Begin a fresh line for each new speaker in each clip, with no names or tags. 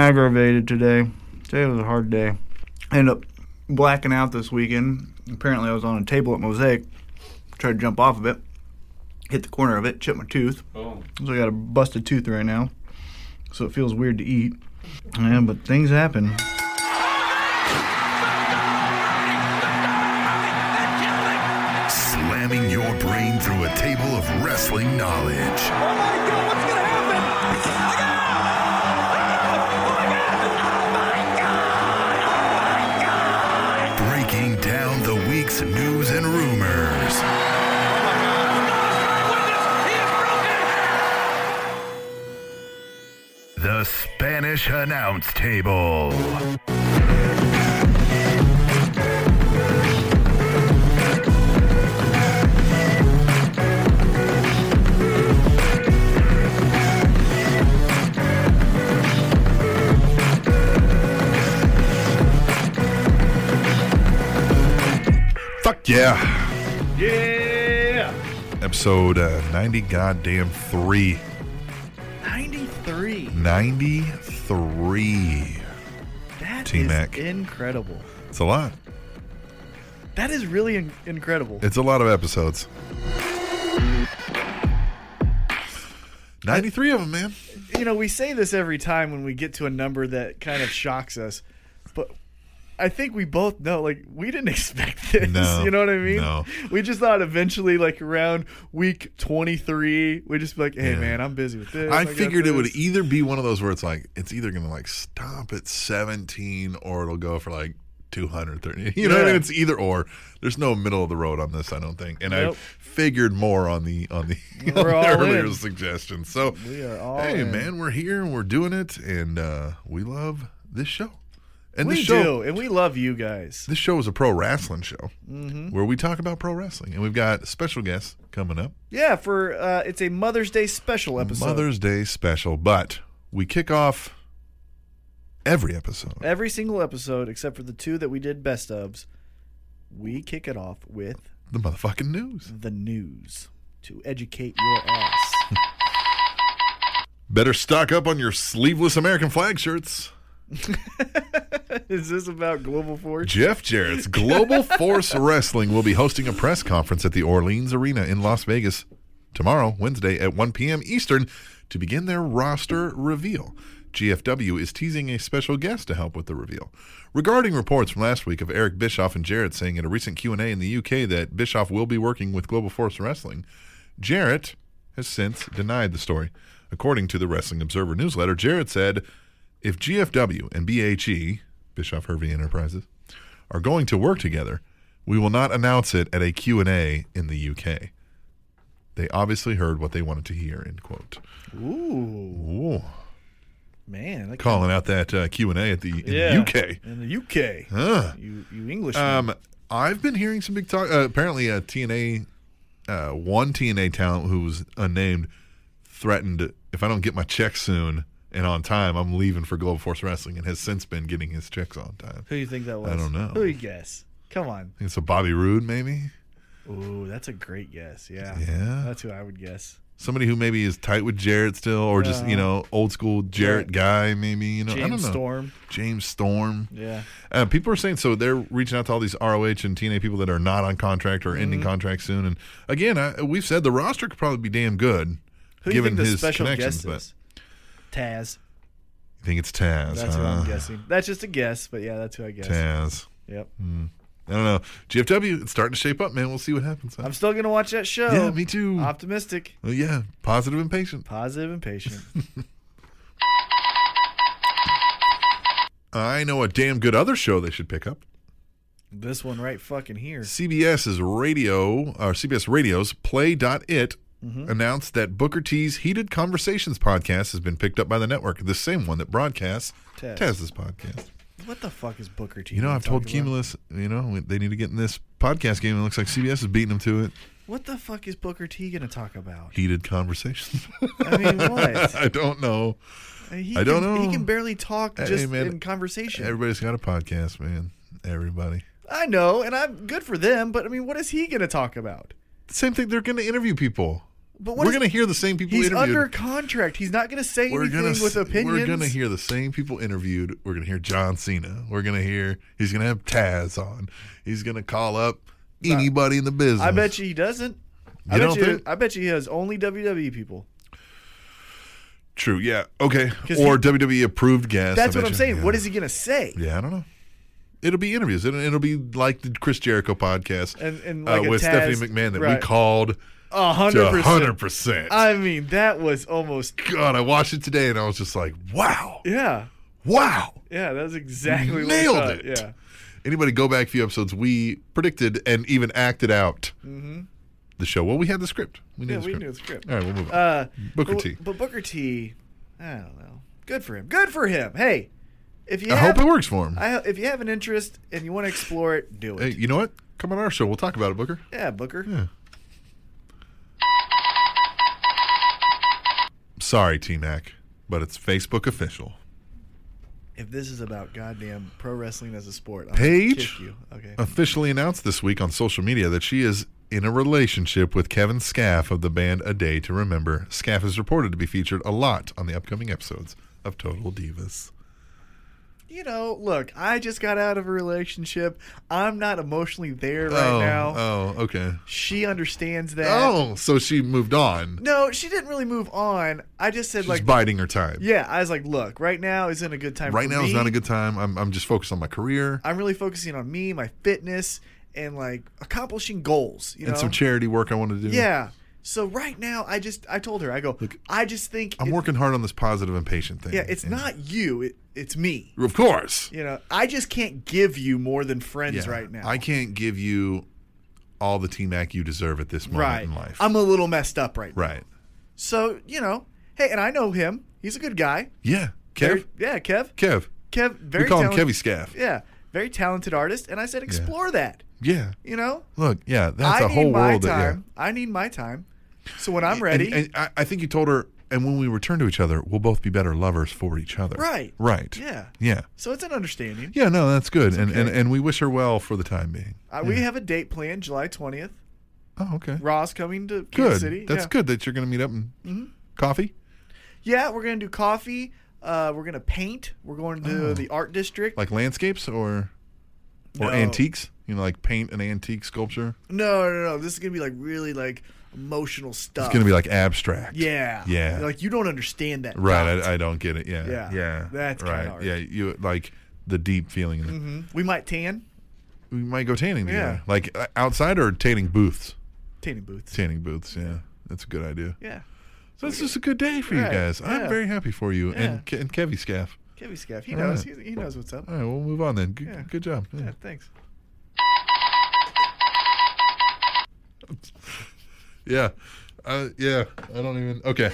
aggravated today. Today was a hard day. I ended up blacking out this weekend. Apparently, I was on a table at Mosaic. Tried to jump off of it, hit the corner of it, chipped my tooth.
Oh,
So I got a busted tooth right now. So it feels weird to eat. Yeah, but things happen.
Slamming your brain through a table of wrestling knowledge.
Oh my God, what's gonna happen?
Breaking down the week's news and rumors. The Spanish Announce Table. Fuck yeah.
yeah.
Episode uh, 90, goddamn three.
93.
93.
That is
T-Mac.
incredible.
It's a lot.
That is really in- incredible.
It's a lot of episodes. 93 of them, man.
You know, we say this every time when we get to a number that kind of shocks us, but I think we both know, like, we didn't expect this.
No,
you know what I mean?
no.
We just thought eventually, like, around week 23, we'd just be like, hey,
Yeah.
man, I'm busy with this.
I
got
figured it would
this."
either be one of those where it's like, it's either going to like stop at 17 or it'll go for like 230. You know what I
Yeah.
mean? It's either or. There's no middle of the road on this, I don't think. And I
Nope.
figured more on the on the, on
We're
the
all
earlier
in.
suggestions. So,
We are all
hey,
in.
man, we're here and we're doing it and uh, we love this show. And
We
this show,
do, and we love you guys.
This show is a pro wrestling show where we talk about pro wrestling, and we've got special guests coming up.
Yeah, for uh, it's a Mother's Day special episode.
Mother's Day special, but we kick off every episode.
Every single episode, except for the two that we did best ofs, we kick it off with
The motherfucking news.
the news to educate your ass.
Better stock up on your sleeveless American flag shirts.
Is this about Global Forge?
Jeff Jarrett's Global Force Wrestling will be hosting a press conference at the Orleans Arena in Las Vegas tomorrow, Wednesday at 1 p.m. Eastern to begin their roster reveal. GFW is teasing a special guest to help with the reveal. Regarding reports from last week of Eric Bischoff and Jarrett saying at a recent Q&A in the UK that Bischoff will be working with Global Force Wrestling, Jarrett has since denied the story. According to the Wrestling Observer newsletter, Jarrett said, if GFW and BHE, Bischoff Hervey Enterprises, are going to work together, we will not announce it at a Q&A in the UK. They obviously heard what they wanted to hear, end quote.
Ooh,
Ooh,
man. That
calling out that uh, Q&A at the, in
Yeah.
the UK.
In the UK.
Huh.
You, you English.
Um, I've been hearing some big talk. Uh, apparently, uh, TNA, uh, one TNA talent who was unnamed, threatened if I don't get my check soon and on time, I'm leaving for Global Force Wrestling, and has since been getting his checks on time.
Who do you think that was?
I don't know.
Who you guess? Come on.
think it's a Bobby Roode, maybe
Ooh, that's a great guess. Yeah.
Yeah.
That's who I would guess.
somebody who maybe is tight with Jarrett still, or just you know old school Jarrett guy, maybe you know I
Uh, James
don't know
Storm.
James Storm.
Yeah.
Uh, people are saying so they're reaching out to all these ROH and TNA people that are not on contract or ending
Mm-hmm.
contracts soon. And again, I, we've said the roster could probably be damn good
Who do you
given
think the
his
special
connections.
guest
But
is? Taz.
you think it's Taz?
That's
huh?
what I'm guessing. That's just a guess, but yeah, that's who I guess.
Uh, Taz.
Yep.
I don't know. GFW, it's starting to shape up, man. We'll see what happens.
I'm still gonna watch that show.
yeah, me too.
Optimistic,
Well, yeah, positive and patient.
positive, and patient.
I know a damn good other show they should pick up.
this one right fucking here.
CBS's radio or CBS Radio's Play.it
Mm-hmm.
announced that Booker T's Heated Conversations podcast has been picked up by the network, the same one that broadcasts
Taz.
Taz's podcast.
What the fuck is Booker T?
You know, I've told
talking about?
Cumulus, you know, they need to get in this podcast game. It looks like CBS is beating them to it.
What the fuck is Booker T gonna talk about?
Heated Conversations.
I mean, what?
I don't know.
He
I don't
can,
know.
He can barely talk
Hey,
just
man.
in conversation.
Everybody's got a podcast, man. Everybody.
I know, and I'm good for them, but I mean, what is he gonna talk about?
Same thing. They're going to interview people.
But what
We're
is-
going to hear the same people
He's
interviewed.
under contract. He's not going to say
we're
anything
gonna s-
with opinions.
We're gonna hear the same people interviewed. We're gonna hear John Cena. We're gonna hear he's gonna have Taz on. He's gonna call up anybody in the business.
I bet you he doesn't. I
You
bet
don't
you.
think?
I bet you he has only WWE people.
True. Yeah. Okay.
'Cause
Or
he-
WWE approved guests.
That's
I
what
bet
I'm
you.
saying.
Yeah.
What is he going to say?
Yeah, I don't know. It'll be interviews. It'll, it'll be like the Chris Jericho podcast uh,
And- and like a
with
Taz-
Stephanie McMahon that
right.
we called
A
to
hundred
hundred percent.
percent. I mean, that was almost.
God, I watched it today and I was just like, wow,
Yeah,
wow.
yeah. That was exactly
Nailed
what I thought.
it.
Yeah.
anybody go back a few episodes, we predicted and even acted out the show. Well, we had the script. We knew
Yeah,
the
we
script.
knew the script.
All right, we'll move on.
Uh,
Booker
but,
T.
But Booker T, I don't know. Good for him. Good for him. Hey, if you
I
have,
hope it works for him.
I, if you have an interest and you want to explore it, do
hey,
it.
you know what? Come on our show. We'll talk about it, Booker.
yeah, Booker.
Yeah. Sorry, T Mac, but it's Facebook official.
If this is about goddamn pro wrestling as a sport, I'm
Paige? Uh.
Gonna kick you. Okay.
Officially announced this week on social media that she is in a relationship with Kevin Scaff of the band A Day to Remember. Scaff is reported to be featured a lot on the upcoming episodes of Total Divas.
You know, look, I just got out of a relationship. I'm not emotionally there right
oh,
now.
Oh, okay.
she understands that.
Oh, so she moved on.
No, she didn't really move on. I just said
She's
like,
biding her time.
yeah. I was like, look, right now isn't a good time.
right
for
now
me.
is not a good time. I'm, I'm just focused on my career
I'm really focusing on me, my fitness, and like accomplishing goals. You
and
know,
some charity work I want to do.
yeah. So right now, I just I told her I go. I just think
I'm
it-
working hard on this positive and patient thing.
Yeah, it's
And-
not you. It, it's me.
Of course.
You know, I just can't give you more than friends
Yeah.
right now.
I can't give you all the T Mac you deserve at this moment
right.
in life.
I'm a little messed up right, now.
right.
So you know, hey, and I know him. He's a good guy.
Yeah.
Very-
Kev.
yeah, Kev.
Kev.
Kev. Very
we call him Kevy
talented,
Scaff.
Yeah, very talented artist. And I said, explore that.
Yeah.
You know,
Look, yeah, that's
I
a
need
whole
my
world. That, yeah.
time. I need my time. So when I'm ready,
And, and I, I think you told her, and when we return to each other, we'll both be better lovers for each other.
Right.
Right.
Yeah.
Yeah.
so it's an understanding.
Yeah, no, that's good. And, and and we wish her well for the time being.
Uh, we have a date planned, July twentieth.
Oh, okay.
Ross coming to
Good.
Kansas City.
That's
yeah. Mm-hmm.
good that you're going to meet up and coffee.
Yeah, we're gonna do coffee. Uh, we're gonna paint. We're going to the art district.
Oh. Like landscapes or or
No.
antiques? You know, like paint an antique sculpture.
No, no, no. This is gonna be like really like emotional stuff.
It's going to be like abstract.
Uh, Yeah.
Yeah.
Like you don't understand that.
Right. I, I don't get it. Yeah.
Yeah. That's kinda
right.
hard.
Yeah, you like the deep feeling. in it.
Mm-hmm. We might tan.
We might go tanning together.
Yeah.
Like uh, outside or tanning booths.
Tanning booths.
Tanning booths, yeah. That's a good idea.
Yeah.
So it's just a good day for
Right,
you guys. I'm
yeah.
very happy for you
Yeah.
and Ke- and Kevy Scaff.
Kevy Scaff. He
All
knows.
right.
He, he knows what's up.
All right, we'll move on then. Good,
Yeah.
good job. Yeah.
Yeah, thanks.
Yeah. Uh, yeah. I don't even. Okay.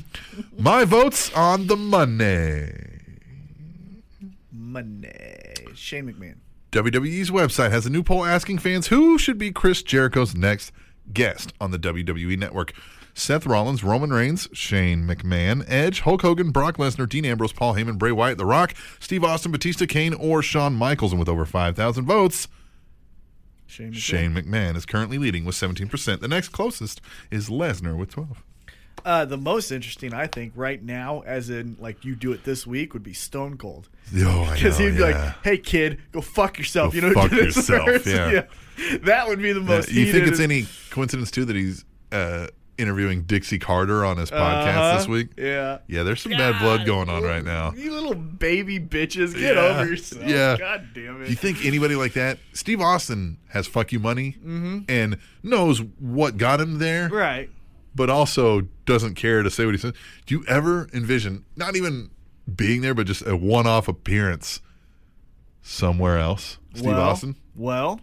My vote's on the money.
Money. Shane McMahon.
WWE's website has a new poll asking fans who should be Chris Jericho's next guest on the WWE network. Seth Rollins, Roman Reigns, Shane McMahon, Edge, Hulk Hogan, Brock Lesnar, Dean Ambrose, Paul Heyman, Bray Wyatt, The Rock, Steve Austin, Batista, Kane, or Shawn Michaels. And with over 5,000 votes,
Shane McMahon.
Shane McMahon is currently leading with 17%. The next closest is Lesnar with 12.
Uh, the most interesting, I think, right now, as in like you do it this week, would be Stone Cold.
Oh, I
Because
know,
he'd be
yeah.
like, "Hey kid, go fuck yourself."
Go
you know,
fuck
do this
yourself,
first.
yeah.
That would be the most.
Uh, you think
heated
it's any coincidence too that he's uh, interviewing Dixie Carter on his podcast
Uh-huh.
this week?
Yeah.
Yeah, there's some bad blood going on right now.
You little baby bitches, get
Yeah.
over yourself.
Yeah.
God damn it.
You think anybody like that? Steve Austin has fuck you money and knows what got him there,
Mm-hmm. right.
but also doesn't care to say what he says. Do you ever envision not even being there, but just a one-off appearance somewhere else? Steve
well,
Austin,
Well,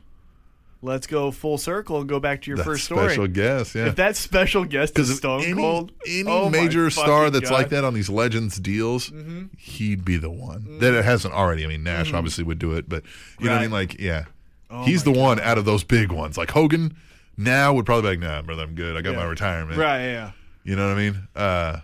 let's go full circle and go back to your
That
first story.
special guest, yeah.
If that special guest is
if
Stone
any,
Cold,
Any
oh my
major star
fucking
that's
God. Mm-hmm.
like that on these legends deals, he'd be the one. That it hasn't already. I mean, Nash obviously would do it, but you know what I mean? Like, yeah.
Oh
He's the one out of those big ones. Like Hogan now would probably be like, nah, brother, I'm good. I got my retirement.
Right, yeah.
You know what I mean? Uh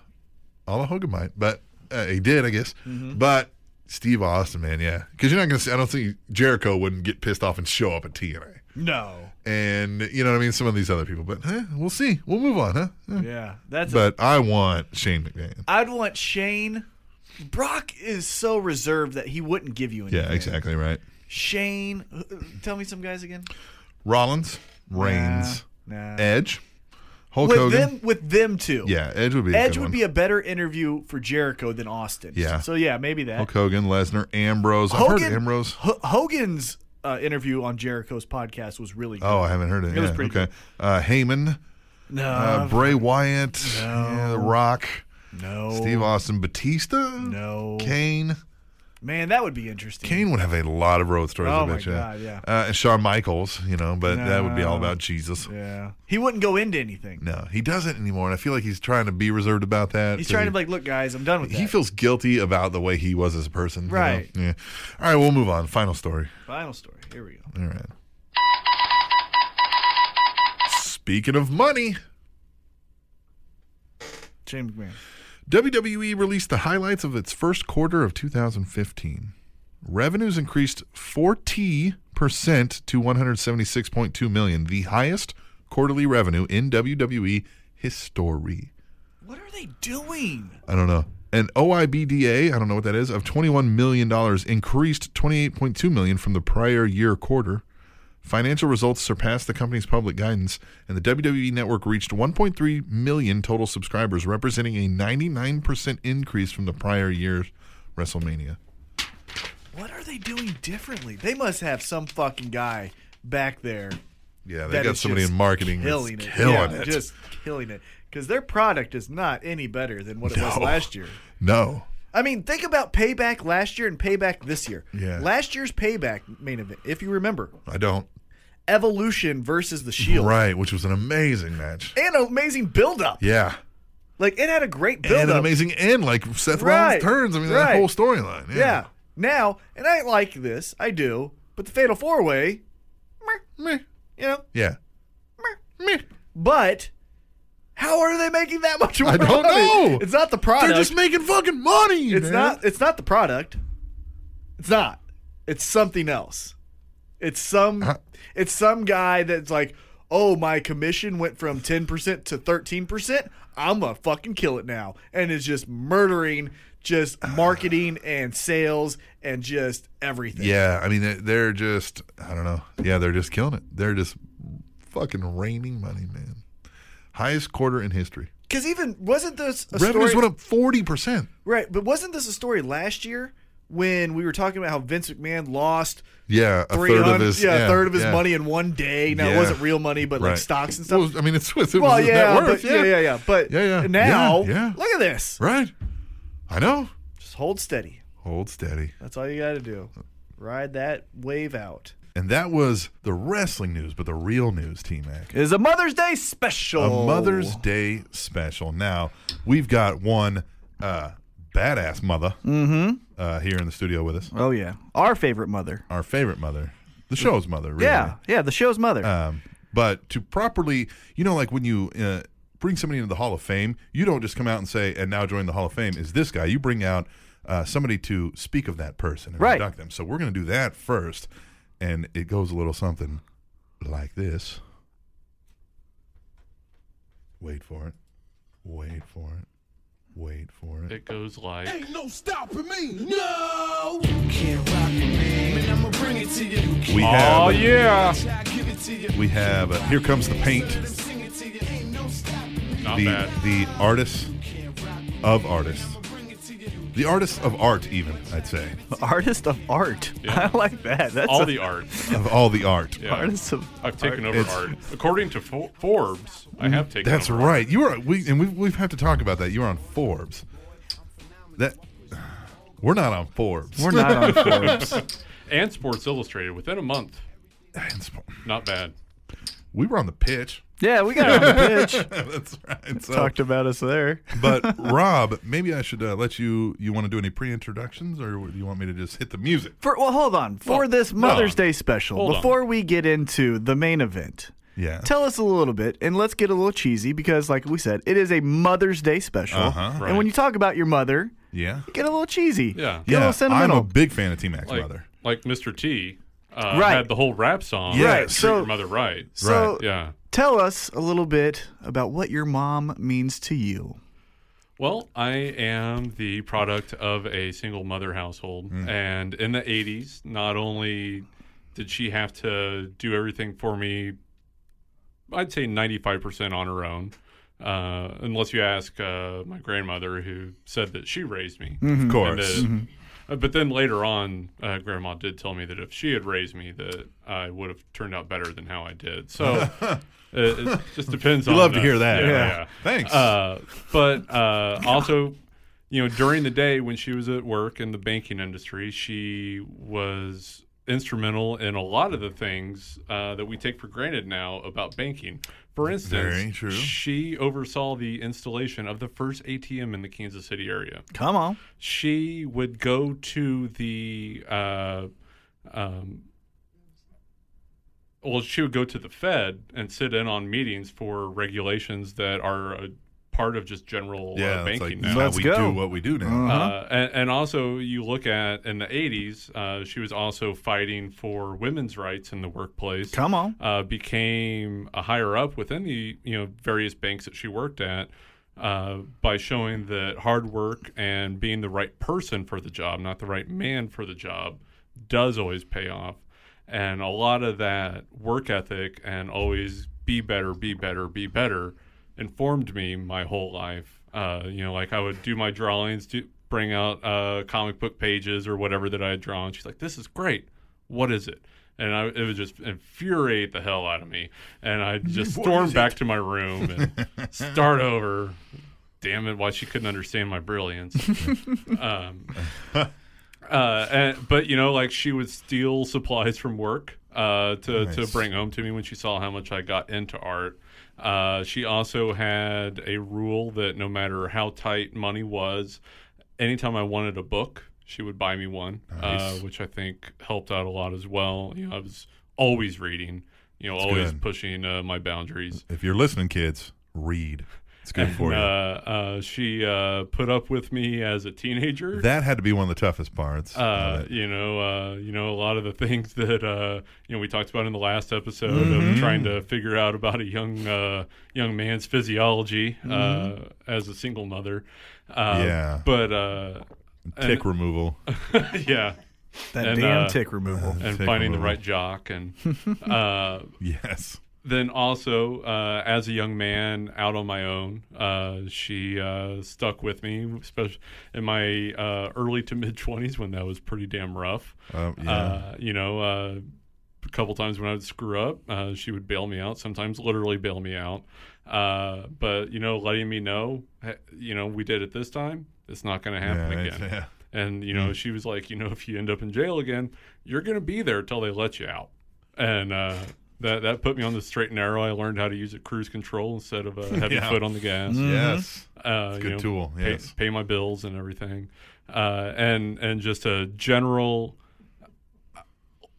although Hogan might, but uh, he did, I guess.
Mm-hmm.
But Steve Austin, man, yeah. Because you're not gonna see I don't think Jericho wouldn't get pissed off and show up at TNA.
No.
and you know what I mean. Some of these other people, but eh, we'll see. We'll move on, huh? Eh.
Yeah. That's
But I want Shane McMahon.
I'd want Shane. Brock is so reserved that he wouldn't give you anything.
Yeah, exactly right.
Shane, uh, tell me some guys again.
Rollins, Reigns,
Nah.
Edge, Hulk
with
Hogan.
them, with them too.
Yeah, Edge would be. a
Edge
good
would
one.
be a better interview for Jericho than Austin.
Yeah.
So yeah, maybe that.
Hulk Hogan, Lesnar, Ambrose. I've heard of Ambrose.
Ho- Hogan's uh, interview on Jericho's podcast was really good.
Oh, I haven't heard of it.
It was
yeah,
pretty
okay. Uh, Heyman,
no,
uh, Bray Wyatt, yeah, The Rock,
no,
Steve Austin, Batista,
no.
Kane.
Man, that would be interesting.
Kane would have a lot of road stories. I
Oh
bet
my
you.
God, yeah.
Uh, and Shawn Michaels, you know, but that would be all about Jesus.
yeah, he wouldn't go into anything.
No, he doesn't anymore, and I feel like he's trying to be reserved about that.
He's
'cause
trying
he-
to be like, look, guys, I'm done with that.
He feels guilty about the way he was as a person. you know?
Right.
Yeah. All right, we'll move on. Final story.
Final story. Here we go.
All right. Speaking of money,
Shane McMahon.
WWE E released the highlights of its first quarter of 2015. Revenues increased 40% to 176.2 million, the highest quarterly revenue in WWE history.
What are they doing?
I don't know. And OIBDA, I don't know what that is, of $21 million increased $28.2 million from the prior year quarter. Financial results surpassed the company's public guidance, and the WWE network reached 1.3 million total subscribers, representing a 99% increase from the prior year's WrestleMania.
What are they doing differently? They must have some fucking guy back there.
Yeah, they
that
got
is
somebody
just
in marketing
killing
that's
it,
killing
Yeah,
it.
just killing it. Because their product is not any better than what it was
No.
last year.
no.
I mean, think about payback last year and payback this year.
Yeah.
Last year's payback main event, if you remember,
I don't.
Evolution versus the Shield,
Right, which was an amazing match.
and an amazing buildup.
Yeah.
Like it had a great
and an
buildup.
amazing end, like Seth
Right,
Rollins turns. I mean, that
right.
whole storyline.
yeah. Now, and I like this, I do, but the Fatal Four Way,
Meh.
you know,
Yeah. Meh.
but. How are they making that much more?
I don't
money?
know.
It's not the product.
They're just making fucking money.
It's
man.
not. It's not the product. It's not. It's something else. It's some.
Huh?
It's some guy that's like, oh, my commission went from ten percent to thirteen percent. I'm gonna fucking kill it now, and is just murdering, just marketing and sales and just everything.
Yeah, I mean, they're- they're just. I don't know. Yeah, they're just killing it. They're just fucking raining money, man. Highest quarter in history.
Because even wasn't this a
Revenues
story?
went up forty percent.
right, but wasn't this a story last year when we were talking about how Vince McMahon lost?
Yeah, a
Three
third of
hundred,
his.
yeah, a third of his
yeah.
money in one day. Now
Yeah.
it wasn't real money, but
Right.
like stocks and stuff.
Well, I mean, it's it
Well,
was his
yeah,
net worth.
but, yeah, yeah, yeah, But
Yeah, yeah.
now,
Yeah, yeah.
look at this.
Right. I know.
Just hold steady.
Hold steady.
That's all you got to do. Ride that wave out.
And that was the wrestling news, but the real news, T Mac.
Is a Mother's Day special.
a Mother's Day special. Now we've got one uh, badass mother uh, here in the studio with us.
Oh yeah, our favorite mother.
Our favorite mother, the show's mother. Really.
Yeah, yeah, the show's mother.
Uh,
Um, but to properly, you know, like when you uh, bring somebody into the Hall of Fame, you don't just come out and say, "And now join the Hall of Fame." Is this guy? You bring out uh, somebody to speak of that person and
Right.
induct them. So we're going to do that first, and it goes a little something like this. Wait for it. Wait for it. Wait for it.
It goes like.
Ain't no stopping me. No. You can't rock with me. Man, I'ma bring it to you. You can't
We have.
Oh, yeah.
try, give it to you.
We have. Uh, Here comes the paint.
Let 'em sing it to you. Ain't no stopping me.
Not
the
bad.
the artists of artists, the artists of art, even I'd say
Artist of art. I like that. That's
All
a-
the art.
of all the art.
Yeah.
artist of
I've taken over
It's-
art. According to Fo- Forbes, I have taken
That's
over
right. You were we and we we've had to talk about that. You were on Forbes. That we're not on Forbes.
We're not on Forbes.
art. And Sports Illustrated within a month. Not bad.
We were on the pitch.
yeah, we got on the pitch.
That's right. So,
Talked about us there.
but Rob, maybe I should uh, let you. You want to do any pre-introductions, or do you want me to just hit the music?
For well, hold on. For
Well,
this
hold
Mother's
on.
Day special,
Hold on.
before we get into the main event,
Yeah.
tell us a little bit, and let's get a little cheesy because, like we said, it is a Mother's Day special.
Uh-huh.
Right.
And when you talk about your mother,
yeah.
get a little cheesy.
Yeah.
Get a
yeah.
little
I'm
sentimental.
a big fan of T Mac's
Like,
mother.
like Mr. T, uh,
Right.
had the whole rap song.
Yeah,
Treat
so-
your mother right.
So
Yeah.
tell us a little bit about what your mom means to you.
Well, I am the product of a single mother household. And in the 80s, not only did she have to do everything for me, I'd say 95% on her own, uh, unless you ask uh, my grandmother, who said that she raised me.
Of
And, uh,
course. Mm-hmm.
uh, But then later on, uh, Grandma did tell me that if she had raised me, that I would have turned out better than how I did. So uh, it just depends.
You
on
love to
uh,
hear that.
Yeah,
Yeah.
yeah.
Thanks.
Uh, but uh, also, you know, during the day when she was at work in the banking industry, she was instrumental in a lot of the things uh, that we take for granted now about banking. For instance,
Very true.
she oversaw the installation of the first ATM in the Kansas City area
Come on.
she would go to the uh, um, well she would go to the fed and sit in on meetings for regulations that are a part of just general
yeah,
uh,
it's
banking
like Uh-huh.
now
how
Let's
we
go.
do what we do now.
uh, and, and also you look at in the 80s uh, she was also fighting for women's rights in the workplace
Come on.
uh, became a higher up within the you know various banks that she worked at uh, by showing that hard work and being the right person for the job, not the right man for the job, does always pay off. And a lot of that work ethic and always be better, be better, be better informed me my whole life. Uh, you know, like I would do my drawings, do, bring out uh, comic book pages or whatever that I had drawn. She's like, "This is great. What is it?" And I, it would just infuriate the hell out of me. And I just storm back to my room and start over. Damn it! Why she couldn't understand my brilliance? um, uh, and, but you know, like she would steal supplies from work uh, to to
Nice.
bring home to me when she saw how much I got into art. Uh, she also had a rule that no matter how tight money was, anytime I wanted a book, she would buy me one, uh, which I think helped out a lot as well. You know, I was always reading. You know, always
good.
pushing uh, my boundaries.
If you're listening, kids, read. It's good for
And,
you.
uh, uh, she uh, put up with me as a teenager.
that had to be one of the toughest parts.
Uh, you know, uh, you know, a lot of the things that uh, you know we talked about in the last episode
Mm-hmm.
of trying to figure out about a young uh, young man's physiology uh,
Mm-hmm.
as a single mother. Uh,
Yeah.
but uh,
Tick removal.
yeah,
That
And,
damn
uh,
tick removal.
and
Tick
finding the
removal.
right jock, and uh,
Yes.
then also uh, as a young man out on my own, uh, she uh, stuck with me, especially in my uh, early to mid twenties when that was pretty damn rough.
Um, yeah.
Uh, you know, uh, a couple times when I would screw up, uh, she would bail me out. Sometimes literally bail me out. Uh, but you know, letting me know, "Hey, you know, we did it this time. It's not going to
yeah,
happen
it's-
again.
yeah. Hmm.
And you know, she was like, you know, if you end up in jail again, you're going to be there till they let you out. And uh, that that put me on the straight and narrow. I learned how to use a cruise control instead of a heavy
Yeah.
foot on the gas
Mm-hmm.
Yes.
uh,
It's a
you
good
know,
tool,
Pay,
yes.
pay my bills and everything, uh, and and just a general,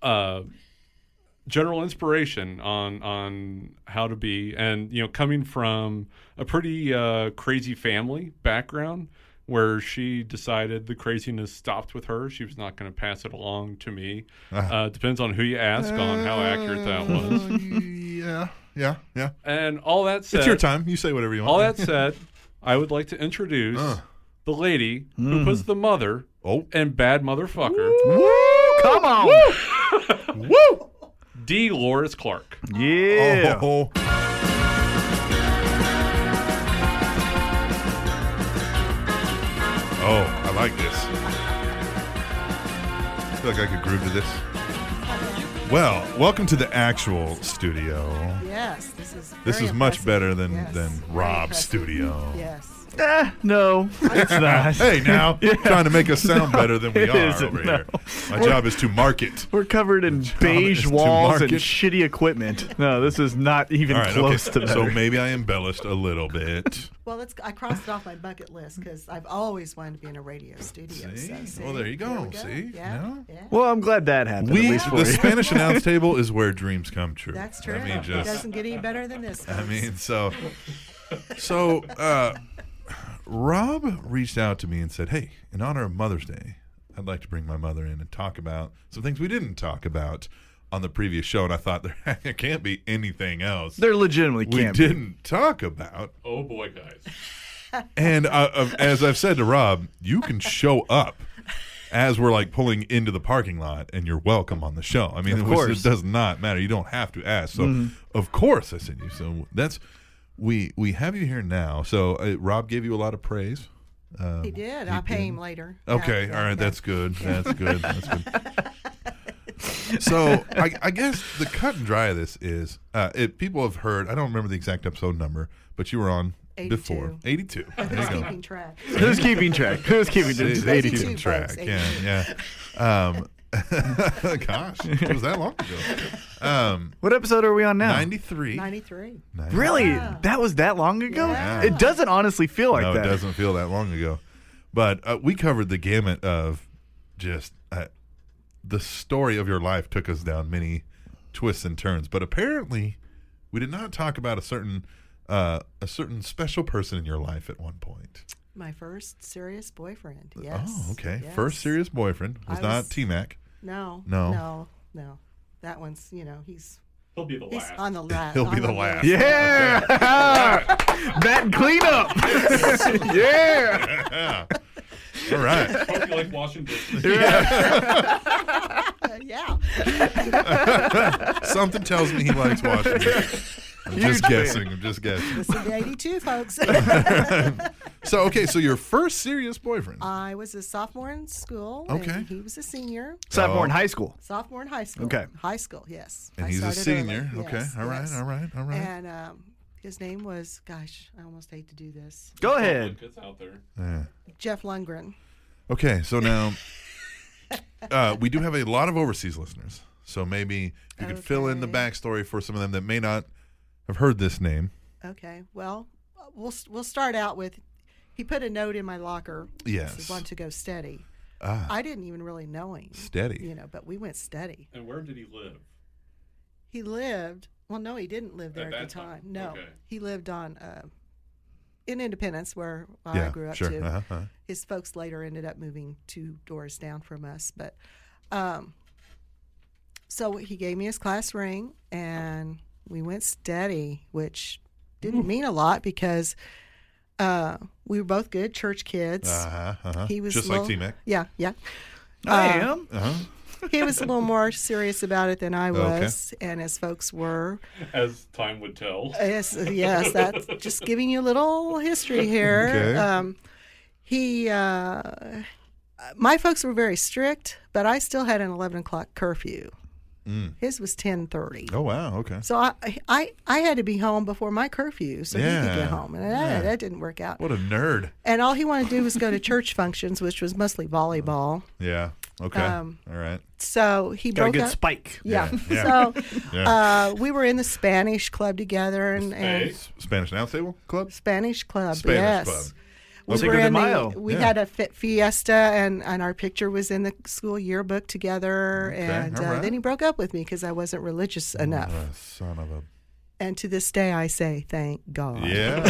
uh, general inspiration on on how to be, and you know, coming from a pretty uh, crazy family background. Where she decided the craziness stopped with her, she was not going to pass it along to me.
Ah.
Uh, depends on who you ask on how accurate that was.
Uh, yeah. Yeah. Yeah.
And all that said,
It's your time. You say whatever you want.
all that said, I would like to introduce the lady who puts the mother
Hmm. Oh.
and bad motherfucker,
Come on.
D. Loris Clark.
Yeah.
Oh, Oh, I like this. I feel like I could groove to this. Well, welcome to the actual studio.
Yes, this is. Very
This is much
impressive.
better than
Yes.
than
Very
Rob's
impressive.
studio.
Yes.
Eh, no, it's not.
Hey, now trying to make us sound better than we
It
are
isn't,
over
no.
here. My job is to market.
We're covered in
is
beige
to
walls and
market-
shitty equipment. No, this is not even
All right,
close
okay.
to
so
better.
maybe I embellished a little bit.
Well, it's, I crossed it off my bucket list because I've always wanted to be in a radio studio.
See?
So,
Well, there you go.
we
See?
Yeah.
No?
yeah.
well, I'm glad that happened.
We
at least for
the
you.
Spanish announce table is where dreams come true.
That's true.
I mean,
it
just
doesn't get any better than this.
I
folks.
mean, so so uh, Rob reached out to me and said, "Hey, in honor of Mother's Day, I'd like to bring my mother in and talk about some things we didn't talk about on the previous show. And I thought there, there can't be anything else
There legitimately
we
can't. be.
didn't talk about.
Oh boy, guys.
And uh, of- as I've said to Rob, you can show up as we're like pulling into the parking lot, and you're welcome on the show. I mean,
Of
it, was- it
course. Mm-hmm.
does not matter. You don't have to ask. So, of course, I sent you. So that's we we have you here now. So uh, Rob gave you a lot of praise.
He did. I'll pay him later. Yeah,
Okay,
yeah,
all right,
yeah.
that's good. That's good. That's good. so I, I guess the cut and dry of this is uh, it, people have heard. I don't remember the exact episode number, but you were on before eighty-two. There you
Who's
go.
keeping track?
Who's keeping track? Who's keeping
It
track?
is
82
82
folks,
track.
82.
Yeah, yeah. Um, gosh, it was that long ago. Um,
What episode are we on now?
93.
93.
90.
Really? That was that long ago?
Yeah.
It doesn't honestly feel like
no,
that.
it doesn't feel that long ago. But uh, we covered the gamut of just uh, the story of your life took us down many twists and turns. But apparently, we did not talk about a certain uh, a certain special person in your life at one point.
My first serious boyfriend. Yes.
Oh, okay.
yes.
First serious boyfriend was
I
not
was-
T Mac.
No.
No.
No. No. That one's, you know, he's
He'll be the
he's
last.
on the last.
He'll
on
be the last.
Yeah. that cleanup. yeah.
All right.
Hope you like Washington.
Uh, yeah.
Something tells me he likes Washington. I'm just
Huge
guessing. I'm just guessing.
Listen to 82, folks.
So okay, so your first serious boyfriend.
I was a sophomore in school. and
Okay.
he was a senior.
Sophomore
Oh.
in high school.
Sophomore in high school.
Okay.
High school, yes.
and
I
he's a
started early.
senior.
Yes,
okay. All right.
yes.
All right. All right.
And um, his name was, gosh, I almost hate to do this,
Go ahead.
It's out there.
Yeah.
Jeff Lundgren.
Okay. So now, uh, we do have a lot of overseas listeners. So maybe you could fill in the
Okay.
backstory for some of them that may not have heard this name.
Okay. Well, we'll we'll start out with he put a note in my locker.
Yes. Ah.
Says, Want to go steady. I didn't even really know him.
Steady.
You know, but we went steady.
And where did he live?
He lived. Well, no, he didn't live there
At
at,
that
the
time?
time. No,
Okay.
he lived on uh, in Independence, where I
Yeah,
grew up
sure.
too.
Uh-huh, uh-huh.
His folks later ended up moving two doors down from us, but um, so he gave me his class ring, and we went steady, which didn't mean a lot because uh, we were both good church kids.
Uh-huh, uh-huh.
He was
just
little,
like T Mac.
Yeah, yeah.
I am.
He was a little more serious about it than I was, and his folks were.
As time would tell.
Yes, yes. That's just giving you a little history here.
Okay.
Um, he, uh, my folks were very strict, but I still had an eleven o'clock curfew.
Mm.
His was ten thirty.
Oh wow. Okay.
So I, I I had to be home before my curfew so he could
Yeah.
get home, and that, that didn't work out.
What a nerd.
And all he wanted to do was go to church functions, which was mostly volleyball.
Yeah. Okay.
Um,
all right.
So he
Got a
broke
good
up.
spike.
yeah.
Yeah,
So
Yeah.
uh, we were in the Spanish club together, and, and
Hey,
Spanish announce table club.
Spanish Club.
Spanish
yes.
Club.
We
Cinco
were
de
in
Mayo.
The, we
Yeah.
had a fi- fiesta, and, and our picture was in the school yearbook together. and uh,
all right.
then he broke up with me because I wasn't religious enough.
Uh, son of a.
And to this day, I say thank God.
Yeah.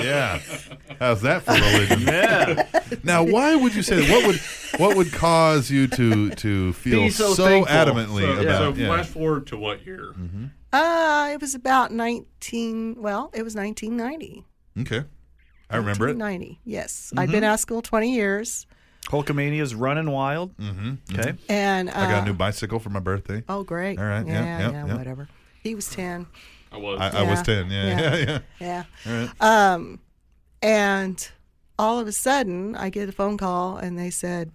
yeah. How's that for religion? Yeah. Now, why would you say that? What would what would cause you to to feel
Be so
so,
thankful.
adamantly
so, so
about? yeah. Mm-hmm.
flash forward to what year?
Uh, it was about nineteen. Well, it was nineteen ninety.
Okay. I remember it. Mm-hmm.
Ninety. Yes, I'd been out of school twenty years,
Hulkamania's running wild. Mm-hmm. Okay.
and uh,
I got a new bicycle for my birthday.
Oh, great!
All right, yeah,
Yeah,
yeah,
yeah,
yeah.
whatever. He was ten.
I was.
I, I was
Yeah.
10. Yeah. Yeah.
Yeah.
Yeah.
Yeah.
Alright.
Um, and all of a sudden, I get a phone call, and they said,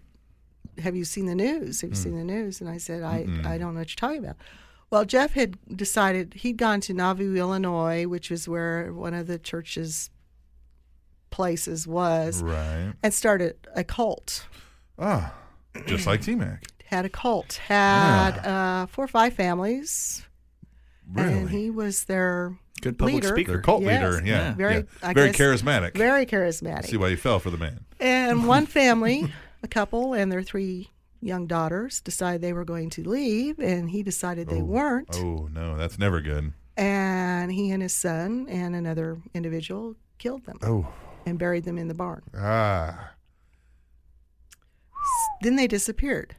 "Have you seen the news? Have you
Hmm.
seen the news?" And I said, "I I don't know what you're talking about." Well, Jeff had decided he'd gone to Nauvoo, Illinois, which is where one of the church's places was,
Right.
and started a cult.
Ah, just like T Mac.
Had a cult. Had uh, four or five families, and
Really.
he was their
Good public
Leader.
Their
speaker.
cult
Yes.
leader. Yeah. yeah.
Very-
Very,
I guess-
charismatic.
very charismatic.
See why you fell for the man.
And one family, a couple, and their three young daughters decided they were going to leave, and he decided they weren't.
Oh, no. That's never good.
And he and his son and another individual killed them
Oh.
and buried them in the barn.
Ah.
Then they disappeared.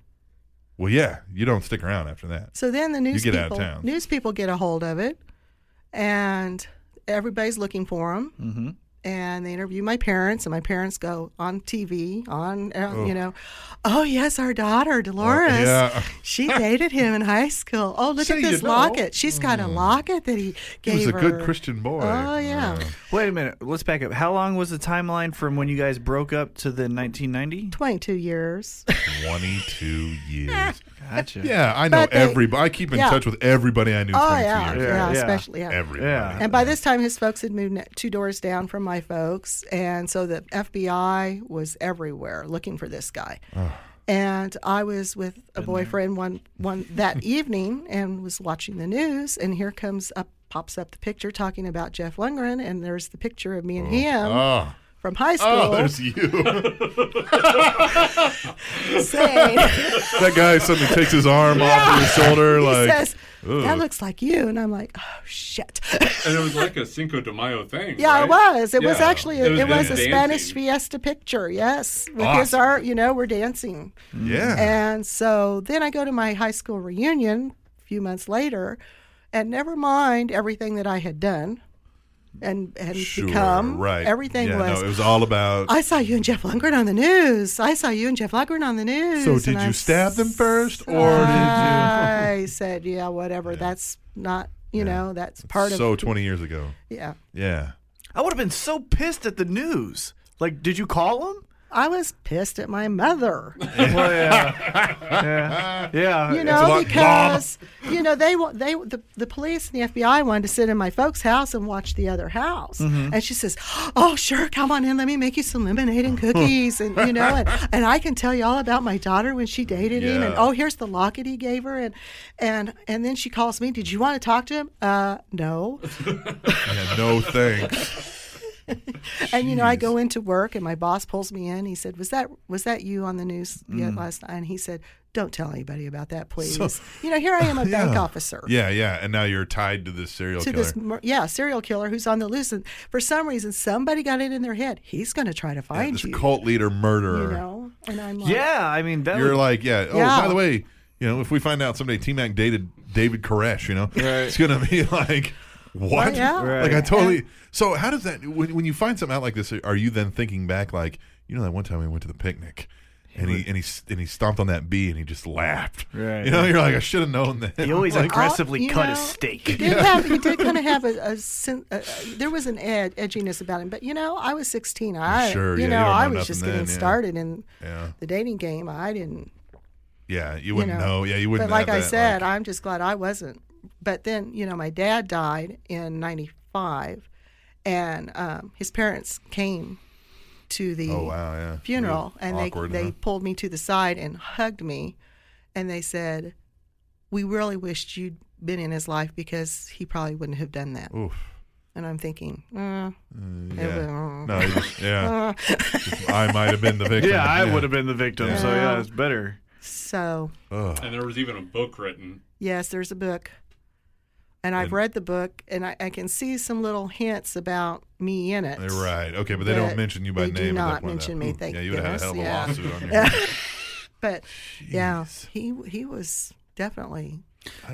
Well, yeah, you don't stick around after that.
So then the news
get out of
people,
town.
news people get a hold of it, and everybody's looking for them. Mm-hmm. And they interview my parents, and my parents go on TV on uh, you know, oh yes, our daughter Dolores,
yeah.
she dated him in high school. Oh look
Say
at
you
this
know.
locket, she's got a locket that he
He
gave
was a
her.
good Christian boy.
Oh yeah,
Wait a minute. Let's back up. How long was the timeline from when you guys broke up to the 1990?
twenty two years.
Twenty-two years.
Gotcha.
Yeah, I know
But they-
everybody. I keep in
yeah.
touch with everybody I knew.
Oh
22
yeah, yeah,
years ago.
Yeah, yeah.
especially yeah.
Everybody.
Yeah.
And by this time, his folks had moved ne- two doors down from my folks. And so the FBI was everywhere looking for this guy. And I was with a boyfriend one, one that evening and was watching the news. And here comes up, pops up the picture talking about Jeff Lundgren. And there's the picture of me and him
Oh,
from high
oh,
school
there's you. that
saying,
guy suddenly takes his arm off his shoulder,
he
like,
says, that looks like you. And I'm like, oh, shit.
And it was like a Cinco de Mayo thing.
Yeah, it
right?
was. It was
Yeah.
actually it, it was a
dancing.
Spanish fiesta picture. Yes, with his
Awesome.
art, you know, we're dancing,
yeah.
and so then I go to my high school reunion a few months later, and never mind everything that I had done, and and
sure,
become
right.
Everything
yeah,
was.
No, it was all about.
I saw you and Jeff Lundgren on the news. I saw you and Jeff Lundgren on the news.
so
And
did
I
you stab them first, or did
I said, yeah, whatever. That's not, you know, that's part
you?
of.
So twenty years ago.
yeah.
Yeah.
I would have been so pissed at the news. Like, did you call him?
I was pissed at my mother.
well, yeah. yeah. Yeah.
you
a
know,
lot-
because you know they wa- they the, the police and the FBI wanted to sit in my folks' house and watch the other house.
Mm-hmm.
And she says, "Oh, sure, come on in. Let me make you some lemonade and cookies, and you know, and, and I can tell you all about my daughter when she dated him. And
Yeah.
oh, here's the locket he gave her, and and and then she calls me. Did you want to talk to him? Uh, no.
Yeah. No thanks.
And you know, I
Jeez.
go into work, and my boss pulls me in. He said, "Was that was that you on the news
Mm.
yet last night?" And he said, "Don't tell anybody about that, please." you know, here I am, a bank
Yeah.
officer.
Yeah, yeah. And now you're tied to this serial
to
killer.
this mur- yeah serial killer who's on the loose and for some reason somebody got it in their head he's going to try to
yeah,
find
this
you
cult leader murderer.
you know and i'm like
Yeah. I mean, that
You're
would-
like, yeah. Oh,
Yeah.
by the way, you know, if we find out someday T Mac dated David Koresh, you know, it's gonna be like, what?
Well, yeah.
Right.
Like I totally. So how does that? When, when you find something out like this, are you then thinking back like, you know, that one time we went to the picnic. And he and he s- and he stomped on that bee and he just laughed.
Right.
You know, you're like, I should have known that.
he always
like,
aggressively
you
cut
know,
his
he
steak.
did have he did kind of have a, a, sen- a, a- there was an ed, edginess about him but you know i was 16 i
Sure, yeah,
you
you
know
don't
i
know
was just
nothing
getting
then, yeah.
started in
Yeah.
the dating game i didn't
yeah, you wouldn't
know,
know. Yeah, you wouldn't.
but like
have
i
that,
said
like-
i'm just glad i wasn't but then you know my dad died in 95 and um, his parents came to the
oh wow, yeah.
funeral
Really
and
awkward,
they, they
huh?
pulled me to the side and hugged me and they said we really wished you'd been in his life because he probably wouldn't have done that
Oof.
and i'm thinking
Yeah.
uh, was-
No, it was- yeah. I might have been the victim.
Yeah, I would have been the victim. So yeah, it's better.
so
Ugh.
And there was even a book written.
yes there's a book and i've
And-
read the book and I, I can see some little hints about me in it
Right. Okay, but they don't
But
mention you by
they do
name. at that
not
point, though.
mention me,
Hmm.
thank
Yeah, you would have had a hell of a
goodness,
lawsuit on your
Yeah.
hands.
but yeah
Jeez.
he he was definitely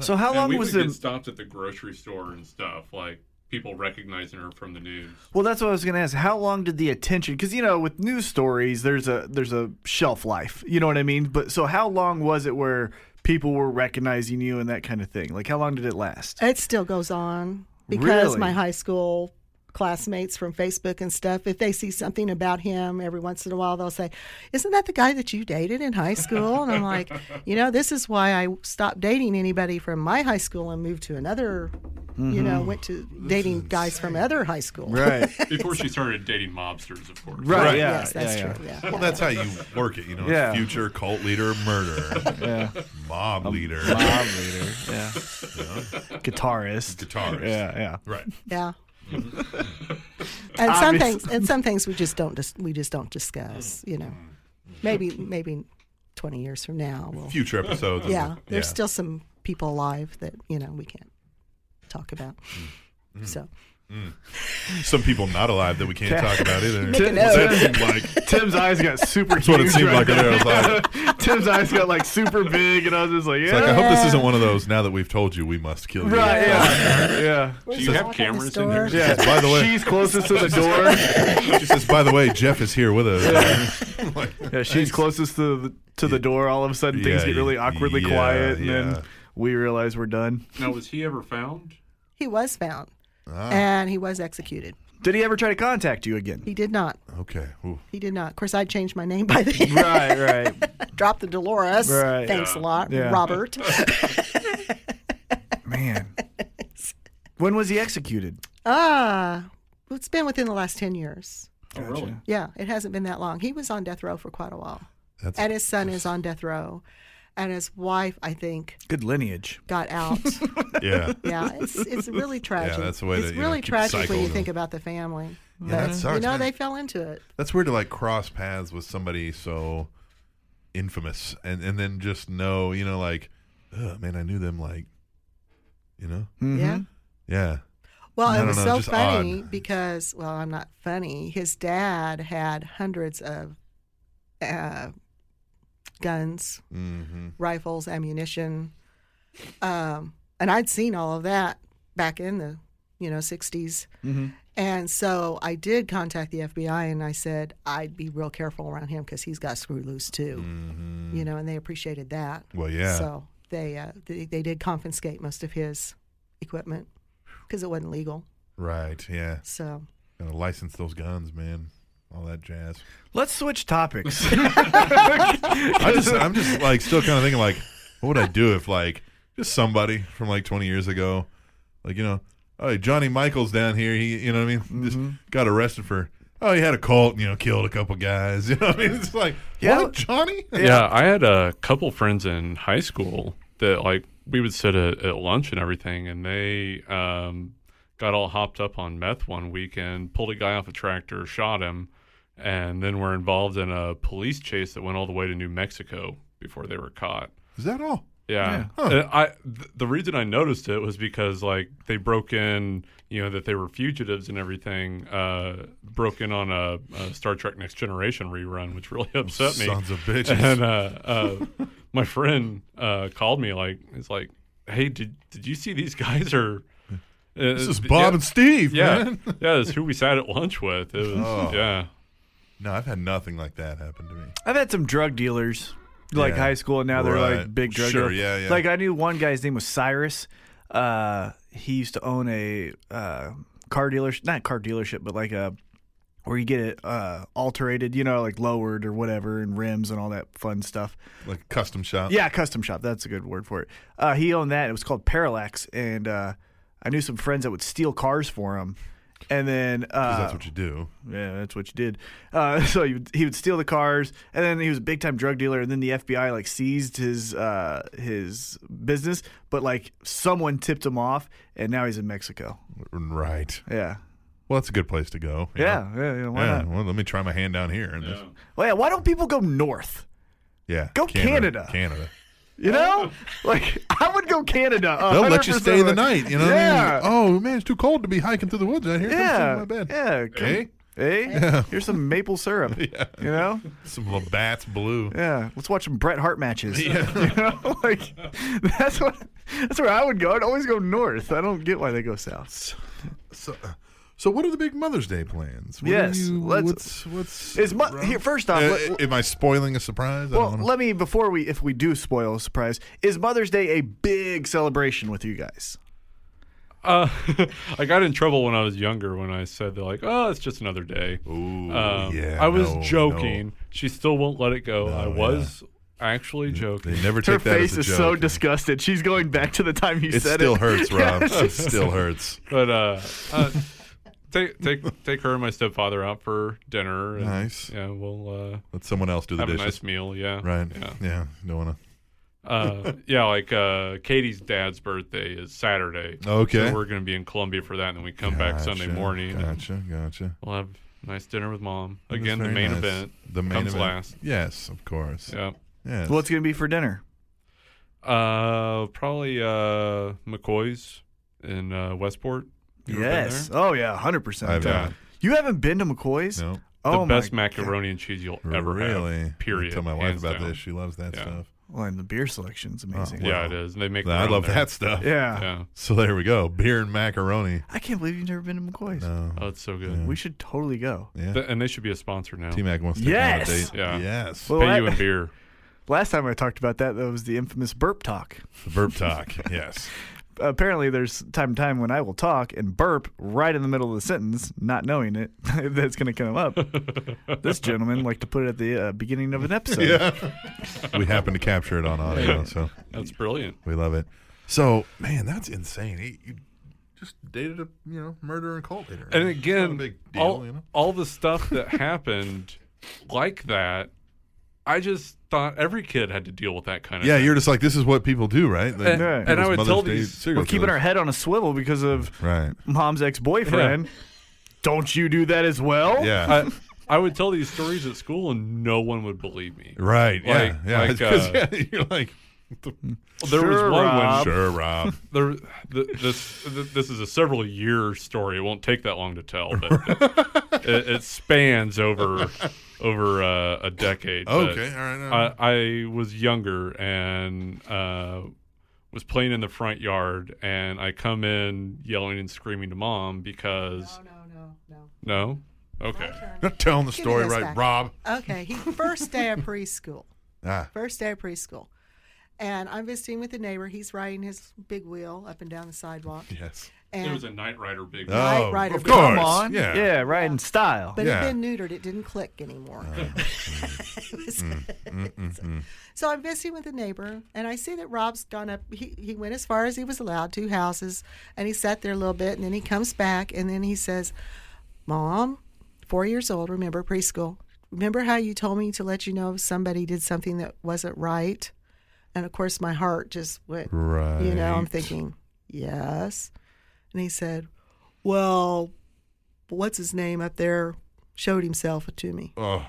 So how
and
long
we
was
would
the?
get stopped at the grocery store and stuff, like people recognizing her from the news.
Well, that's what I was going to ask. How long did the attention? Because you know, with news stories, there's a there's a shelf life. You know what I mean? But so how long was it where people were recognizing you and that kind of thing? Like how long did it last?
It still goes on because
Really?
my high school classmates from Facebook and stuff, if they see something about him every once in a while, they'll say, Isn't that the guy that you dated in high school? And I'm like, You know, this is why I stopped dating anybody from my high school and moved to another, you know, went to dating guys from other high school.
Mm-hmm. Right.
Before she started dating mobsters, of course.
Right.
Right.
Yeah.
yes, that's
yeah, yeah.
true. Yeah.
Well, that's how you work it. You know, it's
Yeah.
future cult leader, murderer,
Yeah.
mob leader,
Mob leader. Yeah. Guitarist.
guitarist.
Yeah. Yeah.
Right.
Yeah. and some
Obviously.
things and some things we just don't dis- we just don't discuss, you know.
Mm.
Maybe maybe 20 years from now we'll
Future episodes. of
Yeah,
the-
there's
Mm-hmm.
still some people alive that, you know, we can't talk about. So,
Some people not alive that we can't talk about either.
Make a note.
That seemed like
Tim's eyes got super.
that's what it
huge
seemed like.
right
there. I was like,
now. Tim's eyes got like super big, and I was just like,
it's like, I
yeah,
hope this isn't one of those. Now that we've told you, we must kill you.
right, yeah, yeah.
Do you have cameras in there?
Yeah.
By the way-
she's closest to the door.
She says, by the way, Jeff is here with us. Like,
Yeah, she's closest to the, to the door. All of a sudden, things
Yeah,
get really
y-
awkwardly
yeah,
quiet, and
yeah.
then we realize we're done.
Now, was he ever found?
He was found,
Ah.
and he was executed.
Did he ever try to contact you again?
He did not.
okay. Ooh.
He did not. Of course, I changed my name by then.
right, right.
Drop the Dolores.
Right.
Thanks a lot,
Yeah.
Robert.
Man. When was he executed?
Ah, well, it's been within the last ten years.
Oh, really?
Yeah, it hasn't been that long. He was on death row for quite a while,
That's
and his son is on death row, and his wife, I think,
Good lineage.
got out.
yeah.
yeah, it's it's really tragic.
that's the way
it's
to, you know,
really
keep the
tragic
cycle
when you
going.
think about the family.
Yeah, that sucks,
you know,
man.
they fell into it.
That's weird to like cross paths with somebody so infamous and and then just know, you know, like, oh, man, I knew them like, you know,
Yeah.
yeah,
Well,
I
it
don't
was
know,
so
just
funny
odd.
because, well, I'm not funny. His dad had hundreds of uh, guns,
mm-hmm.
rifles, ammunition, um, and I'd seen all of that back in the you know 60s.
Mm-hmm.
And so I did contact the FBI and I said I'd be real careful around him because he's got screw loose too,
Mm-hmm.
you know, and they appreciated that.
Well, yeah.
So they uh, they, they did confiscate most of his equipment because it wasn't legal.
right, yeah,
So
gotta license those guns, man, all that jazz.
Let's switch topics.
I just, I'm just like still kind of thinking like, what would I do if like just somebody from like 20 years ago, like you know, oh Johnny Michaels down here, he, you know what I mean, just got arrested for. Oh, he had a cult, and, you know, killed a couple guys. You know what I mean? It's like,
Yeah.
what, Johnny?
Yeah, I had a couple friends in high school that like we would sit at, at lunch and everything, and they um, got all hopped up on meth one weekend, pulled a guy off a tractor, shot him, and then were involved in a police chase that went all the way to New Mexico before they were caught.
Is that all?
Yeah, And I th- the reason I noticed it was because like they broke in, you know, that they were fugitives and everything. Uh, broke in on a, a Star Trek Next Generation rerun, which really upset me.
Oh, Sons of bitches.
And uh, uh, my friend uh, called me like, it's like, hey, did did you see these guys are? Uh,
This is Bob and Steve.
yeah,
man.
yeah, yeah. It's who we sat at lunch with. It was
Oh.
yeah.
No, I've had nothing like that happen to me.
I've had some drug dealers, like
Yeah.
high school, and now they're
Right.
like big drug
Sure,
dealers.
yeah, yeah.
Like I knew one guy's name was Cyrus. Uh, he used to own a uh, car dealership, not car dealership, but like a where you get it uh, alterated, you know, like lowered or whatever, and rims and all that fun stuff.
Like a custom shop.
Yeah, custom shop. That's a good word for it. Uh, he owned that. It was called Parallax, and uh, I knew some friends that would steal cars for him. And then uh,
'Cause that's what you do.
yeah, that's what you did. Uh, so he would, he would steal the cars, and then he was a big time drug dealer. And then the FBI like seized his uh, his business, but like someone tipped him off, and now he's in Mexico.
Right.
Yeah,
Well, that's a good place to go. you know?
yeah, yeah. yeah, why
Yeah,
not?
Well, let me try my hand down here. And yeah.
Well, yeah. Why don't people go north?
yeah.
Go Canada.
Canada.
You know, like I would go Canada. a
They'll let
hundred
you
percent.
stay the night. You know. what I mean?
Yeah.
Oh man, it's too cold to be hiking through the woods out here. Come sit in
Yeah,
My bed.
yeah. Come,
Okay.
Hey, here's some maple syrup. You know,
Some little bats blue.
Yeah, let's watch some Bret Hart matches. You know, like that's what that's where I would go. I'd always go north. I don't get why they go south.
So, uh, so what are the big Mother's Day plans? What are
Yes,
you-
let's-
what's what's
Is mo- here first off?
Uh,
let,
am I spoiling a surprise? I
well,
don't wanna-
let me before we if we do spoil a surprise, is Mother's Day a big celebration with you guys?
Uh, I got in trouble when I was younger when I said they're like, oh, it's just another day.
Ooh,
Um,
yeah,
I was
no, no.
joking. She still won't let it go. I
yeah.
was actually joking.
They never
Her
take that
face
as a
is
joke.
so disgusted. She's going back to the time you
It
said
still
it.
hurts, Rob. it still hurts.
But uh, uh, take take take her and my stepfather out for dinner. And,
Nice.
Yeah, we'll uh,
Let someone else do the
have a
dishes.
nice meal. Yeah.
right.
Yeah.
Yeah. Don't want to.
Uh, yeah. Like uh, Katie's dad's birthday is Saturday.
Okay.
So we're gonna be in Columbia for that, and then we come back Sunday morning. and
Gotcha. Gotcha.
We'll have a nice dinner with mom.
That's
Again, the
very
main
nice.
event.
The main
comes
event.
last.
Yes, of course.
Yeah.
Yes.
What's gonna be for dinner?
Uh, probably uh, McCoy's in uh, Westport. You ever been
Yes.
there?
Oh yeah, hundred percent.
I've
Yeah.
not.
You haven't been to McCoy's?
No.
The
Oh my
best macaroni and cheese you'll ever
really.
have. Period.
I tell my wife
hands
about
down.
this. She loves that
Yeah.
stuff.
Well, and the beer selection's amazing.
Yeah, it is. And they make.
I
their own
love
there.
that stuff.
yeah.
Yeah.
So there we go. Beer and macaroni.
I can't believe you've never been to McCoy's.
Oh,
Oh, it's so good.
We should totally go.
yeah.
Th- and they should be a sponsor now.
T Mac wants to
Yes.
take me on a date.
Yeah.
Yes.
Well,
Pay
that-
you in beer.
Last time I talked about that, that was the infamous burp talk.
The burp talk. yes.
Apparently, there's time to time when I will talk and burp right in the middle of the sentence, not knowing it that's going to come up. this gentleman liked to put it at the uh, beginning of an episode.
We happen to capture it on audio, so
That's brilliant.
we love it. So man, that's insane. You- You just dated a you know murderer and cult leader.
And
It's not a
again,
big deal,
all,
you know?
all the stuff that happened like that, I just thought every kid had to deal with that kind of
Yeah,
thing.
you're just like this is what people do, right? Like,
And-
and
people's
I would
mothers
tell
date
these-
serial
We're keeping our
killers.
head on a swivel because of
right.
mom's ex boyfriend. Don't you do that as well?
Yeah.
I, I would tell these stories at school and no one would believe me.
Right.
Like-
yeah. Yeah.
like,
'Cause,
uh,
yeah, You're like,
There
Sure,
was one
Rob.
when
sure, Rob.
there, th- this th- this is a several year story. It won't take that long to tell, but it, it, it spans over over uh, a decade. but- uh,
Okay. All right. all right.
I, I was younger and uh, was playing in the front yard, and I come in yelling and screaming to mom because
Oh, no, no, no.
no, okay,
Not telling the
Give me
story
this
right,
back.
Rob.
Okay, he first day of preschool.
Ah.
First day of preschool. And I'm visiting with a neighbor. He's riding his big wheel up and down the sidewalk.
Yes.
it
And
was a night rider big.
Knight
oh,
Rider
of
Big
course.
Come on.
Yeah.
Yeah, right in style.
but
Yeah. Oh, mm-hmm.
it'd been neutered. It didn't click anymore. It was- so I'm visiting with a neighbor, and I see that Rob's gone up. He, he went as far as he was allowed, two houses, and he sat there a little bit, and then he comes back, and then he says, "Mom, four years old. Remember preschool? Remember how you told me to let you know if somebody did something that wasn't right?" And of course, my heart just went. You know, I'm
Right.
thinking, yes. And he said, well, what's his name up there showed himself to me.
Oh,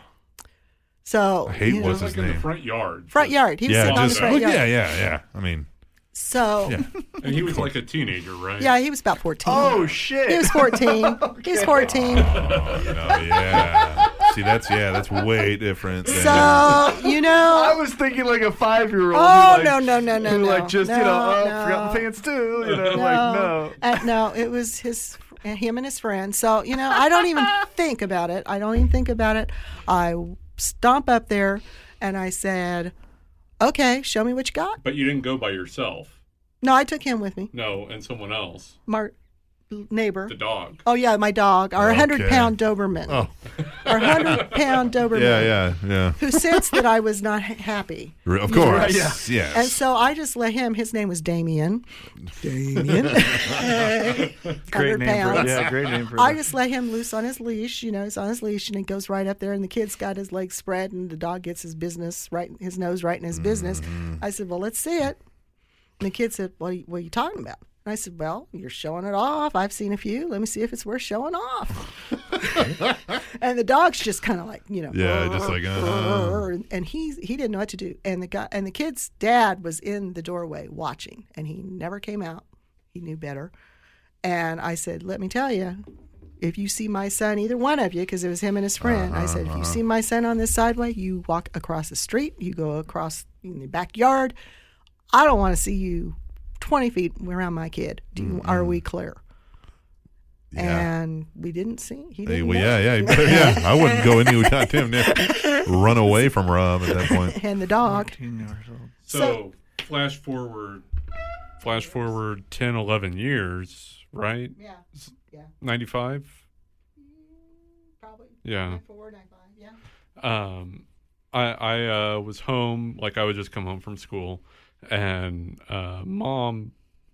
So
I hate
you know,
what's his
like in the
name.
front yard.
front yard. He was
Yeah,
sitting on the
just
front
well,
yard.
yeah, yeah, yeah. I mean,
So
yeah.
yeah.
and he was like a teenager, right?
he was about fourteen.
Oh,
he
shit.
was fourteen. He was fourteen.
Oh, yeah. See, that's yeah, that's way different. Than,
So you
I
know,
was thinking like a five year old.
oh no no no no
who
no,
like just you know
no,
oh
no.
forgot my pants too you know
no.
like no
Uh, no, it was his, uh, him and his friend. So you know, I don't even think about it. I don't even think about it. I stomp up there, and I said, "Okay, show me what you got."
But you didn't go by yourself.
No, I took him with me,
No, and someone else,
my neighbor.
the dog.
Oh yeah, my dog, our hundred
Okay.
pound Doberman,
Oh,
our hundred pound Doberman,
yeah, yeah, yeah.
who sensed that I was not ha- happy.
Re- Of course.
Yeah.
Yes.
And so I just let him. His name was Damien. Damien.
great
Hundred
name for
pounds.
yeah great name for
I
that.
just let him loose on his leash. You know, he's on his leash and he goes right up there, and the kid's got his legs spread, and the dog gets his business right, his nose right in his business.
Mm-hmm.
I said, "Well, let's see it." And the kid said, "What are you, what are you talking about?" And I said, "Well, you're showing it off. I've seen a few. Let me see if it's worth showing off." and the dog's just kind of like, you know,
Yeah, just like, uh-huh.
"Rrr," and he he didn't know what to do. And the guy and the kid's dad was in the doorway watching, and he never came out. He knew better. And I said, "Let me tell you, if you see my son, either one of you, because it was him and his friend, I said, if
Uh-huh.
you see my son on this sideway, you walk across the street, you go across in the backyard. I don't want to see you 20 feet around my kid. Do you, Are we clear?
Mm-hmm. Yeah.
And we didn't see. He
Hey,
didn't
well,
know.
yeah, yeah, you better- yeah. I wouldn't go anywhere goddamn near. Run away from Rob at that point.
And the dog.
So, flash forward, flash forward 10, 11 years, right?
Yeah, yeah,
Ninety five.
probably.
Hmm.
Yeah.
Four, nine, five, yeah.
um, I I uh, was home, like I would just come home from school, and uh, mom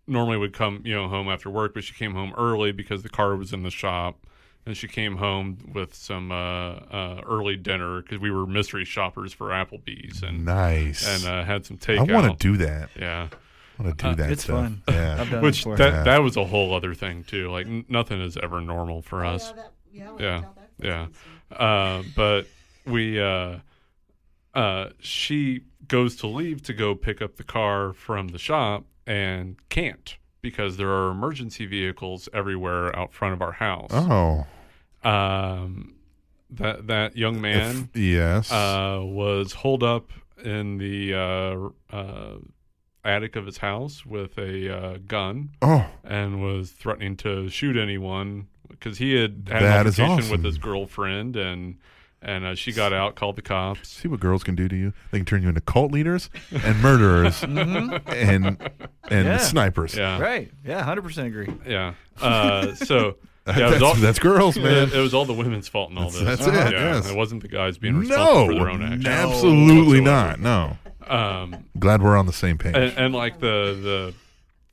normally would come, you know, home after work, but she came home early because the car was in the shop, and she came home with some uh, uh, early dinner because we were mystery shoppers for Applebee's and
Nice.
and uh, had some
I
takeout.
want to do that.
Yeah,
I want to do that
Uh, it's
stuff.
fun.
Yeah.
I've done
which
it before.
that that was a whole other thing too. Like n- nothing is ever normal for us. Oh, yeah, yeah. Uh, but we, uh, uh, she goes to leave to go pick up the car from the shop and can't. because there are emergency vehicles everywhere out front of our house.
Oh,
Um, that that young man
yes.
uh, was holed up in the uh, uh, attic of his house with a uh, gun
oh,
and was threatening to shoot anyone because he had had
That
an
is
altercation
awesome.
with his girlfriend and and uh, she got out, called the cops.
see what girls can do to you. They can turn you into cult leaders and murderers and and
Mm-hmm. Yeah.
snipers.
Yeah,
Right. Yeah, 100% agree.
yeah. Uh, so yeah, it was
that's,
all-
that's girls, man.
It, it was all the women's fault in all
That's-
this.
that's it,
Yeah,
yes.
it wasn't the guys being responsible
no,
for their own actions.
absolutely
whatsoever.
not. No.
Um,
Glad we're on the same page.
and, and like the the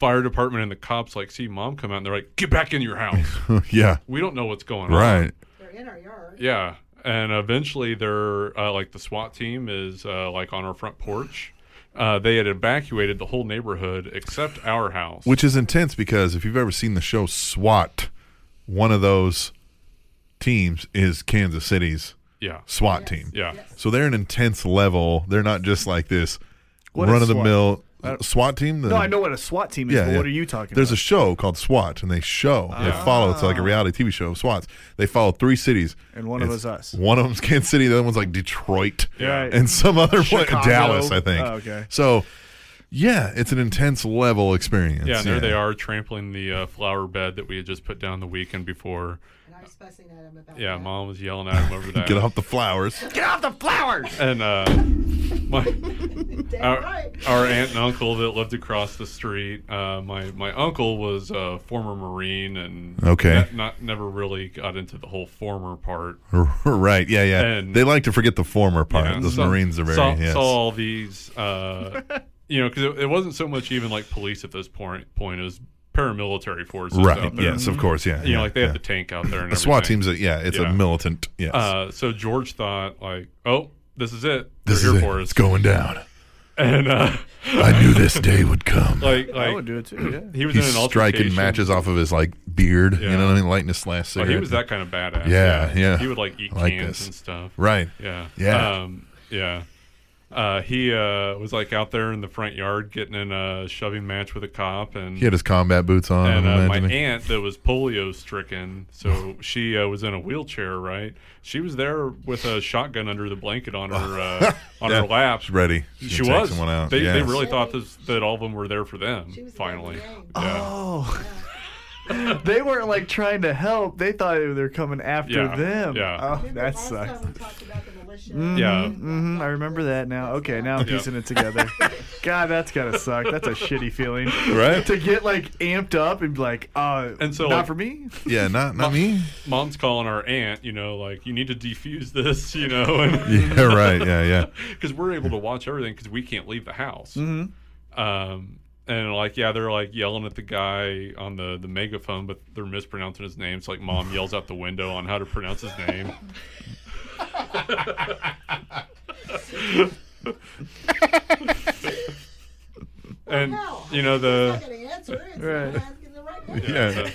fire department and the cops like see mom come out and they're like, "Get back in your house.
yeah.
We don't know what's going on."
Right.
They're in our yard.
Yeah, and eventually they're uh, like the SWAT team is uh, like on our front porch. Uh, they had evacuated the whole neighborhood except our house.
Which is intense because if you've ever seen the show SWAT, one of those teams is Kansas City's
yeah,
SWAT team.
yeah,
So they're an intense level. They're not just like this
What is
run of the mill SWAT team. The-
No, I know what a SWAT team is,
Yeah,
but
yeah.
what are you talking
There's a
about? Ah.
show called SWAT, and they show they follow. It's like a reality TV show of SWATs. They follow three cities,
And one of
It's-
them's us.
One of them's Kansas City, the other one's like Detroit,
Right.
and some other one,
Chicago.
Dallas, I think.
Oh, okay.
So, yeah, it's an intense level experience.
yeah. And there they are trampling the uh, flower bed that we had just put down the weekend before.
And I was fussing at him about
Yeah,
that.
mom was yelling at him over that.
Get off the flowers.
Get off the flowers!
and uh, my our, our aunt and uncle that lived across the street. Uh, my my uncle was a former Marine and
Okay.
ne- not never really got into the whole former part.
right. Yeah, yeah.
And-
they like to forget the former part.
Yeah,
the
saw-
Marines are very.
saw,
yes.
saw all these, uh, you know, because it, it wasn't so much even like police at this point. Point it was paramilitary forces
right.
out there.
Yes, of course. Yeah.
You
yeah,
know, like they
yeah.
had the tank out there. And
The SWAT
everything.
team's a, yeah, it's
Yeah.
a militant. Yes.
Uh, so George thought like, oh, this is it.
this
They're
is
here
it.
for us.
It's going down.
And uh,
I knew this day would come.
like, like
I would do it too, yeah.
he was
He's
in an
striking
altercation.
matches off of his like beard. You
Yeah.
know what I mean? Lighting his last
Like,
cigarette.
he was that kind of badass.
Yeah, yeah.
He would like eat
I like
cans
this.
and stuff.
Right.
Yeah.
Yeah.
Um, yeah. Uh, he uh, was like out there in the front yard getting in a shoving match with a cop, and
He had his combat boots on.
and
I'm
uh, my
imagining.
aunt that was polio stricken, so she uh, was in a wheelchair. Right, she was there with a shotgun under the blanket on her uh, on her
Yeah.
lap.
She's ready. She's
She
gonna take
was.
someone out.
They, they
Yes.
really thought this, that all of them were there for them.
was the
Finally,
gang.
yeah.
Oh. they weren't like trying to help. They thought they were coming after
Yeah,
them.
yeah.
Oh, that sucks.
we talked about the militia.
Yeah.
Mm-hmm.
hmm I remember that now. Okay, now I'm
Yeah.
piecing it together. God, that's gotta suck. That's a shitty feeling.
Right?
To get like amped up and be like, uh,
And so,
not
like-
for me.
Yeah, not not me.
Mom's calling our aunt, you know, like you need to defuse this, you know, and
Yeah, right. Yeah, yeah.
because we're able to watch everything because we can't leave the house.
Mm-hmm.
Um, and like, yeah, they're like yelling at the guy on the, the megaphone, but they're mispronouncing his name. So like, mom yells out the window on how to pronounce his name. and you know the
Right.
Yeah.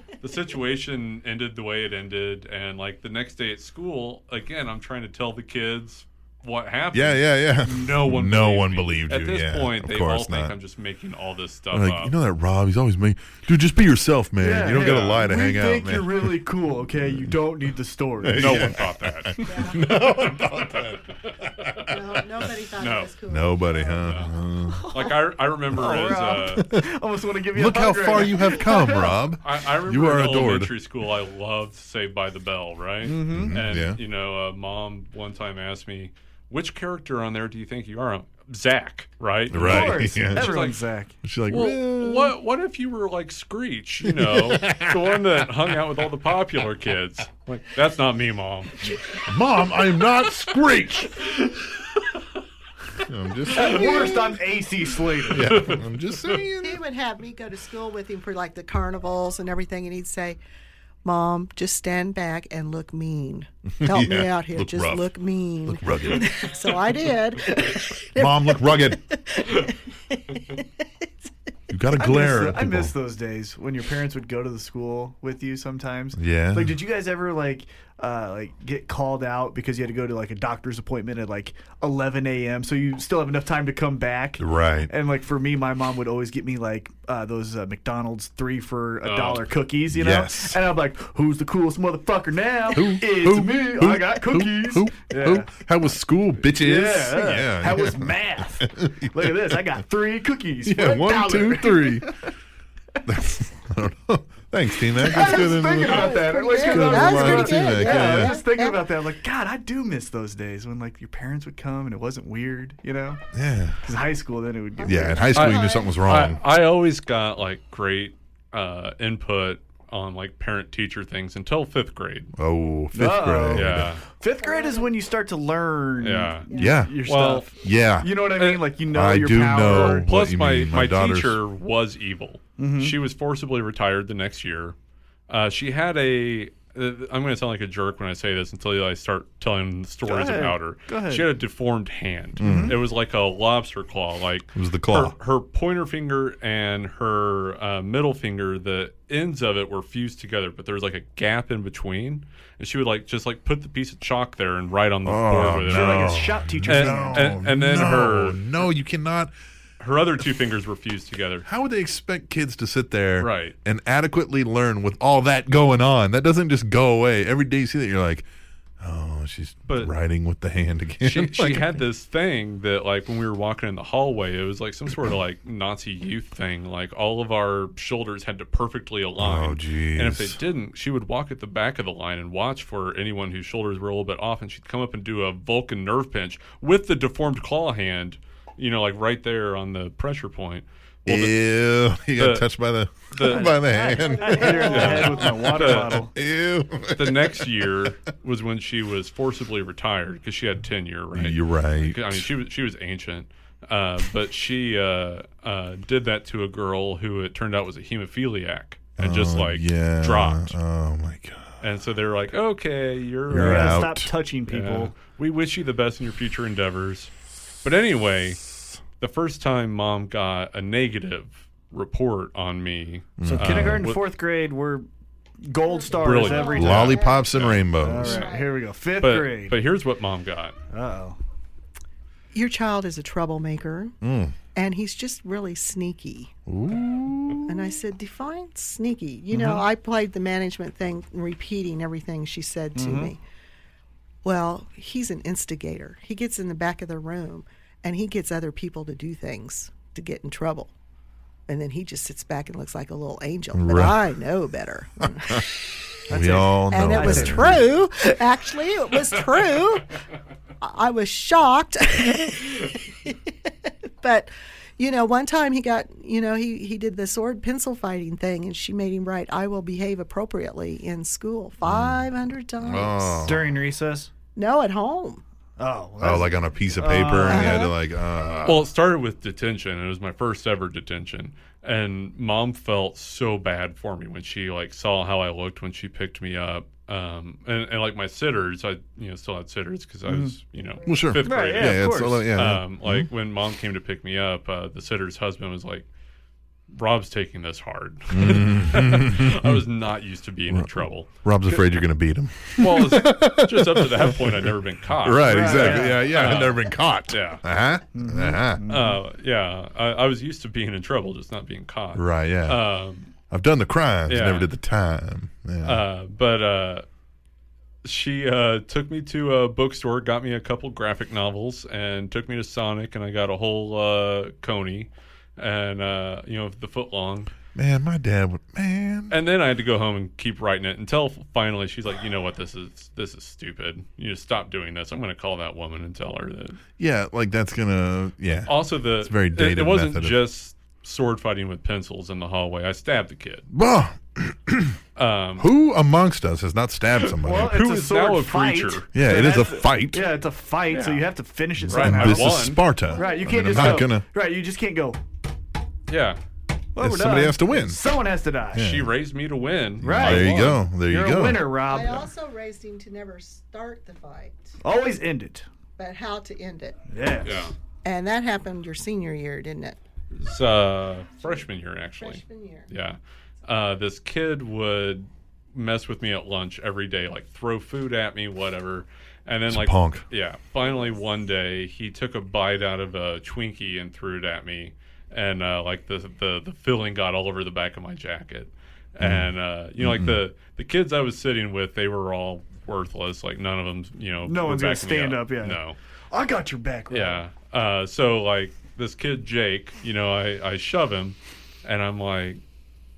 the situation ended the way it ended and like the next day at school again i'm trying to tell the kids what happened
Yeah, yeah, yeah.
no one
No
believed
one
me.
believed you.
at this
yeah,
point
of
they all
course
think
not.
i'm just making all this stuff
They're
up
like, you know that Rob, he's always me. Dude, just be yourself, man.
Yeah,
you don't
yeah.
gotta lie to
we
hang
think
out, man.
you're really cool, okay? You don't need the story.
no one thought that
No, nobody thought
No.
it was cool.
Nobody, huh? Uh,
like i, I remember as uh,
Almost want to give you
Look
a
how
hug
far
right
you have come, Rob.
I, I remember
You are
in
adored.
elementary school, I loved Saved by the Bell, right? Mm-hmm. And,
Yeah.
you know, uh, mom one time asked me, which character on there do you think you are? Zach, right?
now.
Right.
Of course.
Yeah.
Everyone's
Like-
Zach.
She's like,
Well, what what if you were like Screech, you know, the one that hung out with all the popular kids? Like, that's not me, mom.
Mom, I'm not Screech. I'm just saying.
Worst, I'm AC Slater.
Yeah, I'm just
He
saying.
would have me go to school with him for like the carnivals and everything, and he'd say, "Mom, just stand back and look mean. Help me
Yeah,
out here.
look
just
rough.
look mean."
Rugged.
so I did.
Mom, look rugged. You got to glare
I
at people.
miss those days when your parents would go to the school with you sometimes.
Yeah.
Like, did you guys ever like?
uh, like get called out because you had to go to like a doctor's appointment at like 11 a.m. So you still have enough time to come back.
Right.
And like for me, my mom would always get me like uh, those uh, McDonald's three for a
Oh.
dollar cookies, you know.
Yes.
And I'm like, who's the coolest motherfucker now?
Who?
It's
who,
me.
Who?
I got
Who?
cookies.
Who?
Yeah.
Who? How was school, bitches?
Yeah.
yeah.
How
yeah.
was math? Look at this. I got three cookies. for
Yeah,
a
one,
dollar.
two, three. That's, I don't know. Thanks, T Mac. That's good.
Thinking about that. Let's
That
go
was
to the
pretty
line.
good,
Yeah,
I was
yeah.
just thinking about that. I'm like, God, I do miss those days when like your parents would come and it wasn't weird, you know?
Yeah.
Because high school, then it would get
Yeah.
weird.
In high school, you
I-
knew something was
I,
wrong.
I always got like great uh, input on like parent teacher things until fifth grade.
oh, fifth grade.
Yeah.
Fifth grade is when you start to learn
Yeah.
Yeah.
your
Well, uh,
stuff.
Yeah.
You know what I mean? Like you know
I
your
do
power.
know. What
Plus,
you
my,
mean, my
my,
daughter's-
teacher was evil.
Mm-hmm.
She was forcibly retired the next year. Uh, she had a. Uh, I'm going to sound like a jerk when I say this until I start telling stories
ahead.
about her.
Go ahead.
She had a deformed hand. It was like a lobster claw. Like
Mm-hmm. It was the claw.
Her, her pointer finger and her uh, middle finger, the ends of it were fused together, but there was like a gap in between. And she would like just like put the piece of chalk there and write on the board with it.
no.
Like a shop teacher.
And-
No,
and- and then
Oh, no,
her-
No, you cannot.
Her other two fingers were fused together.
How would they expect kids to sit there
Right.
and adequately learn with all that going on? That doesn't just go away. Every day you see that, you're like, oh, she's
But-
writing with the hand again.
she, she
Like,
had this thing that like when we were walking in the hallway it was like some sort of like nazi youth thing like all of our shoulders had to perfectly align
Oh, jeez.
and if they didn't she would walk at the back of the line and watch for anyone whose shoulders were a little bit off and she'd come up and do a vulcan nerve pinch with the deformed claw hand you know like right there on the pressure point well, the,
Ew. He got
the-
touched by the,
the-
by the hand.
I hit her in the head with my water bottle.
Ew.
the next year was when she was forcibly retired because she had tenure right
You're right.
I mean, she was she was ancient, uh, but she uh, uh, did that to a girl who it turned out was a hemophiliac and just
Oh,
like
yeah.
dropped.
Oh my god.
And so they were like, "Okay, you're,
You're
You
uh,
gotta
out.
Stop touching people.
We wish you the best in your future endeavors." But anyway, the first time mom got a negative report on me,
So kindergarten,
Uh, what-
fourth grade, we're gold stars
Brilliant.
every time.
Lollipops and rainbows.
All right, here we go. Fifth
but
grade.
but here's what mom got.
Uh-oh.
Your child is a troublemaker, and he's just really sneaky. And I said, define sneaky. You know, I played the management thing, repeating everything she said to me. Well, he's an instigator. He gets in the back of the room, and he gets other people to do things to get in trouble. And then he just sits back and looks like a little angel. But
Right.
I know better.
we all know.
and it was
that.
true. Actually, it was true. I I was shocked, but you know, one time he got, you know, he he did the sword pencil fighting thing, and she made him write, "I will behave appropriately in school"
Mm.
five hundred times.
Oh.
During recess.
No, at home.
Oh, well,
Oh, like on a piece of paper, and you had
Uh-huh.
to like, uh,
Well, it started with detention. It was my first ever detention, and mom felt so bad for me when she like saw how I looked when she picked me up. Um, and, and like my sitters, I you know still had sitters because I was you know
Mm-hmm. well, sure, Mm-hmm.
fifth grade.
yeah, it's a
course.
little, yeah, yeah.
Um, like when mom came to pick me up, uh, the sitter's husband was like, "Rob's taking this hard."
Mm-hmm.
I was not used to being in trouble.
Rob's afraid you're gonna beat him.
Well, it's just up to that point, I'd never been caught.
Right, exactly. Yeah, yeah. I've never been caught.
Yeah.
Uh huh. Uh huh.
Uh, yeah. I, I was used to being in trouble, just not being caught.
Right. Yeah.
Um,
I've done the crimes,
yeah.
never did the time. Yeah.
Uh, but uh, she uh, took me to a bookstore, got me a couple graphic novels, and took me to Sonic, and I got a whole uh, coney, and uh, you know the foot long.
man, my dad would. Man.
And then I had to go home and keep writing it until finally she's like, you know what, this is this is stupid. You just stop doing this. I'm going to call that woman and tell her that.
Yeah. Like that's gonna. Yeah.
Also, the
a very
it- It,
dated
wasn't
method of-
just sword fighting with pencils in the hallway. I stabbed a kid.
Bah!
Um,
Who amongst us has not stabbed somebody?
Well, it's
who
a
is
sword
now a
fight.
creature?
yeah,
So
it is a
that's-
fight.
Yeah, it's a fight, so you have to finish it
Right.
somehow.
This is
won.
Sparta.
Right, you
I
can't
mean,
just
I'm not
go,
gonna.
Right, you just can't go.
yeah,
Well, we're
somebody
done.
has to win.
Someone has to die.
she raised me to win.
Right.
There you
Won.
go. There
You're
you go.
a winner, Rob.
I also raised him to never start the fight,
Always end it.
but how to end it.
Yes.
Yeah.
And that happened your senior year, didn't it?
It's uh, freshman year, actually.
Freshman year.
Yeah. Uh, this kid would mess with me at lunch every day, like throw food at me, whatever. And then
a
like
punk.
yeah, finally one day he took a bite out of a Twinkie and threw it at me, and uh, like the, the the filling got all over the back of my jacket,
Mm-hmm.
and uh, you know like the the kids I was sitting with, they were all worthless. Like none of them, you know,
No
were
one's gonna
backing me
stand up, yeah.
no.
I got your back. Rob.
Yeah. Uh, so like this kid Jake, you know, I, I shove him, and I'm like,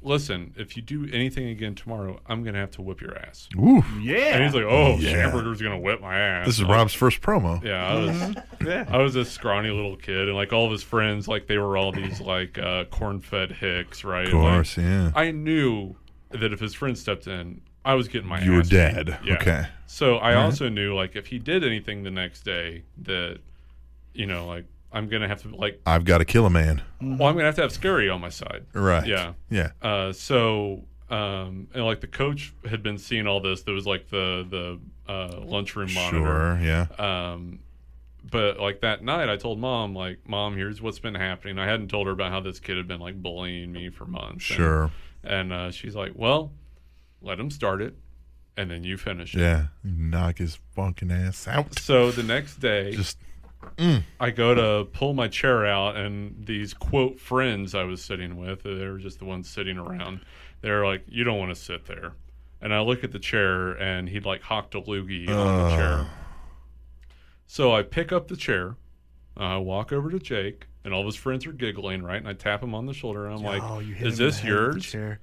listen, if you do anything again tomorrow, I'm gonna have to whip your ass.
Mm.
Oof.
And
Yeah.
he's like, oh,
Yeah.
Hamburger's gonna whip my ass.
This is
Like,
Rob's first promo.
Yeah, I was, I was this scrawny little kid, and like all of his friends, like they were all these like uh, corn-fed hicks, right?
Of course, yeah.
I knew that if his friend stepped in, I was getting my
You were
ass beat.
dead.
Yeah.
Okay.
So I also knew like if he did anything the next day that you know like I'm gonna have to like
I've got to kill a man.
well I'm gonna have to have Scary on my side.
Mm-hmm. Right.
Yeah.
Yeah.
Uh, so um, and like the coach had been seeing all this. There was like the the uh, lunchroom monitor.
Sure. Yeah.
Um, but like that night, I told mom like Mom, here's what's been happening. I hadn't told her about how this kid had been like bullying me for months. And-
Sure.
and uh, she's like, "Well, let him start it, and then you finish it."
Yeah. Knock his fucking ass out.
So the next day,
Just
I go to pull my chair out, and these quote friends I was sitting with, they were just the ones sitting around. They're like, "You don't want to sit there." And I look at the chair, and he'd like hocked a loogie on the chair. So I pick up the chair, and I walk over to Jake, and all of his friends are giggling, right? And I tap him on the shoulder, and I'm like,
Oh, you hit
"Is
him in
this
the head with the
yours?"
chair.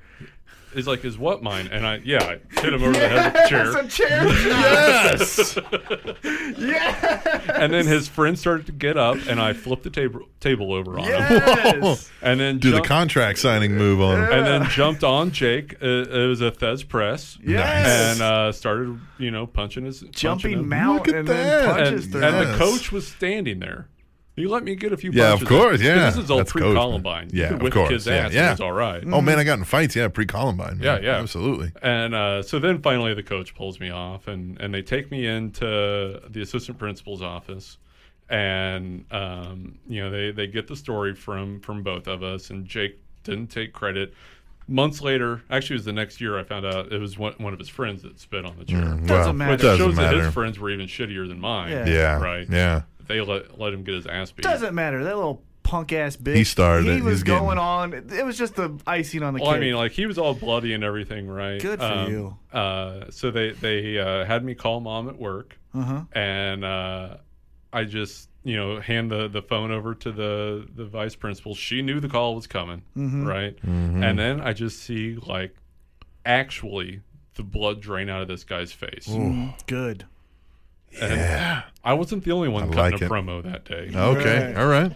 He's like, "Is what mine?" And I, yeah, I hit him over the head with the chair.
It's a chair. yes.
and then his friend started to get up, and I flipped the table table over on him,
yes.
and then
do the
jump-
contract signing move on him.
and then jumped on Jake. Uh, it was a Thez press,
Yes.
and uh, started you know punching his punching
Jumping
him.
mount
Look at
and
that.
then punches
and,
through.
and the
Yes.
coach was standing there. He let me get a few.
Yeah, of
punches
course,
in. 'Cause
yeah.
This is all
That's coach, man.
pre Columbine.
Yeah, of
with
course,
His
yeah,
ass, and
yeah.
It's all right. Mm-hmm.
Oh man, I got in fights. Yeah, pre Columbine.
Yeah, yeah.
absolutely.
And uh, so then finally the coach pulls me off, and, and they take me into the assistant principal's office, and um, you know they, they get the story from from both of us, and Jake didn't take credit. Months later, actually, it was the next year. I found out it was one, one of his friends that spit on the chair,
Doesn't
Mm, well,
matter.
It
which
doesn't
shows that
matter.
his friends were even shittier than mine.
Yeah.
yeah,
right.
Yeah,
They let let him get his ass beat.
Doesn't matter. That little punk ass bitch.
He started it.
He
He's
was
getting-
going on. It was just the icing on the
Well,
cake.
I mean, like he was all bloody and everything, right?
Good for you.
Uh, so they they uh, had me call mom at work,
Uh-huh.
and uh, I just you know hand the the phone over to the the vice principal. She knew the call was coming,
Mm-hmm.
right?
Mm-hmm.
And then I just see like actually the blood drain out of this guy's face.
good.
I wasn't the only one cutting
like
a
it. Oh,
promo that day.
Okay, all right.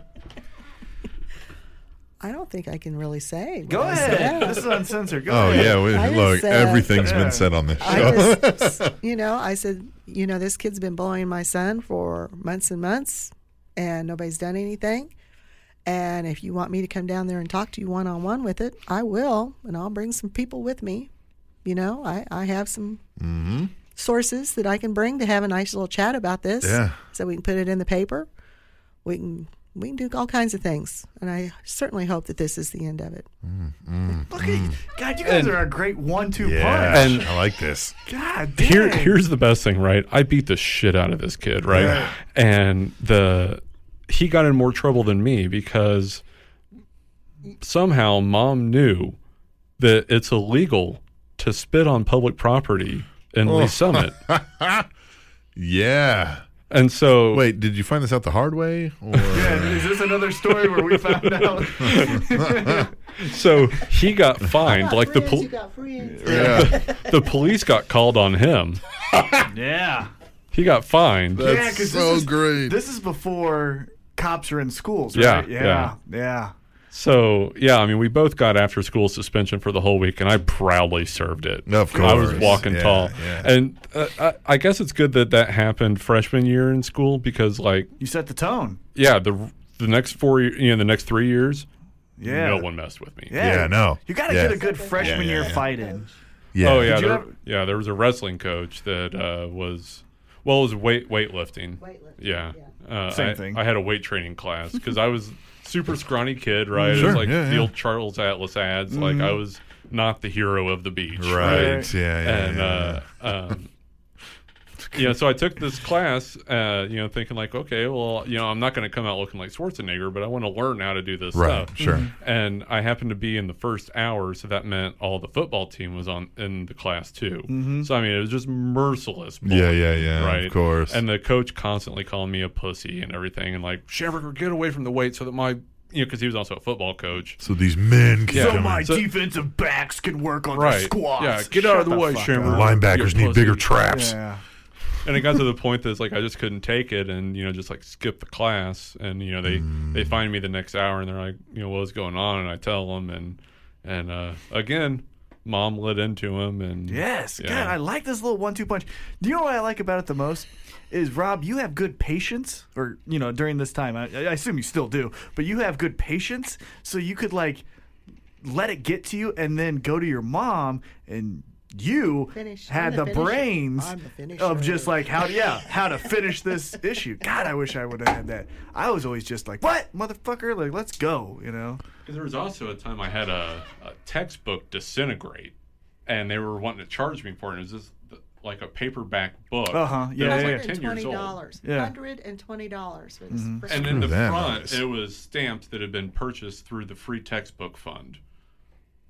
I don't think I can really say.
Go
what I
ahead.
said.
This is uncensored. Go
Oh
ahead.
yeah, we,
I just
look,
said-
everything's been said on this show.
I just, you know, I said, you know, this kid's been bullying my son for months and months, and nobody's done anything. And if you want me to come down there and talk to you one on one with it, I will, and I'll bring some people with me. You know, I, I have some sources that I can bring to have a nice little chat about this.
Yeah.
So we can put it in the paper. We can we can do all kinds of things. And I certainly hope that this is the end of it.
Look at
Mm.
God, you guys are a great one-two
yeah,
punch.
I like this.
God damn.
Here, here's the best thing, right? I beat the shit out of this kid, right? And the he got in more trouble than me because somehow mom knew that it's illegal to spit on public property in Lee Summit,
Yeah.
and so
Wait, did you find this out the hard way?
Is
Or
this another story where we found out?
so he got fined. Like the pol-
yeah,
the police got called on him.
yeah.
He got fined.
that's
Yeah, 'cause this
so
is-
great.
This is before cops are in schools,
Yeah,
right? Yeah. Yeah.
So yeah, I mean, we both got after school suspension for the whole week, and I proudly served it.
Of
I was
course.
walking
Yeah,
tall,
yeah.
and uh, I, I guess it's good that that happened freshman year in school because, like,
You set the tone.
yeah, the the next four, year- you know, the next three years,
Yeah.
no one messed with me.
Yeah.
Yeah, no.
You got to
Yeah.
get a good freshman
yeah,
year
yeah.
fight in.
yeah.
Oh yeah,
you
there,
ever-
yeah. There was a wrestling coach that uh, was, well, it was weight weightlifting.
Weightlifting,
Yeah. Uh,
Same
I,
thing.
I had a weight training class because I was super scrawny kid, right? it
Sure,
was like
yeah,
the
yeah.
old Charles Atlas ads. Like I was not the hero of the beach.
Right. Yeah. Yeah.
and
yeah,
uh, um, you know, so I took this class, uh, you know, thinking like, okay, well, you know, I'm not going to come out looking like Schwarzenegger, but I want to learn how to do this
Right,
stuff.
sure.
And I happened to be in the first hour, so that meant all the football team was on in the class too. So I mean, it was just merciless. Bullying,
Mm-hmm. yeah. Yeah. Yeah.
Right.
Of course.
And the coach constantly calling me a pussy and everything, and like, Shamrock, get away from the weight so that my, you know, because he was also a football coach.
so these men can
So
come
My
in.
So-
defensive backs can work on the
Right.
squats.
Yeah, get out of the way, Shamrock.
Linebackers
you
need bigger
pussy.
traps.
Yeah.
and it got to the point that it's like I just couldn't take it, and you know, just like skip the class, and you know, they they
Mm.
find me the next hour, and they're like, you know, what's going on, and I tell them, and and uh, again, mom led into him, and
Yes.
Yeah.
God, I like this little one two punch. Do you know what I like about it the most? Is Rob, you have good patience, or, you know, during this time, I, I assume you still do, but you have good patience. So you could, like, let it get to you and then go to your mom and. You
Finish. I'm
had
the
the,
finisher.
brains
I'm the finisher.
of just like how yeah how to finish this issue. God, I wish I would have had that. I was always just like, "What, motherfucker? Like, let's go," you know.
Because there was also a time I had a, a textbook disintegrate, and they were wanting to charge me for it. It was just like a paperback book.
Uh-huh. Yeah,
that
yeah,
was
yeah.
like ten years old.
$120.
Yeah.
$120 for this
Mm-hmm.
first
And in
Screw
the
that
front,
noise.
it was stamps that had been purchased through the free textbook fund.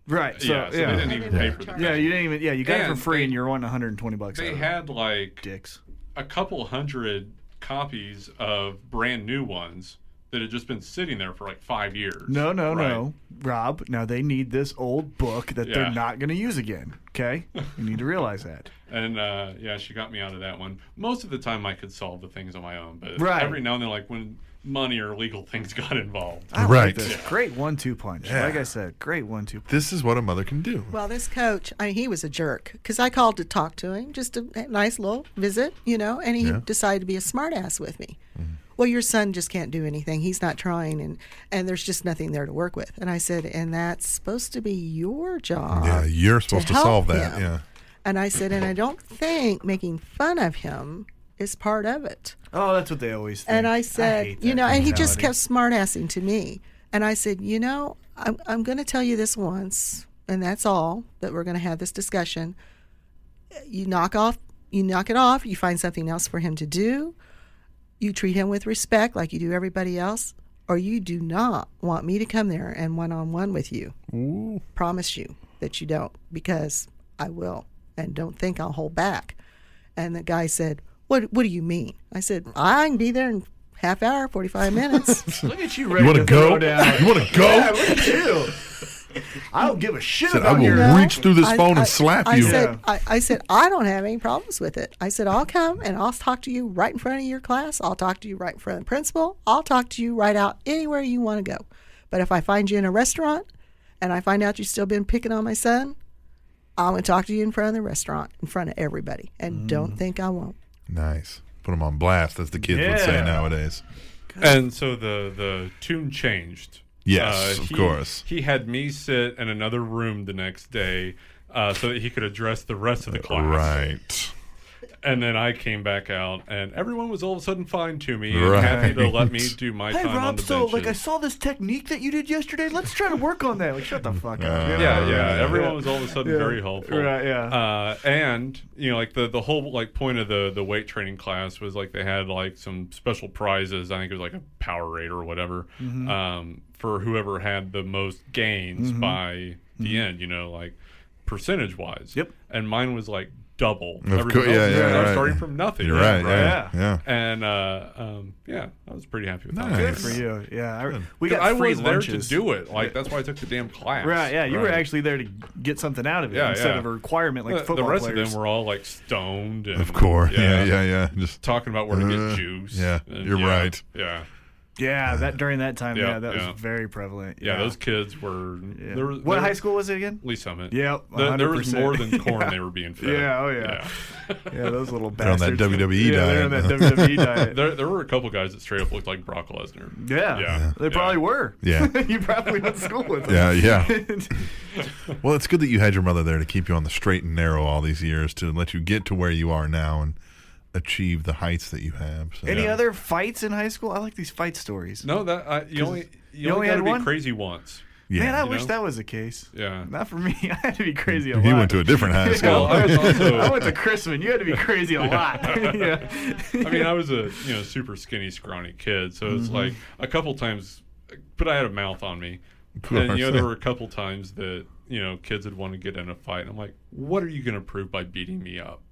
Right. So
yeah,
yeah,
so
yeah.
they didn't even pay for the. textbook.
you didn't even yeah you got it for
And
free
they-
and you're wanting 120 bucks. out
They
of it.
had like
dicks.
a couple hundred copies of brand new ones that had just been sitting there for like five years.
No, no,
Right.
no, Rob. Now they need this old book that
Yeah.
they're not going to use again. Okay, you need to realize that.
And uh, yeah, she got me out of that one. Most of the time, I could solve the things on my own, but
Right.
every now and then, like when money or legal things got involved.
I like
Right.
this. Great one-two punch. Like I said, great one-two. punch.
This is what a mother can do.
Well, this coach, I, he was a jerk because I called to talk to him, just a nice little visit, you know, and he decided to be a smartass with me.
Mm-hmm.
Well, your son just can't do anything. He's not trying, and, and there's just nothing there to work with. And I said, and that's supposed to be your job.
yeah, you're supposed to,
help
solve that.
him.
Yeah.
And I said, and I don't think making fun of him is part of it.
Oh, that's what they always. Think.
And I said,
hate
you
that
know, and he just
mentality.
kept smart assing to me. And I said, you know, I'm, I'm going to tell you this once, and that's all that we're going to have this discussion. You knock off, you knock it off, you find something else for him to do, you treat him with respect like you do everybody else, or you do not want me to come there and one on one with you. Promise you that you don't, because I will, and don't think I'll hold back. And the guy said, "What? What do you mean?" I said, "I can be there in half hour, forty five minutes."
Look at you,
You
ready
want
to
to go?
throw down.
You want to go?
Yeah, look at you. I don't give a shit
Said, I
about
will
your.
No.
reach through this
I-
phone
I-
and slap
I
you.
Said, I, I said, "I don't have any problems with it." I said, "I'll come and I'll talk to you right in front of your class. I'll talk to you right in front of the principal. I'll talk to you right out anywhere you want to go. But if I find you in a restaurant and I find out you've still been picking on my son, I'm going to talk to you in front of the restaurant, in front of everybody, and
Mm.
don't think I won't."
Nice. Put them on blast, as the kids would say
Yeah.
nowadays.
And so the the tune changed. Uh,
Yes, of
he-
course.
He had me sit in another room the next day uh, so that he could address the rest of the class.
Right.
And then I came back out, and everyone was all of a sudden fine to me and
Right.
happy to let me do my
Hey
time on
Rob,
the
so like I
benches.
saw this technique that you did yesterday. Let's try to work on that. Like shut the fuck up. you know?
yeah,
Uh,
yeah.
right.
Um, Everyone was all of a sudden
Yeah.
very helpful.
Right, yeah.
Uh, and you know, like the the whole like point of the the weight training class was like they had like some special prizes. I think it was like a Powerade or whatever um, for whoever had the most gains by the end. You know, like percentage wise.
Yep.
And mine was like double.
Of course, yeah,
else's,
yeah,
and I was
right.
starting from nothing.
You're right. Yeah.
Yeah.
Yeah.
And uh, um, yeah, I was pretty happy with that.
Nice.
Good for you. Yeah, I, we got
I
free
was there to
lunches.
do it. Like that's why I took the damn class.
Right. Yeah, you were actually there to get something out of it
Yeah,
instead
yeah.
of a requirement like
Uh,
football
the rest
players.
of them were all like stoned. And,
Of course. Yeah. Yeah. Yeah. Just
Talking about where to
Uh,
get juice.
yeah,
and
you're
yeah,
right.
Yeah,
yeah, that during that time.
Yeah,
Yeah, that
yeah.
was very prevalent.
yeah. Those kids were.
Yeah.
There, was-
what
there-
high school was it again?
Lee Summit.
Yep,
There, there was
100%.
more than corn they were being fed.
Yeah, oh yeah. Yeah, those little
on
bastards.
that
E
WWE
yeah, They're on that
diet.
WWE diet.
There, there were a couple guys that straight up looked like Brock Lesnar.
Yeah,
Yeah.
they probably were.
Yeah.
you probably went to school with them.
Yeah, yeah. well, it's good that you had your mother there to keep you on the straight and narrow all these years to let you get to where you are now and achieve the heights that you have. So,
Any
yeah.
other fights in high school? I like these fight stories.
No, that I, you only you, only,
only
got
had
to be
one?
crazy once.
Yeah.
Man, I
You
wish
know?
that was the case.
Yeah.
Not for me. I had to be crazy a
he
lot.
went to a different high
Well,
school.
I was also.
I went to Chrisman. You had to be crazy a lot. yeah.
I mean, I was a you know super skinny, scrawny kid, so
Mm-hmm.
it's like a couple times, but I had a mouth on me. And you know,
course.
there were a couple times that you know kids would want to get in a fight, and I'm like, what are you going to prove by beating me up,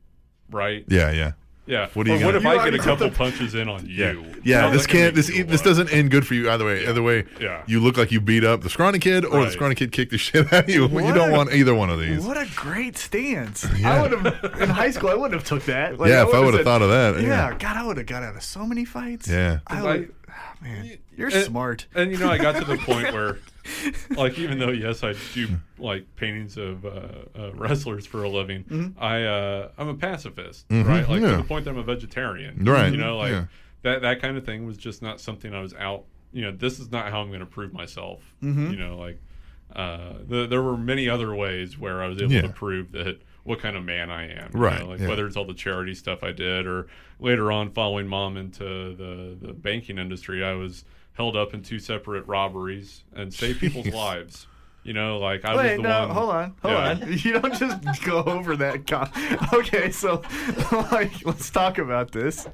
right?
yeah, yeah.
Yeah.
What are you
Or what
gonna-
if I get a couple punches in on you?
Yeah,
How's
this
that gonna make
can't. This e,
you
this
look?
doesn't end good for you either way. Either way,
Yeah.
you look like you beat up the scrawny kid, or the
Right.
scrawny kid kicked the shit out of you. You
What
don't
a-
want either one of these.
What a great stance! I would have in high school. I wouldn't have took that. Like,
yeah, if I
would've
would have
said-
thought of that,
Yeah,
yeah,
God, I would have got out of so many fights.
yeah.
I
Like-
would. ah, man, you're
And-
smart.
And you know, I got to the point where, like, even though yes, I do like paintings of uh, uh, wrestlers for a living, I uh, I'm a pacifist, right? Like
Mm-hmm. yeah.
to the point that I'm a vegetarian,
Right,
You know, like
yeah.
that that kind of thing was just not something I was out. You know, this is not how I'm going to prove myself. You know, like uh, the, there were many other ways where I was able
Yeah.
to prove that what kind of man I am, you
Right,
know, like
yeah.
whether it's all the charity stuff I did, or later on following mom into the the banking industry, I was held up in two separate robberies and saved people's lives. You know, like I was
Wait,
the
no,
one.
hold on, hold
Yeah.
on. You don't just go over that. Con- okay, so like, let's talk about this.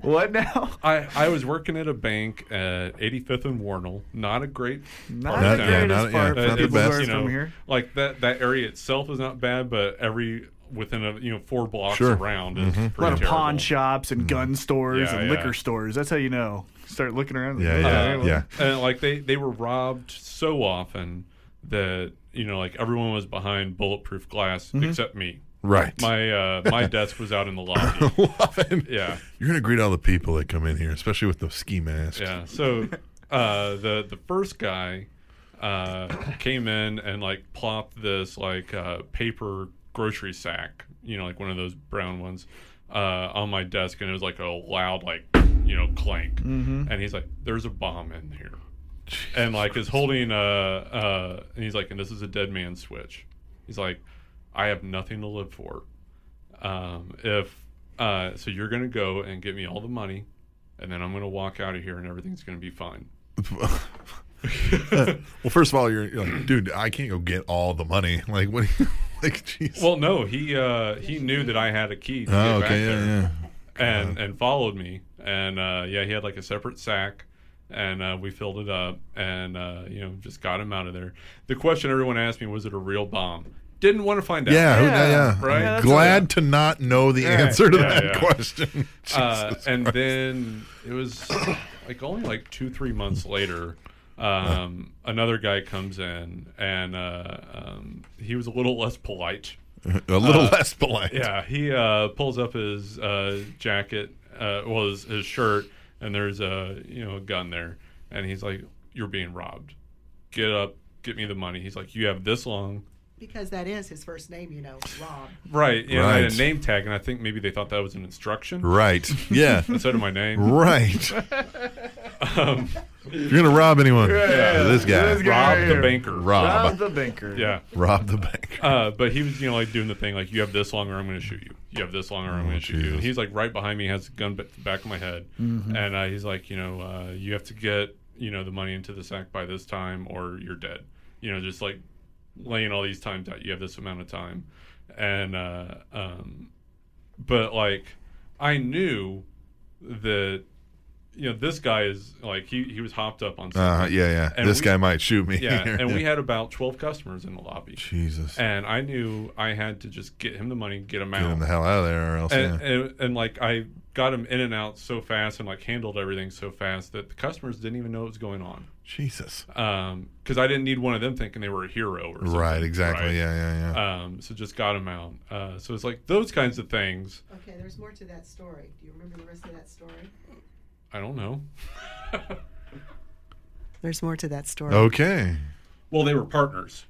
What now?
I, I was working at a bank at 85th and Warnell. Not a great,
Not,
Not-
the
yeah,
greatest
not- yeah,
part
not
for
the
people who
best.
are
you know,
from here.
like that that area itself is not bad, but every within a you know four blocks
Sure. Mm-hmm.
around is
A
pretty
lot of
terrible.
pawn shops and gun stores
Yeah,
and
yeah.
liquor stores. That's how you know. Start looking around.
Yeah, yeah,
well,
yeah.
and like they they were robbed so often that you know like everyone was behind bulletproof glass
Mm-hmm.
except me
Right.
my uh my desk was out in the lobby
Love it.
yeah
You're gonna greet all the people that come in here, especially with the ski mask.
yeah so uh the the first guy uh came in and like plopped this like uh paper grocery sack you know like one of those brown ones uh on my desk and it was like a loud like you know clank and he's like there's a bomb in here and like is holding uh uh and he's like and this is a dead man switch he's like i have nothing to live for um if uh so you're gonna go and get me all the money and then i'm gonna walk out of here and everything's gonna be fine
well, first of all, you're, you're like, dude, I can't go get all the money. Like, what? do you- like, jeez.
well no he uh he knew that i had a key to get
oh,
back
okay,
there.
yeah, yeah. Uh-huh.
and and followed me and uh yeah he had like a separate sack and uh, we filled it up and uh, you know just got him out of there the question everyone asked me was it a real bomb didn't want to find out
Yeah, who- yeah, yeah.
right? Yeah,
I'm
that's
glad to not know the answer to
Yeah,
that
yeah.
question.
uh,
Jesus
and
Christ.
then it was like only like two three months later um, another guy comes in and uh, um, he was a little less polite
a little less polite.
uh, yeah he uh, pulls up his uh, jacket uh, well his, his shirt and there's a you know a gun there and he's like you're being robbed get up get me the money he's like you have this long
because that is his first name, you know, Rob.
right yeah and i had
Right.
a name tag and i think maybe they thought that was an instruction
Right. Yeah.
instead of my name
right.
Um,
You're gonna rob anyone? This guy.
This guy.
rob the
Here.
banker
Rob.
Rob the banker.
yeah
Rob the bank.
Uh, but he was, you know, like doing the thing, like you have this long or I'm going to shoot you. You have this long or I'm going to shoot you. And
Oh, Jesus. Mm-hmm.
he's like right behind me, has a gun at the back of my head, and uh, he's like, you know, uh, you have to get, you know, the money into the sack by this time or you're dead. You know, just like laying all these times out. You have this amount of time, and uh, um, but like I knew that, you know, this guy is like he he was hopped up on something.
Uh, yeah, yeah.
And
This
we-
guy might shoot me.
Yeah,
here.
and we had about twelve customers in the lobby.
Jesus.
And I knew I had to just get him the money, get him
Get
out.
him the hell out of there, or else.
and,
yeah.
and, and like I got him in and out so fast and like handled everything so fast that the customers didn't even know what was going on.
Jesus.
Because I didn't need one of them thinking they were a hero or something.
Right. Exactly.
right?
Yeah. Yeah. Yeah.
Um, so just got him out. Uh, so it's like those kinds of things.
Okay, there's more to that story. Do you remember the rest of that story?
I don't know.
There's more to that story.
okay.
Well, they were partners.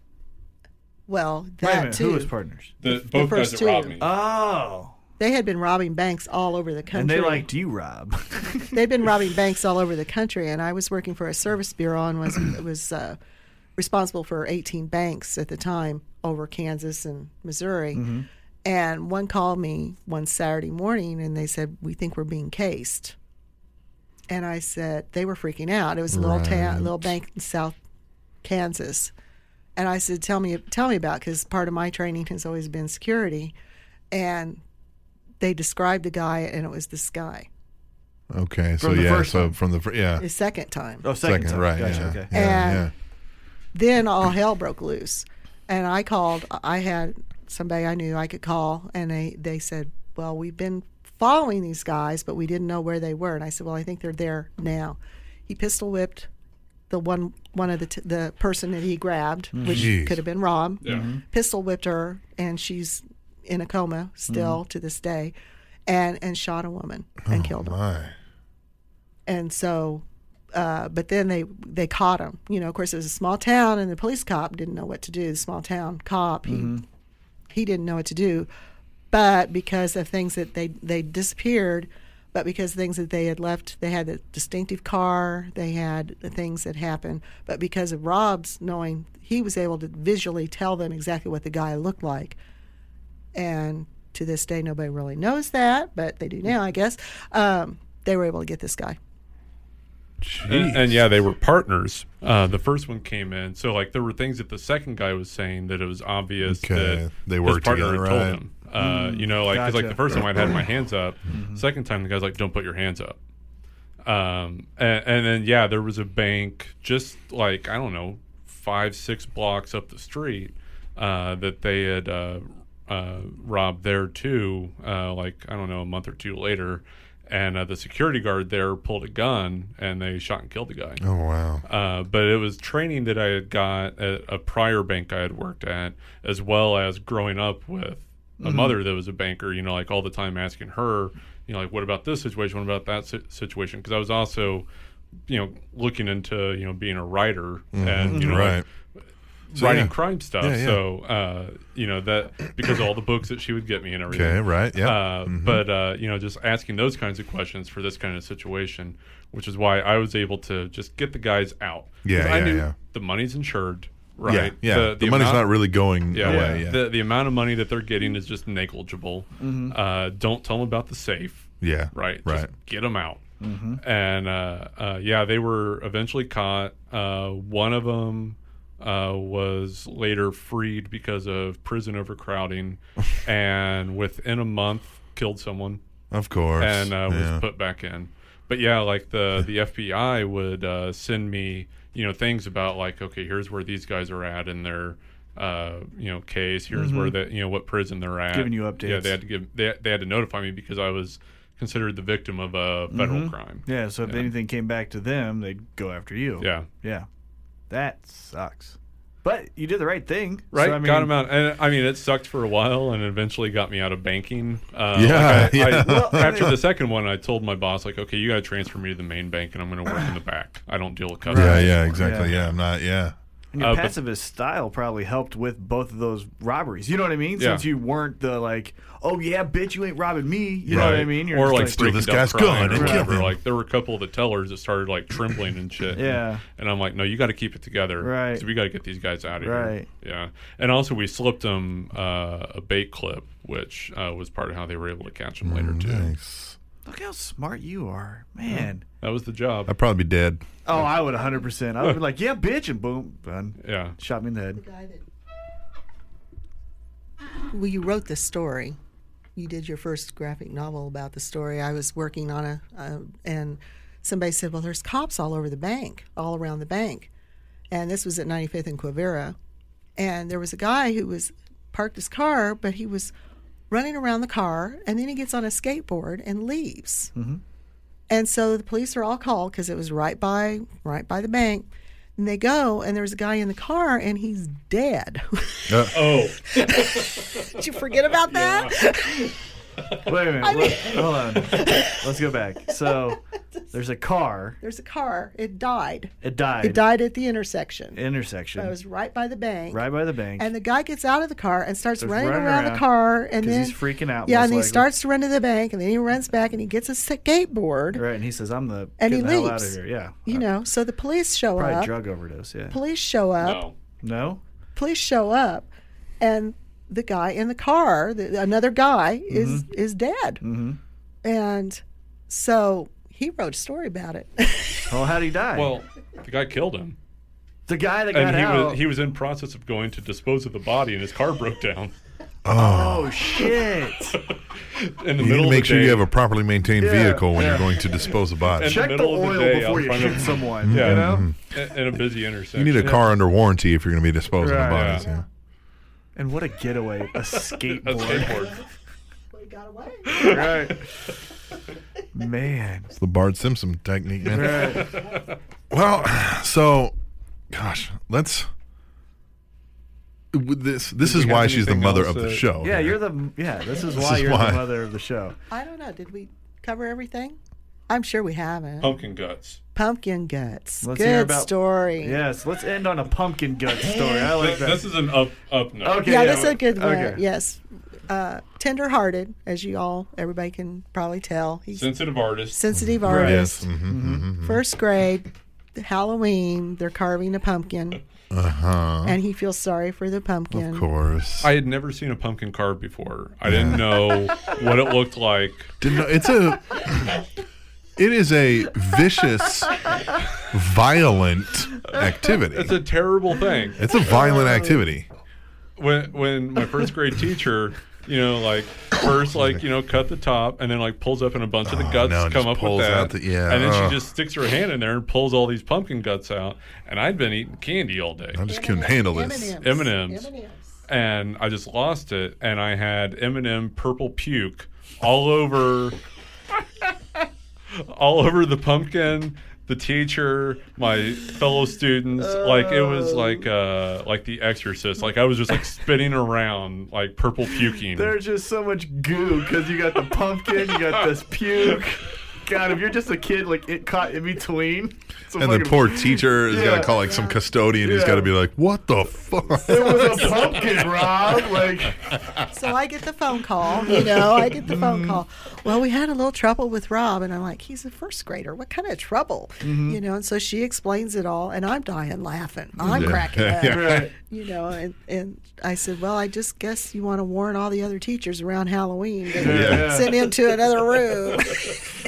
Well,
Wait a
that
minute,
too.
who was partners?
The, both guys
first
that
two. Uh,
robbed me.
Oh,
they had been robbing banks all over the country.
and they liked you, Rob.
They've been robbing banks all over the country, and I was working for a service bureau and was was uh, responsible for 18 banks at the time over Kansas and Missouri. And one called me one Saturday morning, and they said, "We think we're being cased." And I said, "They were freaking out. It was a little town, little bank in South Kansas. And I said, "Tell me, tell me about," because part of my training has always been security, and they described the guy, and it was this guy.
Okay, so
From the
yeah,
first
so
one.
from the fir- yeah
The second time,
Oh, second, time.
right,
Gotcha,
yeah,
okay.
yeah,
And- then all hell broke loose, and I called. I had somebody I knew I could call, and they they said, "Well, we've been following these guys, but we didn't know where they were." And I said, "Well, I think they're there now." He pistol whipped the one one of the t- the person that he grabbed, which
Mm-hmm. Jeez.
could have been Rom.
Yeah. Mhm.
Pistol whipped her, and she's in a coma still
Mm-hmm.
to this day, and and shot a woman and killed
Oh
yeah.
her
My,
and so uh, but then they they caught him you know of course it was a small town and the police cop didn't know what to do the small town cop he he didn't know what to do but because of things that they they disappeared but because things that they had left they had a distinctive car they had the things that happened but because of rob's knowing he was able to visually tell them exactly what the guy looked like and to this day nobody really knows that but they do now i guess um, they were able to get this guy
And, and yeah, they were partners. Uh, the first one came in, so like there were things that the second guy was saying that it was obvious
Okay,
that
they
his
worked
partner
together,
had
right.
told him. Uh, you know, like 'cause, like
Gotcha.
the first time I had my hands up, second time the guy's like, "Don't put your hands up." Um, and, and then yeah, there was a bank just like I don't know five six blocks up the street uh, that they had uh, uh, robbed there too. Uh, like I don't know a month or two later, and uh, the security guard there pulled a gun and they shot and killed the guy.
oh wow,
Uh, but it was training that I had got at a prior bank I had worked at, as well as growing up with a mother that was a banker, you know, like all the time asking her, you know, like, what about this situation? What about that si- situation? Because I was also, you know, looking into, you know, being a writer and, you know, like,
Mm-hmm. right, So,
writing
yeah.
crime stuff.
Yeah, yeah.
So, uh, you know, that because of all the books that she would get me and everything.
okay, right, yeah, Mm-hmm.
Uh, But uh, you know, just asking those kinds of questions for this kind of situation, which is why I was able to just get the guys out. 'Cause
Yeah,
I
yeah,
knew
yeah.
the money's insured, right?
yeah, yeah. The, money's
amount-
not really going
Yeah,
away, yeah,
The, the amount of money that they're getting is just negligible. Uh, don't tell them about the safe,
yeah,
right?
right.
Just get them out. And uh, uh, yeah, they were eventually caught. Uh, one of them uh, was later freed because of prison overcrowding, and within a month killed someone
Of course,
and uh,
yeah.
was put back in. But yeah, like the the FBI would uh, send me you know things about like okay, here's where these guys are at in their uh, you know case. Here's where that you know what prison they're at.
Giving you
Yeah,
updates.
they had to give they, they had to notify me because I was considered the victim of a federal crime.
Yeah, so if anything came back to them, they'd go after you.
Yeah.
Yeah. That sucks. But you did the right thing.
Right,
So, I mean,
got him out, and I mean it sucked for a while, and eventually got me out of banking. Uh,
Yeah,
like, I- I-
yeah. Well,
after the second one, I told my boss like, "Okay, you got to transfer me to the main bank, and I'm going to work in the back. I don't deal with customers."
yeah, yeah, exactly,
Yeah.
yeah. I'm not, yeah,
And your
Uh, but-
pacifist style probably helped with both of those robberies. You know what I mean?
Yeah.
Since you weren't the like, oh yeah, bitch, you ain't robbing me. You know what
Right.
I mean? You're
or like
just
steal
breaking
this
down
guy's
crying
gun
or
and kill
whatever.
him.
Like there were a couple of the tellers that started like trembling and shit.
Yeah.
And I'm like, no, you got to keep it together.
Right.
So we got to get these guys out of
Right.
here. Yeah. And also we slipped them uh, a bait clip, which uh, was part of how they were able to catch them later
Mm-hmm.
too.
Nice.
look how smart you are, man.
That was the job.
I'd probably be dead.
Oh, I would 100. percent I would be like, yeah, bitch, and boom, done.
yeah.
Shot me in the head.
Well, you wrote the story. You did your first graphic novel about the story. I was working on a, uh, and somebody said, "Well, there's cops all over the bank, all around the bank," and this was at 95th and Quivira, and there was a guy who was parked his car, but he was running around the car, and then he gets on a skateboard and leaves. And so the police are all called because it was right by right by the bank. And they go, and there was a guy in the car, and he's dead.
Oh,
Did you forget about that?
Wait a minute. what- hold on. Let's go back. So there's a car.
there's a car. It died.
It died.
It died at the intersection.
Intersection.
I was right by the bank.
right by the bank.
And the guy gets out of the car and starts
Starts
running,
running
around,
around,
the car, and
'cause
then
he's freaking out,
Yeah,
most
and he
likely.
starts to run to the bank, and then he runs back, and he gets a skateboard.
right, and he says, "I'm the
And
get
he
the hell out of
leaves.
here." Yeah.
You know, so the police show
Probably
up.
drug overdose. Yeah.
Police show up.
no.
No.
Police show up, and the guy in the car, the, another guy, is is dead. Mm-hmm. And so he wrote a story about it.
Well, how'd he die?
Well, the guy killed him.
The guy that got
And he
out.
was he was in process of going to dispose of the body, and his car broke down
oh shit!
in the
You need
middle
to
of
make
the
sure
day.
you have a properly maintained
Yeah,
vehicle when you're
yeah.
going to dispose of
in
bodies.
Check
the
the
middle of
oil
the day
before
out
you
front
shoot
of,
someone.
Yeah.
You know,
in- in a busy intersection.
You need a car under warranty if you're going to be disposing
Right.
of bodies. Yeah.
and what a getaway! A
A
skateboard,
skateboard.
We got away.
right? Man,
It's the Bard Simpson technique, man. Well, so, gosh, let's. with This this
Did
is
we have
why she's the
anything
mother
else
of the
that-
show.
yeah,
here.
you're the yeah. This is why
is
you're
why.
the mother of the show.
I don't know. Did we cover everything? I'm sure we haven't.
Pumpkin guts.
Pumpkin guts.
Oh. Let's
Good
hear about-
story.
Yes, let's end on a pumpkin gut story. I like
This,
that.
this is an up up note.
Okay.
Yeah,
yeah,
that's a
but-
good one.
okay.
Yes. Uh, tender hearted, as you all, everybody can probably tell. He's
Sensitive artist.
sensitive
yes.
artist.
hmm
First grade, Halloween, they're carving a pumpkin. Uh-huh. And he feels sorry for the pumpkin.
Of course.
I had never seen a pumpkin carved before. I didn't know what it looked like.
Didn't know, it's a. It is a vicious, violent activity.
It's a terrible thing.
It's a violent activity.
when when my first grade teacher, you know, like first like you know cut the top and then like pulls up and a bunch of the guts
Oh, no, and
come
just
up
pulls
with that,
out the- yeah,
and then
ugh.
she just sticks her hand in there and pulls all these pumpkin guts out. And I'd been eating candy all day,
I just couldn't handle this.
M&Ms.
M&Ms. and I just lost it. And I had M and M purple puke all over, all over the pumpkin. The teacher, my fellow students, like it was like uh like The Exorcist. Like I was just like spinning around, like purple puking.
There's just so much goo because you got the pumpkin, you got this puke. God, if you're just a kid, like it caught in between. it's a
And the
fucking-
poor teacher is got
Yeah.
to call like some custodian who's
Yeah.
got to be like, what the fuck?
It was a pumpkin, Rob. Like,
So I get the phone call, you know, I get the
Mm.
phone call. Well, we had a little trouble with Rob, and I'm like, he's a first grader. What kind of trouble?
Mm-hmm.
You know, and so she explains it all, and I'm dying laughing. I'm
Yeah.
cracking up,
Yeah.
right.
you know, and, and I said, well, I just guess you want to warn all the other teachers around Halloween to
Yeah.
send him to another room.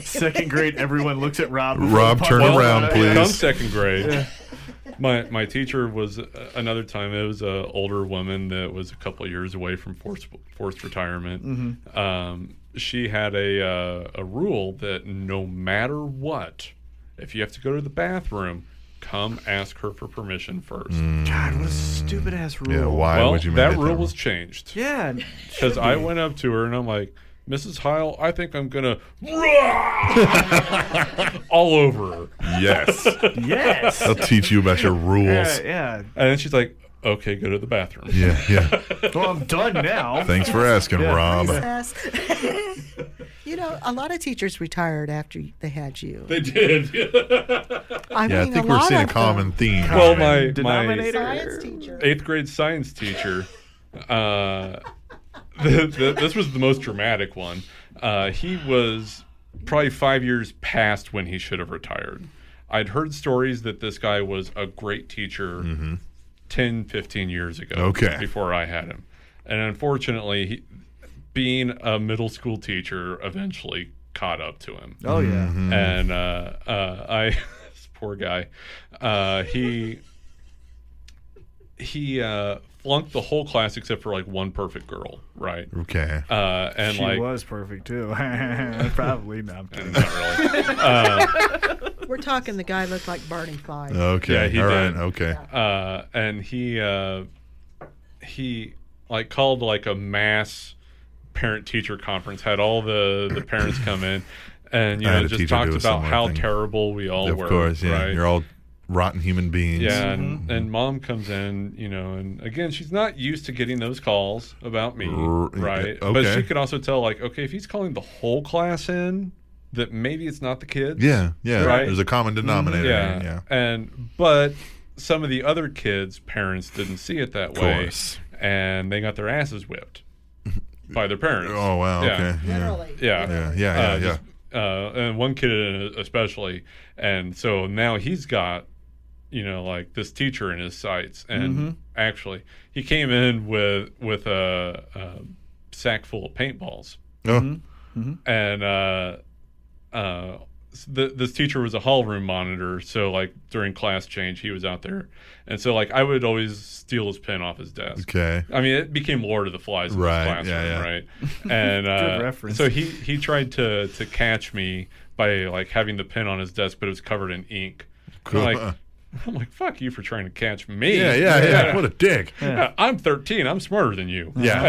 Second grade, everyone looks at Rob.
Rob, turn
Pumpkin.
around, please.
Come second grade. My my teacher was uh, another time. It was a older woman that was a couple years away from forced forced retirement.
Mm-hmm.
Um, she had a uh, a rule that no matter what, if you have to go to the bathroom, come ask her for permission first.
God, what a stupid ass rule.
Yeah, Mm, why
well,
would you make
that
it
rule
that
was changed
Yeah.
because I went up to her and I'm like, Mrs. Heil, I think I'm gonna all over her.
Yes.
Yes.
They'll teach you about your rules.
Yeah, yeah.
And then she's like, okay, go to the bathroom.
Yeah, yeah.
Well, I'm done now.
Thanks for asking, Rob.
Yes. you know, a lot of teachers retired after they had you.
They did.
I
Yeah, I
mean,
think
a
we're
lot
seeing a
of them.
common theme.
well,
here.
my
Denominator.
Science teacher.
my eighth grade science teacher, uh, the, the, this was the most dramatic one. Uh, he was probably five years past when he should have retired. I'd heard stories that this guy was a great teacher 10, 15 years ago.
Okay.
Before I had him. And unfortunately, he, being a middle school teacher eventually caught up to him.
Oh yeah.
Mm-hmm.
and uh, uh, I this poor guy, uh, he he uh, flunked the whole class except for like one perfect girl, right?
Okay.
Uh, and
She
like
was perfect too. Probably not. I'm kidding.
not really.
We're talking the guy looked like Barney Fife.
Okay.
yeah, he
All right.
did.
Okay.
uh, and he uh, he like called like a mass parent teacher conference, had all the the parents come in. And you
I had
know,
a
just
teacher
talked
do a
about
similar
how
thing.
terrible we all
Of
were.
course. Yeah.
right?
You're all rotten human beings.
Yeah, and, and mom comes in, you know, and again, she's not used to getting those calls about me,
R- eh,
right?
okay.
But she can also tell, like, okay, if he's calling the whole class in, that maybe it's not the kids.
Yeah. Yeah.
Right.
There's a common
Mm-hmm.
denominator.
Yeah.
here, Yeah.
And, but some of the other kids' parents didn't see it that way.
course.
And they got their asses whipped by their parents.
Oh wow.
Yeah.
Okay. Yeah.
Literally.
Yeah.
Yeah. Yeah. Yeah.
Uh,
yeah.
just- uh, and one kid especially, and so now he's got, you know, like this teacher in his sights. And
Mm-hmm.
actually, he came in with with a, a Mm-hmm. sack full of paintballs,
oh,
and uh, uh, the, this teacher was a hall room monitor, so like during class change, he was out there, and so like I would always steal his pen off his desk.
Okay.
I mean, it became Lord of the Flies in
Right,
right,
yeah,
classroom,
yeah.
right? And uh,
reference.
so he he tried to to catch me by like having the pen on his desk, but it was covered in ink.
Cool.
I'm like, I'm like, fuck you for trying to catch me.
Yeah, yeah, yeah. What a dick.
Yeah, I'm 13. I'm smarter than you.
Yeah.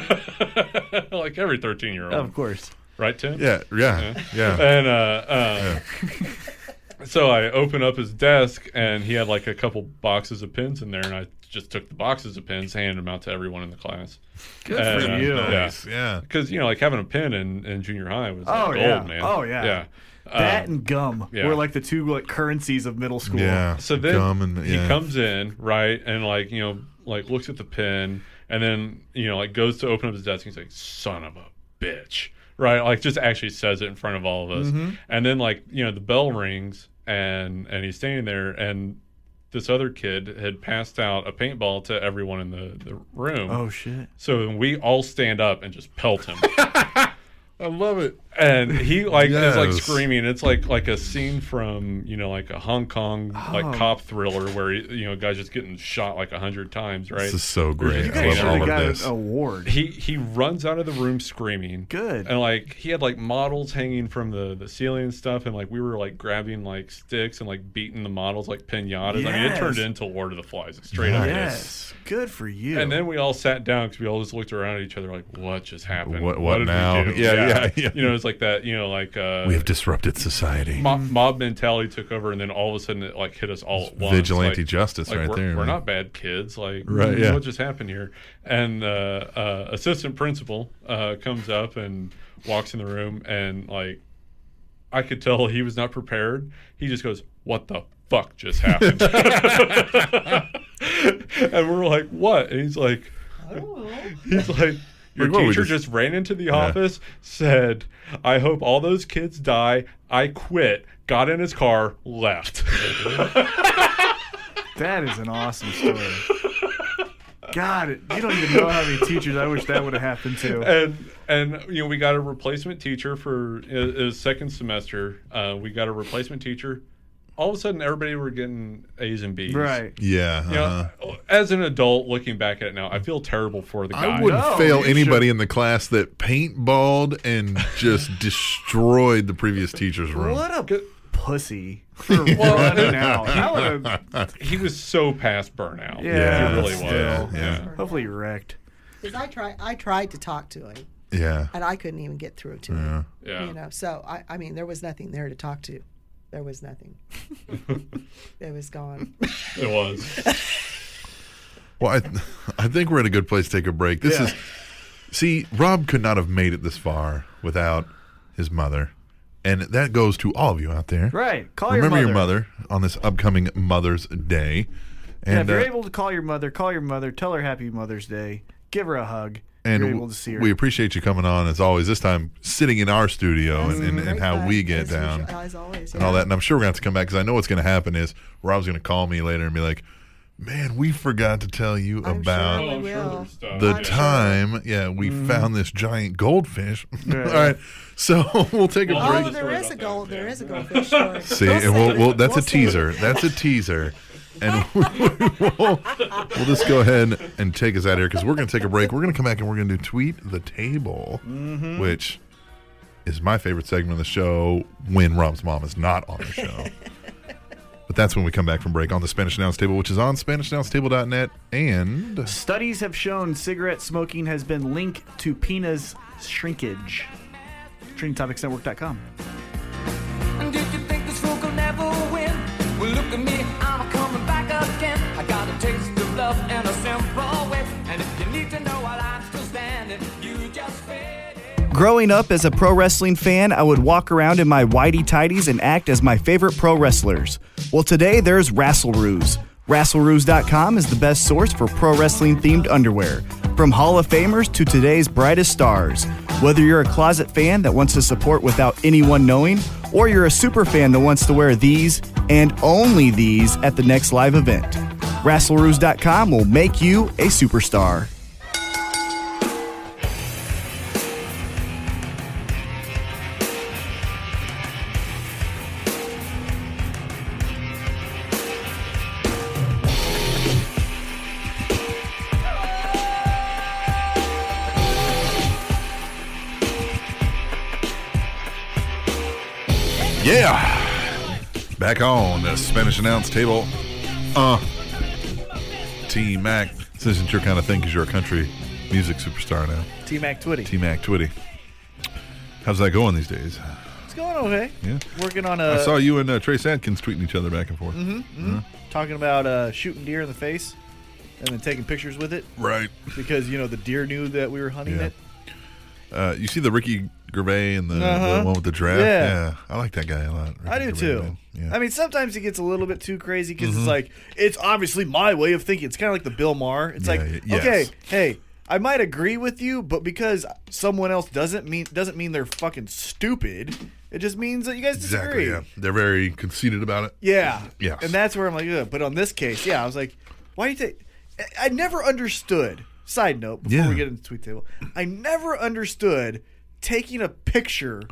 And- like every 13 year old,
Of course.
right, Tim?
Yeah, yeah, yeah.
and uh, uh, so I open up his desk, and he had like a couple boxes of pins in there, and I just took the boxes of pins, handed them out to everyone in the class. Good
Pretty
and, uh,
nice. Yeah.
Because you know, like having a pin in, in junior high was like,
Oh,
gold,
yeah.
man.
Oh, yeah.
yeah.
Uh,
That and gum
yeah.
were like the two like currencies of middle school.
Yeah.
So then
Gum and-
he
yeah.
comes in, right, and like you know, like looks at the pin, and then you know, like goes to open up his desk. And he's like, "Son of a bitch," right? Like just actually says it in front of all of us.
Mm-hmm.
And then like you know, the bell rings, and and he's standing there, and this other kid had passed out a paintball to everyone in the the room.
Oh shit.
So we all stand up and just pelt him.
I love it.
and he like is like
Yes.
screaming. It's like like a scene from you know like a Hong Kong
Oh.
like cop thriller where he, you know guys just getting shot like a hundred times, right?
This is so great.
You guys
I love
should've
all
Should've
of
got
this.
an award.
he he runs out of the room screaming.
Good.
And like he had like models hanging from the the ceiling and stuff, and like we were like grabbing like sticks and like beating the models like pinatas. I mean, it
Yes.
turned into Lord of the Flies. It's straight up.
Yes. Good for you.
And then we all sat down because we all just looked around at each other like, "What just happened?
What- what now?"
we do?
Yeah, yeah, yeah.
You know, it's like that. You know, like uh,
We have disrupted society.
mob, mob mentality took over, and then all of a sudden it like hit us all at once.
Vigilante
like,
justice
like,
right
we're,
there.
We're
man.
not bad kids. Like,
Right, yeah.
what just happened here? And uh, uh, assistant principal uh, comes up and walks in the room, and like, I could tell he was not prepared. He just goes, "What the fuck just happened?" and we're like, "What?" And he's like, "He's like." Your
Like, what, we
teacher
just-
just ran into the office, said, I hope all those kids die. I quit, got in his car, left.
that is an awesome story. God, you don't even know how many teachers I wish that would have happened to.
and and you know we got a replacement teacher for his, his second semester. Uh, we got a replacement teacher. All of a sudden, everybody were getting A's and B's.
Right.
Yeah.
You know,
uh-huh.
as an adult looking back at it now, I feel terrible for the guy.
I wouldn't
No,
fail
you
anybody in the class that paintballed and just destroyed the previous teacher's room.
What a pussy for running out. That would have
He was so past burnout.
Yeah,
he really was.
yeah, yeah.
hopefully wrecked.
Because I try, I tried to talk to him,
Yeah.
and I couldn't even get through to him.
Yeah.
You know, so I, I mean, there was nothing there to talk to. There was nothing. it was gone.
it was.
Well, I, I think we're at a good place to take a break. This is, see, Rob could not have made it this far without his mother, and that goes to all of you out there.
Right. Call
Remember
your mother.
on this upcoming Mother's Day,
Yeah, if
and
you're
uh,
able to call your mother, call your mother. Tell her Happy Mother's Day. Give her a hug. if
and
you're able to see her.
we appreciate you coming on as always. This time, sitting in our studio and, and, and how we get
As
down.
usual- as always.
and all that. And I'm sure we're going to have to come back because I know what's going to happen is Rob's going to call me later and be like, man, we forgot to tell you
I'm sure
about
I
Oh, I'm sure
will.
there's stuff.
the
Yeah.
time. Yeah, we found this giant goldfish.
Right.
all right. So we'll take a
Well,
Oh,
break.
the-
there
Right
is a
about
gold.
that,
There
yeah.
is a goldfish story.
See, and we'll, we'll, that's a teaser. That's a teaser. And we'll, we'll just go ahead and take us out of here because we're going to take a break. We're going to come back and we're going to do Tweet the Table, which is my favorite segment of the show when Rob's mom is not on the show. but that's when we come back from break on the Spanish Announce Table, which is on SpanishAnnounceTable.net. And
Studies have shown cigarette smoking has been linked to penis shrinkage. TrainingTopicsNetwork.com.
And did you think this fool could never win? Well, look at me, I'm coming back again. I got a taste of love in a simple way. And if you need to know while I'm still standing, you just fade in.
Growing up as a pro wrestling fan, I would walk around in my whitey tidies and act as my favorite pro wrestlers. Well, today there's Rasselroos. Rasselroos.com is the best source for pro wrestling themed underwear. From Hall of Famers to today's brightest stars. Whether you're a closet fan that wants to support without anyone knowing, or you're a super fan that wants to wear these and only these at the next live event, Rasselroos.com will make you a superstar.
Yeah. Back on the Spanish announce table. Uh, T Mac. This isn't your kind of thing because you're a country music superstar now.
T Mac Twitty.
T Mac Twitty. How's that going these days?
It's going okay.
Yeah.
Working on
I
a Mm-hmm,
saw you and uh, Trace Adkins tweeting each other back and forth. Uh-huh.
talking about uh, shooting deer in the face, and then taking pictures with it
Right.
because you know the deer knew that we were hunting
Yeah.
it.
Uh, you see the Ricky Gervais and the,
Uh-huh.
the one with the giraffe?
Yeah.
I like that guy a lot.
I do
Ricky
too.
Gervais, man. Yeah. Mm-hmm.
I mean, sometimes it gets a little bit too crazy because it's like it's obviously my way of thinking. It's kind of like the Bill Maher. It's
Yeah,
like,
y- yes.
okay, hey, I might agree with you, but because someone else doesn't mean doesn't mean they're fucking stupid. It just means that you guys disagree.
exactly. Yeah. They're very conceited about it.
Yeah.
Yes.
And that's where I'm like, Ugh. but on this case, yeah, I was like, why do you take? I- I never understood. Side note: Before
Yeah.
we get into the tweet table, I never understood taking a picture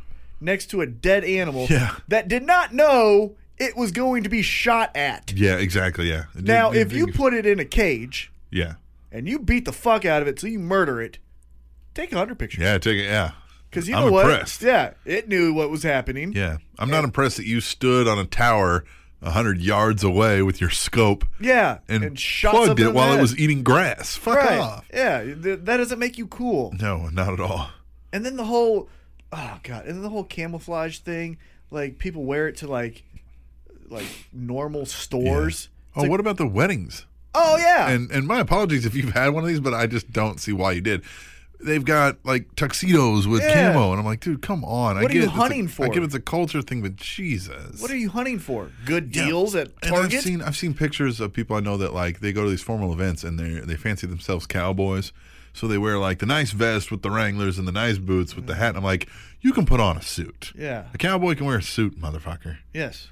next to a dead animal
Yeah.
that did not know it was going to be shot at.
Yeah, exactly. Yeah. It
Now,
did-
if you put it in a cage
Yeah.
and you beat the fuck out of it till you murder it, take a hundred pictures.
Yeah, take it. Yeah.
Because you
I'm
know what?
impressed.
Yeah, it knew what was happening.
Yeah. I'm not impressed that you stood on a tower 100 yards away with your scope
Yeah,
and,
shot
plugged
something
it
in the
while it
head.
was eating grass. Fuck
right.
off.
Yeah, th- that doesn't make you cool.
No, not at all.
and then the whole oh god and then the whole camouflage thing like people wear it to like like normal stores
Oh, what about the weddings?
oh yeah
And and my apologies if you've had one of these, but I just don't see why you did. They've got like tuxedos with
Yeah.
camo, and I'm like, dude, come on. I
What are
get
you
it. It's a-
hunting
I
for?
give it's a culture thing, but Jesus.
what are you hunting for good
Yeah.
deals at
And
target
I've seen I've seen pictures of people I know that like they go to these formal events and they they fancy themselves cowboys. So they wear like the nice vest with the Wranglers and the nice boots with the hat. And I'm like, you can put on a suit.
Yeah.
A cowboy can wear a suit, motherfucker.
yes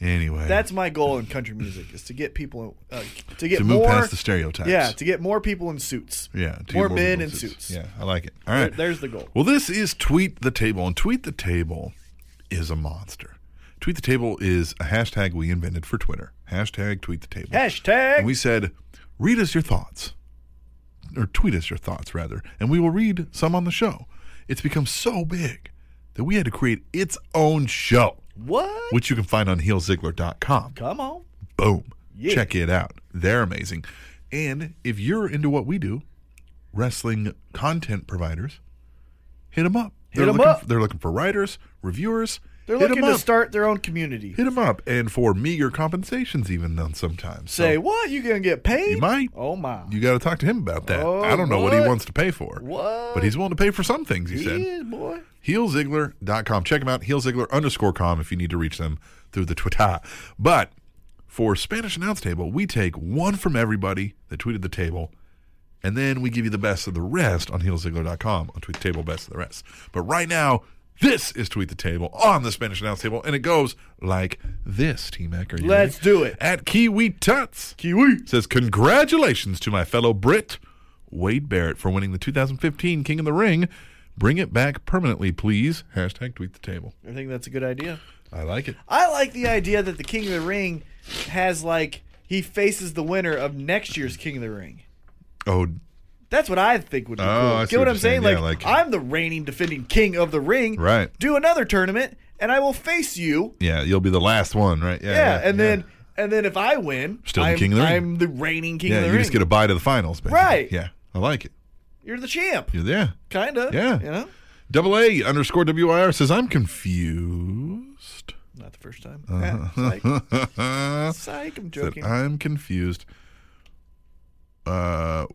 Anyway.
that's my goal in country music is to get people uh, to get
to move
more
past the stereotypes.
yeah to get more people in suits
Yeah, to get
more,
people
men in suits,
Yeah, I like it. All
There-
right.
there's the goal
Well, this is Tweet the Table, and Tweet the Table is a monster. Tweet the Table is a hashtag we invented for Twitter. Hashtag Tweet the Table.
hashtag
And we said, read us your thoughts, or tweet us your thoughts, rather, and we will read some on the show. It's become so big that we had to create its own show,
what
which you can find on heelzigler.com
come on
boom check it out they're amazing and if you're into what we do wrestling content providers hit them up
Hit
they're
'em
looking
up.
they're looking for writers reviewers
they're
hit 'em
looking to
up.
start their own community
hit them up and for meager compensations even though sometimes So
say what you gonna get paid
you might
oh my
you got to talk to him about that
Oh,
i don't know what? he
what?
wants to pay for
What?
but he's willing to pay for some things he said
yeah boy
HeelZiggler.com. Check them out, HeelZiggler underscore com if you need to reach them through the Twitter. But for Spanish Announce Table, we take one from everybody that tweeted the table, and then we give you the best of the rest on HeelZiggler.com on Tweet the Table, best of the rest. But right now, this is Tweet the Table on the Spanish Announce Table, and it goes like this, T Mac. Are you
Let's
ready?
do it.
At Kiwi Tuts.
Kiwi.
Says, Congratulations to my fellow Brit, Wade Barrett, for winning the 2015 King of the Ring. Bring it back permanently, please. Hashtag tweet the table.
i think that's a good idea
I like it.
I like the idea that the King of the Ring has like he faces the winner of next year's King of the Ring.
Oh,
That's what I think would be
Oh,
cool.
I see
Get what,
what
I'm
you're
saying?
saying. Yeah,
Like,
like-
I'm the reigning defending King of the Ring.
Right.
Do another tournament and I will face you.
yeah. You'll be the last one, right?
Yeah. and then and then if I win,
Still the
I'm,
King of the Ring.
I'm the reigning King
yeah,
of
you
the Ring.
just get a bye to the finals, basically.
Right.
Yeah, I like it.
You're the champ,
You're there.
kind of.
Yeah.
You know?
Double A underscore WIR says I'm confused.
Not the first time.
Uh-huh.
Yeah, psych, psych, I'm joking.
that I'm confused. Uh,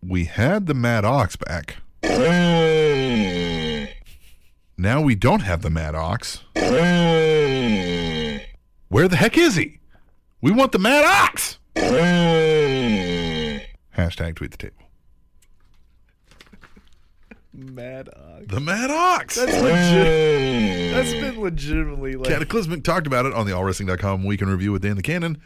we had the Mad Ox back. Now we don't have the Mad Ox. Where the heck is he? We want the Mad Ox. Hashtag tweet the table.
Mad Ox.
The Mad Ox.
That's legit. That's been legitimately like
Cataclysmic talked about it on the AllWrestling.com Week in Review with Dan the Cannon.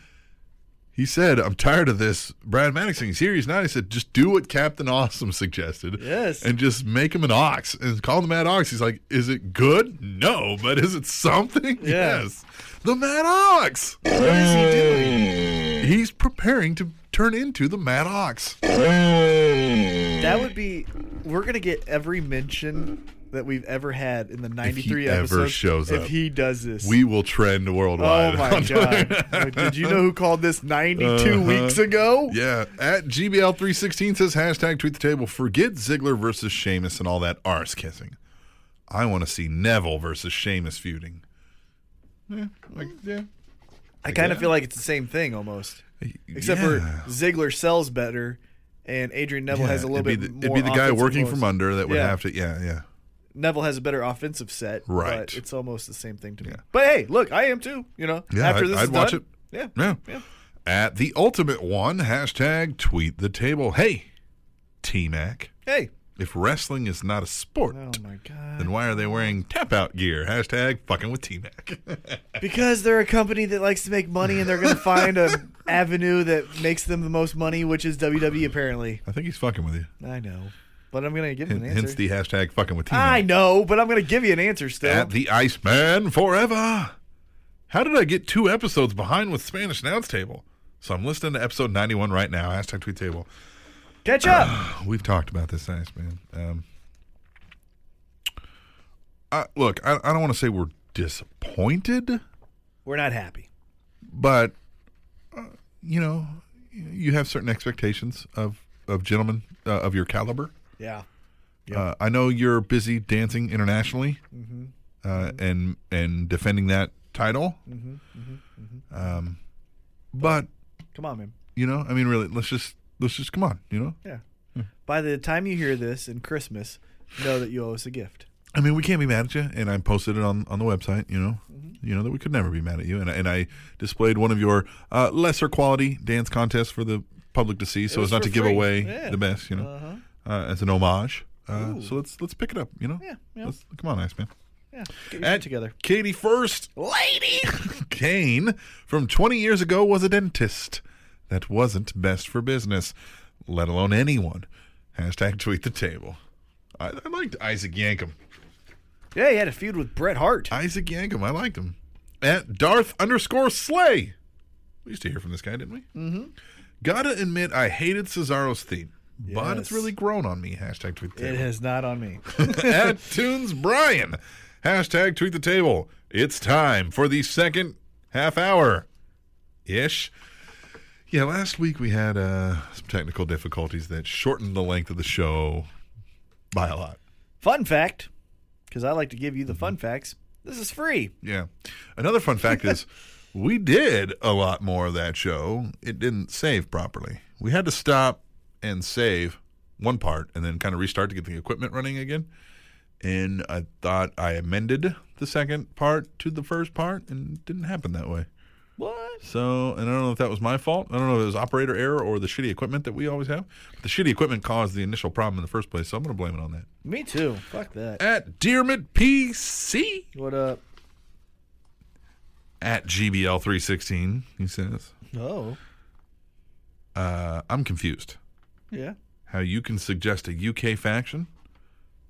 He said, I'm tired of this Brad Maddox thing. He's here, he's not. He said, just do what Captain Awesome suggested.
Yes.
And just make him an ox and call him the Mad Ox. He's like, is it good? No, but is it something?
Yeah.
Yes. The Mad Ox.
what is he doing?
He's preparing to turn into the Mad Ox.
That would be. We're gonna get every mention that we've ever had in the
he
93
ever
episodes.
shows
if
up.
he does this.
We will trend
oh
worldwide.
my
on Twitter.
god. Like, Did you know who called this 92
Uh-huh.
weeks ago?
Yeah, at GBL316 says hashtag tweet the table. Forget Ziggler versus Sheamus and all that arse kissing. I want to see Neville versus Sheamus feuding. Yeah, like, yeah.
I kind of
Yeah.
feel like it's the same thing almost. Except
Yeah.
for Ziggler sells better and Adrian Neville
Yeah,
has a little
it'd be
bit
the,
more
It'd be the guy
offensive
working
moves.
from under that would
Yeah.
have to. Yeah, yeah.
Neville has a better offensive set,
Right.
But it's almost the same thing to me.
Yeah.
But hey, look, I am too. You know,
Yeah,
after
I'd-
this
I'd
is
watch
done,
it.
yeah,
Yeah. At the ultimate one, hashtag tweet the table. Hey, T Mac,
Hey,
if wrestling is not a sport,
oh my god,
then why are they wearing tap out gear? Hashtag fucking with T Mac.
because they're a company that likes to make money, and they're going to find an avenue that makes them the most money, which is WWE. Apparently,
I think he's fucking with you.
I know, but I'm going to give you
H-
an
Hence
answer.
the hashtag fucking with T
I
Mac.
know, but I'm going to give you an answer still.
At the Iceman forever. How did I get two episodes behind with Spanish Nouns Table? So I'm listening to episode 91 right now. Hashtag tweet table.
Catch up.
We've talked about this, nice man. Um, I, look, I, I don't want to say we're disappointed,
We're not happy.
but uh, you know, you have certain expectations of of gentlemen uh, of your caliber.
Yeah,
Uh, I know you're busy dancing internationally Uh, and and defending that title. Um, but
come on, man.
you know, I mean, really, let's just let's just come on. You know,
Yeah.
Hmm.
By the time you hear this in Christmas, know that you owe us a gift.
I mean, we can't be mad at you, and I posted it on, on the website. You know,
Mm-hmm.
you know that we could never be mad at you, and I- and I displayed one of your uh, lesser quality dance contests for the public to see, so
was
as not
for
to give
free.
away
Yeah. Uh-huh.
the best. You know, uh as an homage. Uh, so let's let's pick it up. You know,
Yeah, yeah.
Let's, come on, Iceman.
Yeah, get your shit
And
together.
Katie first lady Kane from 20 years ago was a dentist. That wasn't best for business, let alone anyone. Hashtag tweet the table. I, I liked Isaac Yankum.
Yeah, he had a feud with Bret Hart.
Isaac Yankum. I liked him. At Darth underscore Slay. We used to hear from this guy, didn't we? Mm-hmm. Gotta admit, I hated Cesaro's theme, but it's
Yes.
really grown on me. Hashtag tweet the
It
table.
is not on me.
At Tunes Brian. Hashtag tweet the table. It's time for the second half hour ish. Yeah, last week we had uh, some technical difficulties that shortened the length of the show by a lot.
Fun fact, because I like to give you the
Mm-hmm.
fun facts. This is free.
Yeah. Another fun fact is we did a lot more of that show. It didn't save properly. We had to stop and save one part and then kind of restart to get the equipment running again. And I thought I amended the second part to the first part and it didn't happen that way.
What?
So, and I don't know if that was my fault. I don't know if it was operator error or the shitty equipment that we always have. But the shitty equipment caused the initial problem in the first place, so I'm going to blame it on that.
Me too. Fuck that.
At Dearmid PC.
What up?
at GBL316, he says,
Oh,
uh, I'm confused
yeah.
how you can suggest a UK faction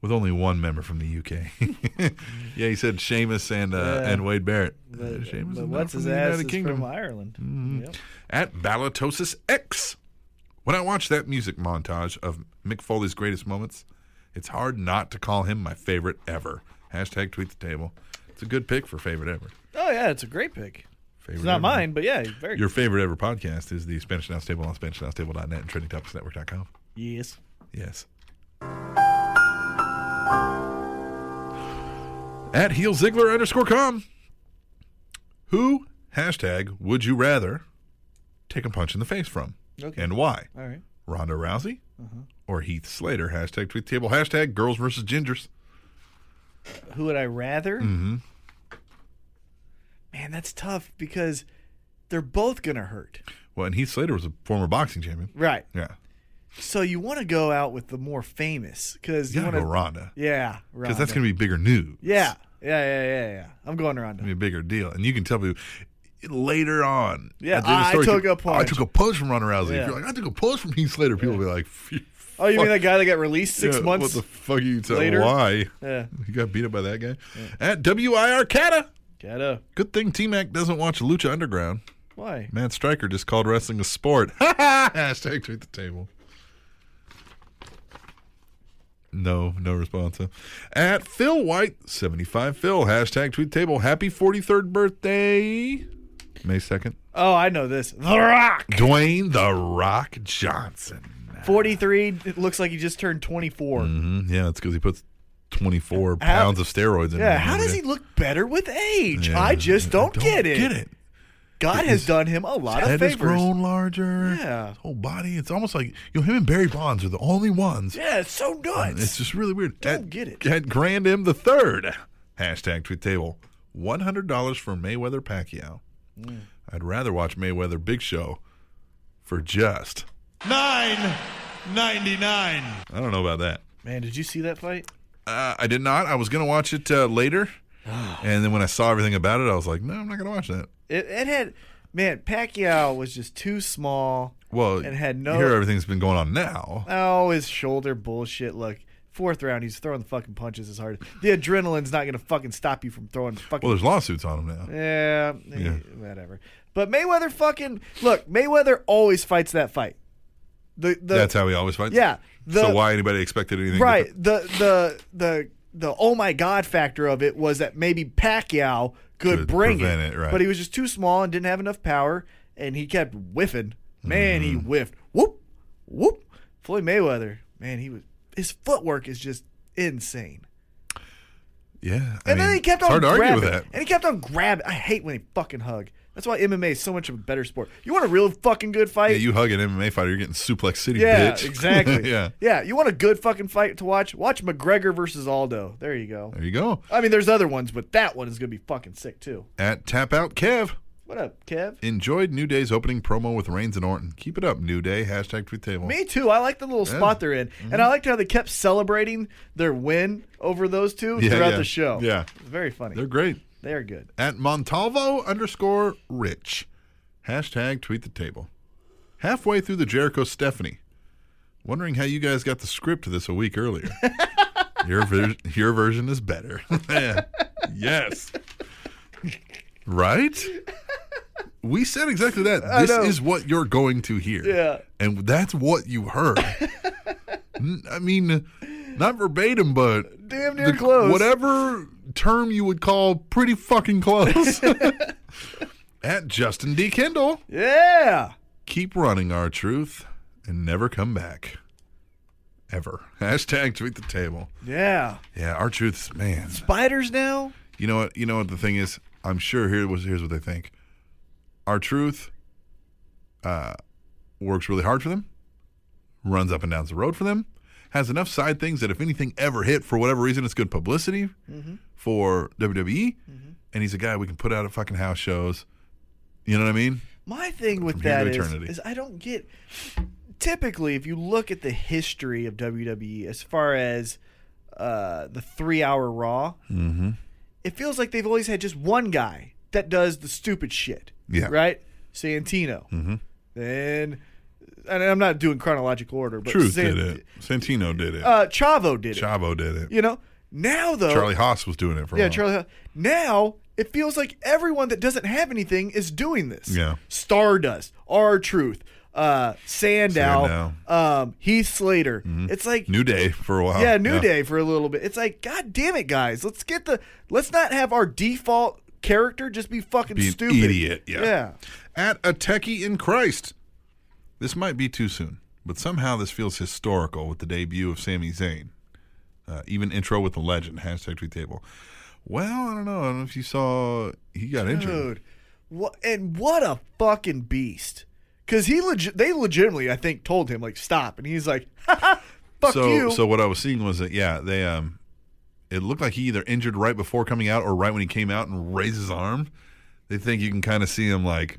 with only one member from the UK. yeah, he said Seamus and uh,
Yeah.
and Wade Barrett. Uh,
But,
Sheamus
but
is not
what's
from
his
the
ass
United
is
Kingdom. Mm-hmm.
from Ireland. Yep.
at Balatosis X. When I watch that music montage of Mick Foley's greatest moments, it's hard not to call him my favorite ever. Hashtag tweet the table. It's a good pick for favorite ever.
Oh yeah, it's a great pick.
Favorite
It's not
ever.
mine, but yeah, very.
Your favorite ever podcast is the Spanish Announce Table on SpanishAnnounceTable.net and TrainingTopicsNetwork.com.
yes.
Yes. At heel Ziggler underscore com. Who hashtag would you rather take a punch in the face from?
Okay.
And why?
All right. Uh-huh.
Ronda Rousey or Heath Slater? Hashtag tweet table. Hashtag girls versus gingers.
Who would I rather?
Mm-hmm.
Man, that's tough because they're both gonna hurt.
Well, and Heath Slater was a former boxing champion.
Right.
Yeah.
So you want to go out with the more famous because
You
you
gotta
want to.
go Ronda.
Yeah.
Because that's going to be bigger news.
Yeah. Yeah, yeah, yeah, yeah. I'm going Ronda.
be a bigger deal. And you can tell people later on.
Yeah,
at the end of the
I
story,
took
you-
a punch.
I took a punch from Ronda Rousey.
Yeah.
If you're like, I took a punch from Heath Slater, people will be like, "Phew,
Oh, you mean
fuck,
that guy that got released six
yeah,
months?
What the fuck are you tell
later?
Why?
Yeah.
You got beat up by that guy? At WIR Cata.
Gotta.
Good thing T Mac doesn't watch Lucha Underground.
Why?
Matt Stryker just called wrestling a sport. Hashtag tweet the table. No, no response. huh? At Phil White, 75 Phil, hashtag tweet table. Happy 43rd birthday. May 2nd.
Oh, I know this. The Rock.
Dwayne The Rock Johnson.
43. It looks like he just turned 24.
Mm, yeah, that's because he puts 24
How-
pounds of steroids in
Yeah.
him.
How does he look better with age?
Yeah,
I just don't, get it.
Get it.
God has done him a lot
Head
of
has
favors.
grown larger.
Yeah.
His whole body. It's almost like, you know, him and Barry Bonds are the only ones.
Yeah, it's so nuts.
Um, It's just really weird.
Don't
at,
get it.
At Grand M the third, hashtag tweet table, one hundred dollars for Mayweather Pacquiao.
Mm.
I'd rather watch Mayweather Big Show for just
Nine ninety nine.
I don't know about that.
Man, did you see that fight?
Uh, I did not. I was gonna watch it uh, later, and then when I saw everything about it, I was like, no, I'm not gonna watch that.
It, it had, man, Pacquiao was just too small.
Well,
And had no-
you hear everything's been going on now.
Oh, his shoulder bullshit. Look, fourth round, he's throwing the fucking punches as hard. The adrenaline's not gonna fucking stop you from throwing fucking.
Well, there's lawsuits on him now.
yeah, eh, whatever. But Mayweather fucking look. Mayweather always fights that fight. The the
That's how he always fights.
yeah the
so why anybody expected anything?
right
different?
the the the the oh my god factor of it was that maybe Pacquiao could,
Could
bring
prevent
it,
it, right.
but he was just too small and didn't have enough power, and he kept whiffing. Man, he
Mm-hmm.
whiffed. Whoop, whoop. Floyd Mayweather, man, he was his footwork is just insane.
Yeah. I
And then
mean,
he kept
it's hard
on
to
grabbing.
argue with that.
And he kept on grabbing. I hate when they fucking hug. That's why MMA is so much of a better sport. You want a real fucking good fight?
Yeah, you hug an MMA fighter, you're getting suplex city,
Yeah,
bitch.
exactly.
yeah.
yeah. You want a good fucking fight to watch? Watch McGregor versus Aldo. There you go.
There you go.
I mean, there's other ones, but that one is gonna be fucking sick too.
At Tap Out Kev.
What up, Kev?
Enjoyed New Day's opening promo with Reigns and Orton. Keep it up, New Day. Hashtag tweet table.
Me too. I like the little spot they're in,
Mm-hmm.
and I liked how they kept celebrating their win over those two
Yeah,
throughout
yeah.
the show.
Yeah.
it's very funny.
They're
They're,
great.
good.
At Montalvo underscore Rich. Hashtag tweet the table. Halfway through the Jericho Stephanie. Wondering how you guys got the script to this a week earlier. your, ver- your version is better. yes. Right? We said exactly that. This
know.
is what you're going to hear.
Yeah.
And that's what you heard. N- I mean, not verbatim, but
Damn near close.
Whatever term you would call pretty fucking close. At Justin D. Kendall,
Yeah.
keep running our truth and never come back. Ever. Hashtag tweet the table.
Yeah.
Yeah, our truth's man.
Spiders now.
You know what? You know what the thing is. I'm sure here was here's what they think. Our truth uh, works really hard for them, runs up and down the road for them, has enough side things that if anything ever hit for whatever reason, it's good publicity for WWE. And he's a guy we can put out at fucking house shows. You know what I mean?
My thing with
From here to
that is,
eternity.
is I don't get. Typically, if you look at the history of WWE as far as uh, the three hour Raw,
Mm-hmm.
it feels like they've always had just one guy that does the stupid shit.
Yeah.
Right? Santino. Mm-hmm. Then, and I'm not doing chronological order, but
Truth
San-
did it. Santino did it.
Uh, Chavo did it.
Chavo did it.
You know? Now, though.
Charlie Haas was doing it for a
Oh. Yeah,
while.
Charlie. Now it feels like everyone that doesn't have anything is doing this.
Yeah.
Stardust, R Truth, uh, Sandow,
Sandow.
um, Heath Slater.
Mm-hmm.
It's like
New Day for a while.
yeah, New Day for a little bit. It's like God damn it, guys. Let's get the. Let's not have our default character just be fucking
Be an
stupid.
idiot, yeah.
Yeah.
at a techie in Christ. This might be too soon, but somehow this feels historical with the debut of Sami Zayn. Uh, even intro with the legend hashtag tweet table. Well, I don't know. I don't know if you saw he got injured.
Dude, what and what a fucking beast! Because he legit, they legitimately, I think, told him like stop, and he's like, "Fuck
so
you."
so what I was seeing was that yeah they um it looked like he either injured right before coming out or right when he came out and raised his arm. They think you can kind of see him like,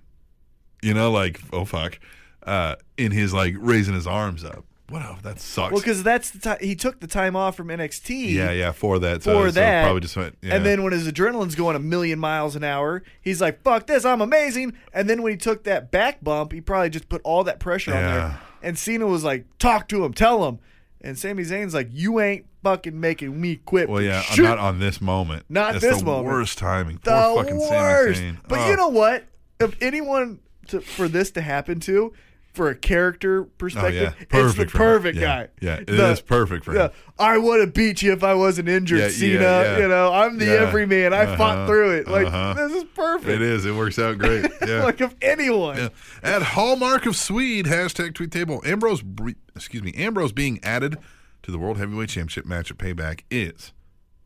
you know, like oh fuck, uh, in his like raising his arms up. Wow, that sucks.
Well, because that's the time he took the time off from NXT.
Yeah, yeah, for that. So,
For
so
that,
probably just went. Yeah.
And then when his adrenaline's going a million miles an hour, he's like, "Fuck this, I'm amazing." And then when he took that back bump, he probably just put all that pressure on
Yeah.
there. And Cena was like, "Talk to him, tell him." And Sami Zayn's like, "You ain't fucking making me quit."
well,
for
yeah,
shit."
I'm not on this moment.
Not
That's
this
the
moment.
Worst timing.
the
Poor fucking Sami
worst.
Zayn.
But
Oh.
you know what? If anyone to, for this to happen to, for a character perspective, it's the
Oh, for-
perfect
yeah,
guy.
yeah, it
it is the,
is perfect for him.
I would have beat you if I wasn't injured,
Yeah, yeah,
Cena.
yeah.
You know, I'm the
Yeah.
everyman. I
Uh-huh,
fought through it. Like
uh-huh.
this is perfect.
It is. It works out great. Yeah.
Like if anyone.
Yeah. At Hallmark of Swede, hashtag tweet table. Ambrose, bre- excuse me, Ambrose being added to the World Heavyweight Championship match at Payback is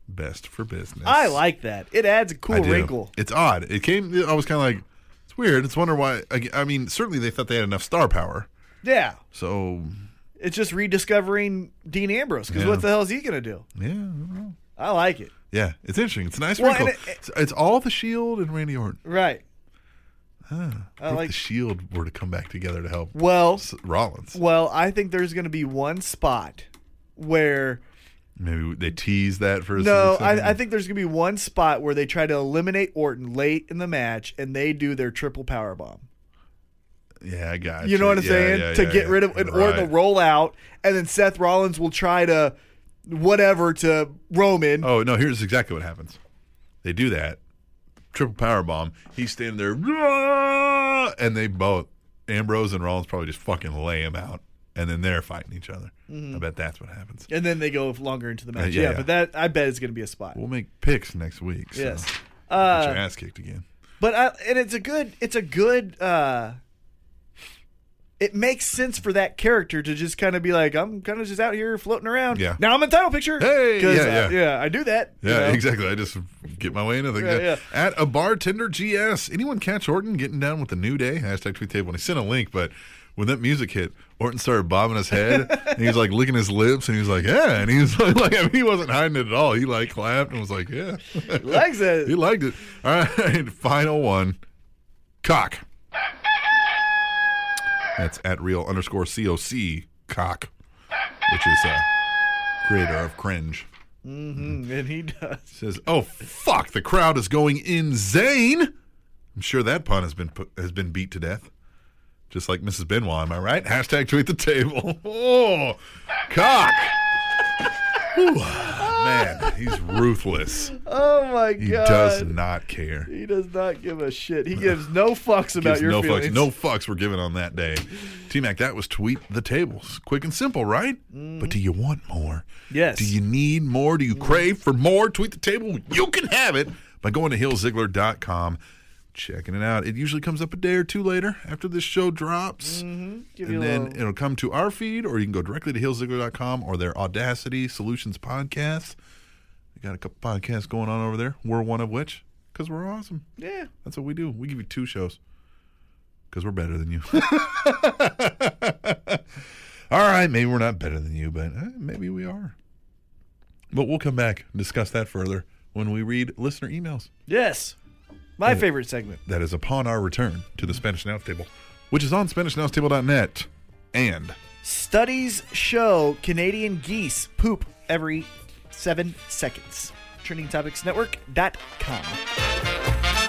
best for business.
I like that. It adds a
I
cool
do.
wrinkle.
It's odd. It came. I was kind of like, it's weird. It's wonder why. I, I mean, certainly they thought they had enough star power.
Yeah.
So
It's just rediscovering Dean Ambrose because
Yeah.
what the hell is he going to do?
yeah, I don't know.
I like it.
yeah. It's interesting. It's a nice
Well,
wrinkle.
and it-
it's, it's all the Shield E and Randy Orton.
Right.
I
like-
the Shield were to come back together to help
Well,
S- Rollins.
well, I think there's going to be one spot where
Maybe they tease that for a
no,
second.
I, I think there's going to be one spot where they try to eliminate Orton late in the match and they do their triple power bomb.
Yeah, I got
You know what I'm saying? to get rid of an Orton will roll out, and then Seth Rollins will try to whatever to Roman.
Oh no! Here's exactly what happens. They do that triple power bomb. He's standing there, "Rah!" and they both Ambrose and Rollins probably just fucking lay him out, and then they're fighting each other.
Mm-hmm.
I bet that's what happens.
And then they go longer into the match.
Uh, yeah,
yeah,
yeah.
but that I bet it's going to be a spot.
We'll make picks next week. So
Yes. Uh,
Get your ass kicked again.
But I, and it's a good it's a good uh it makes sense for that character to just kind of be like I'm kind of just out here floating around.
Yeah.
Now I'm in title picture.
Hey,
'Cause
yeah,
I,
yeah.
I do that. you
Yeah,
know?
exactly. I just get my way into things.
Yeah, yeah.
At a bartender GS, anyone catch Orton getting down with the new day? Hashtag tweet table. And he sent a link, but when that music hit, Orton started bobbing his head and he was like licking his lips and he was like, Yeah. And he was like, like I mean, he wasn't hiding it at all. He like clapped and was like, Yeah.
Likes it.
he liked it. All right. Final one. Cock. That's at real underscore C O C cock. Which is uh creator of cringe
And he does.
says, "Oh fuck, the crowd is going insane." I'm sure that pun has been put, has been beat to death, just like Mrs. Benoit. Am I right? Hashtag tweet the table. Oh, cock. Whew, man, he's ruthless.
Oh my
He
god.
does not care.
He does not give a shit. He gives no fucks about
Gives
your
no
feelings.
fucks. No fucks were given on that day. T Mac, that was tweet the tables. Quick and simple, right? But do you want more?
Yes.
Do you need more? Do you crave for more? Tweet the table. You can have it by going to hillzigler.com, checking it out. It usually comes up a day or two later after this show drops.
Mm-hmm. Give you
And
a
then
little-
it'll come to our feed, or you can go directly to hillzigler.com or their Audacity Solutions podcast. We got a couple podcasts going on over there. We're one of which, because we're awesome.
yeah.
That's what we do. We give you two shows because we're better than you. All right, maybe we're not better than you, but eh, maybe we are. But we'll come back and discuss that further when we read listener emails.
Yes. My favorite segment.
That is upon our return to the Spanish Announce Table, which is on SpanishAnnounceTable.net and
Studies show Canadian geese poop every seven seconds. TrendingTopicsNetwork.com.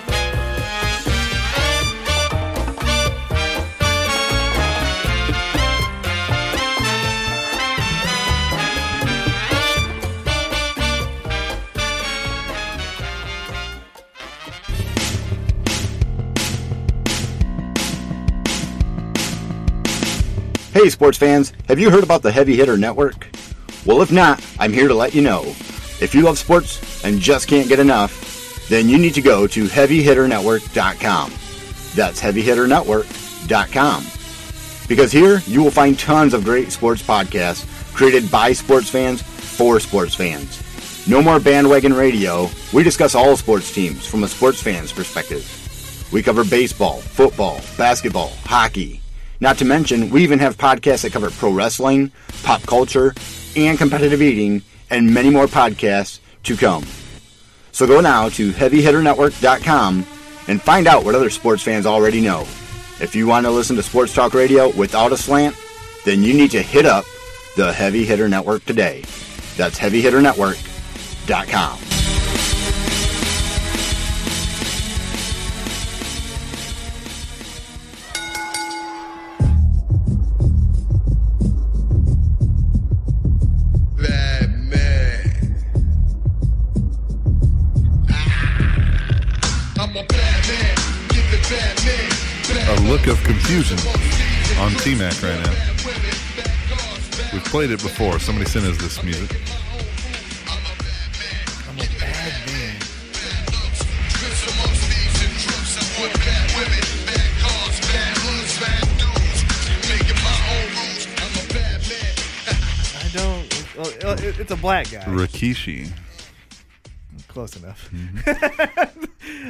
Hey, sports fans, have you heard about the Heavy Hitter Network? Well, if not, I'm here to let you know. If you love sports and just can't get enough, then you need to go to HeavyHitterNetwork.com. That's HeavyHitterNetwork.com. Because here you will find tons of great sports podcasts created by sports fans for sports fans. No more bandwagon radio. We discuss all sports teams from a sports fan's perspective. We cover baseball, football, basketball, hockey. Not to mention, we even have podcasts that cover pro wrestling, pop culture, and competitive eating, and many more podcasts to come. So go now to HeavyHitterNetwork.com and find out what other sports fans already know. If you want to listen to sports talk radio without a slant, then you need to hit up the Heavy Hitter Network today. That's HeavyHitterNetwork.com.
a look of confusion on T-Mac right now. We've played it before. Somebody sent us this music.
I don't. well, it- It's a black guy.
Rikishi.
Close enough.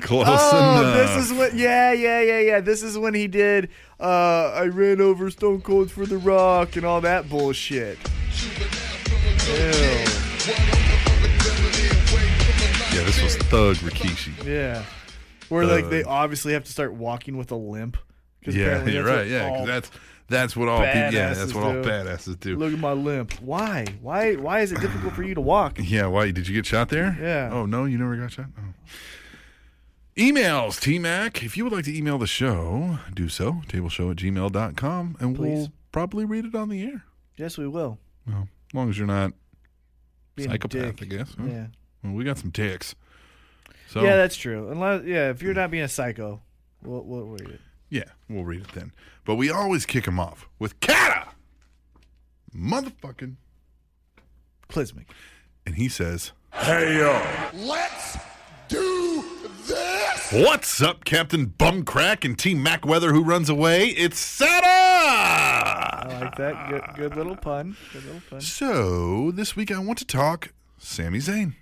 Close
Oh,
enough.
this is what. Yeah, yeah, yeah, yeah. This is when he did. Uh, I ran over Stone Cold for the Rock and all that bullshit. Ew.
yeah, this was Thug Rikishi.
Yeah. Where like they
Uh,
obviously have to start walking with a limp. 'Cause
Yeah,
apparently
you're
that's
right.
what
Yeah, 'cause
all-
that's that's what all people, yeah, that's
badasses
what all
do.
badasses do.
Look at my limp. Why? Why? Why is it difficult for you to walk?
Yeah, why did you get shot there?
Yeah.
Oh no, you never got shot. Oh. Emails, T Mac. If you would like to email the show, do so. Tableshow at gmail.com and
Please.
we'll probably read it on the air.
Yes, we will.
Well, as long as you're not
Being a
psychopath, I
dick.
guess. Oh. Huh?
Yeah.
Well, we got some ticks. So
Yeah, that's true. Unless, yeah, if you're not being a psycho, we'll, we'll read it.
yeah, we'll read it then. But we always kick them off with Kata. Motherfucking
Clismic.
and he says
Hey yo. Let's do this.
What's up, Captain Bumcrack and Team Mac Weather who runs away? It's Santa!
I like that. Good, good little pun. Good little pun.
So, this week I want to talk Sami Zayn.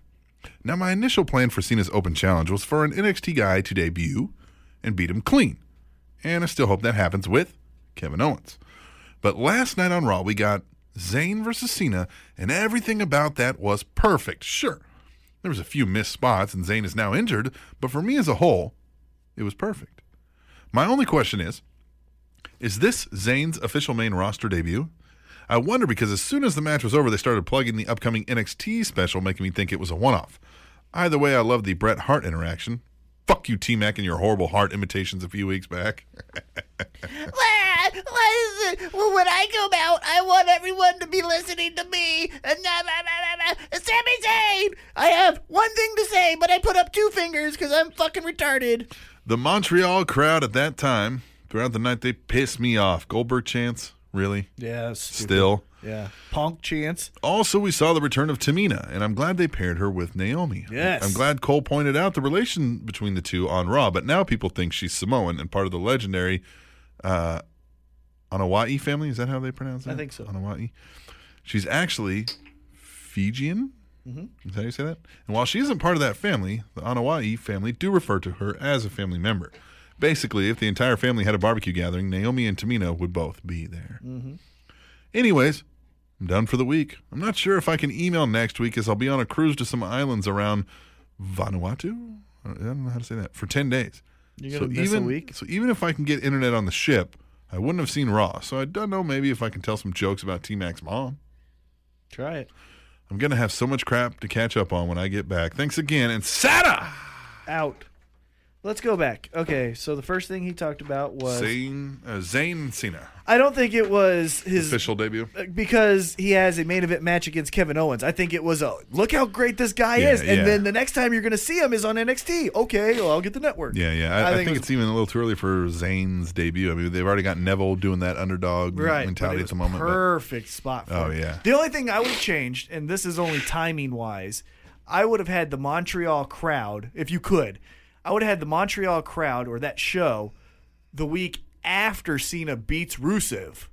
Now, my initial plan for Cena's open challenge was for an NXT guy to debut and beat him clean. And I still hope that happens with Kevin Owens. But last night on Raw, we got Zayn versus Cena, and everything about that was perfect. Sure, there was a few missed spots, and Zayn is now injured, but for me as a whole, it was perfect. My only question is Is this Zayn's official main roster debut? I wonder because as soon as the match was over, they started plugging the upcoming NXT special, making me think it was a one off. Either way, I love the Bret Hart interaction. Fuck you, T Mac, and your horrible heart imitations a few weeks back.
What is it? Well, when I come out, I want everyone to be listening to me. And uh, blah, blah, blah, blah. Sami Zayn! I have one thing to say, but I put up two fingers because I'm fucking retarded.
The Montreal crowd at that time, throughout the night, they pissed me off. Goldberg chance? Really?
Yeah. that's stupid.
Still.
Yeah. Punk chance.
Also, we saw the return of Tamina, and I'm glad they paired her with Naomi.
Yes.
I'm glad Cole pointed out the relation between the two on Raw, but now people think she's Samoan and part of the legendary uh, Anawai family. Is that how they pronounce it?
I think so.
Anawai. She's actually Fijian.
Mm-hmm.
Is that how you say that? And while she isn't part of that family, the Anawai family do refer to her as a family member. Basically, if the entire family had a barbecue gathering, Naomi and Tamina would both be there. Anyways, I'm done for the week. I'm not sure if I can email next week as I'll be on a cruise to some islands around Vanuatu. I don't know how to say that for ten days.
You're gonna miss a
even,
week?
So even if I can get internet on the ship, I wouldn't have seen Raw. So I don't know maybe if I can tell some jokes about T Mac's mom.
Try it.
I'm gonna have so much crap to catch up on when I get back. Thanks again, and Sata.
Out. Let's go back. Okay, so the first thing he talked about was
Zane, uh, Zane Cena
I don't think it was his
official debut.
Uh, because he has a main event match against Kevin Owens. I think it was a look how great this guy
Yeah,
is, and
yeah.
then the next time you're going to see him is on NXT. Okay, well, I'll get the network.
Yeah, yeah. I, I think,
it was-
it's even a little too early for Zane's debut. I mean, they've already got Neville doing that underdog
right but
mentality
it
at
was
the moment. but-
Perfect spot. For
Oh,
him.
yeah.
The only thing I would have changed, and this is only timing wise, I would have had the Montreal crowd if you could. I would have had the Montreal crowd or that show the week after Cena beats Rusev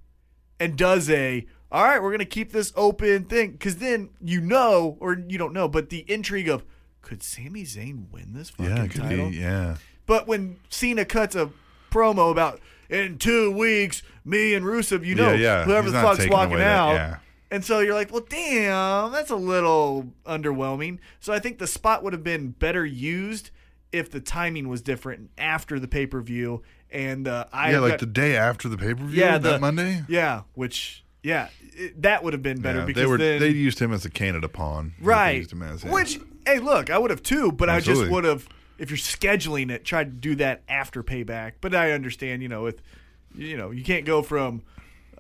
and does a all right, we're gonna keep this open thing because then you know, or you don't know, but the intrigue of could Sami Zayn win this fucking
yeah, it could
title?
be. Yeah.
But when Cena cuts a promo about in two weeks, me and Rusev, you know,
Yeah, yeah.
whoever
He's
the
not
fuck's
taking away
walking
that-
out.
yeah.
And so you're like, well, damn, that's a little underwhelming. So I think the spot would have been better used if the timing was different after the pay per view. And uh, I
yeah, like
got-
the day after the pay per view.
yeah
that Monday.
yeah, which yeah, it, that would have been better
Yeah,
because
they were
then
they used him as a Canada pawn. They
right
used him as, yeah.
which hey look i would have too but i
Absolutely.
just would have if you're scheduling it tried to do that after payback but i understand you know if you know you can't go from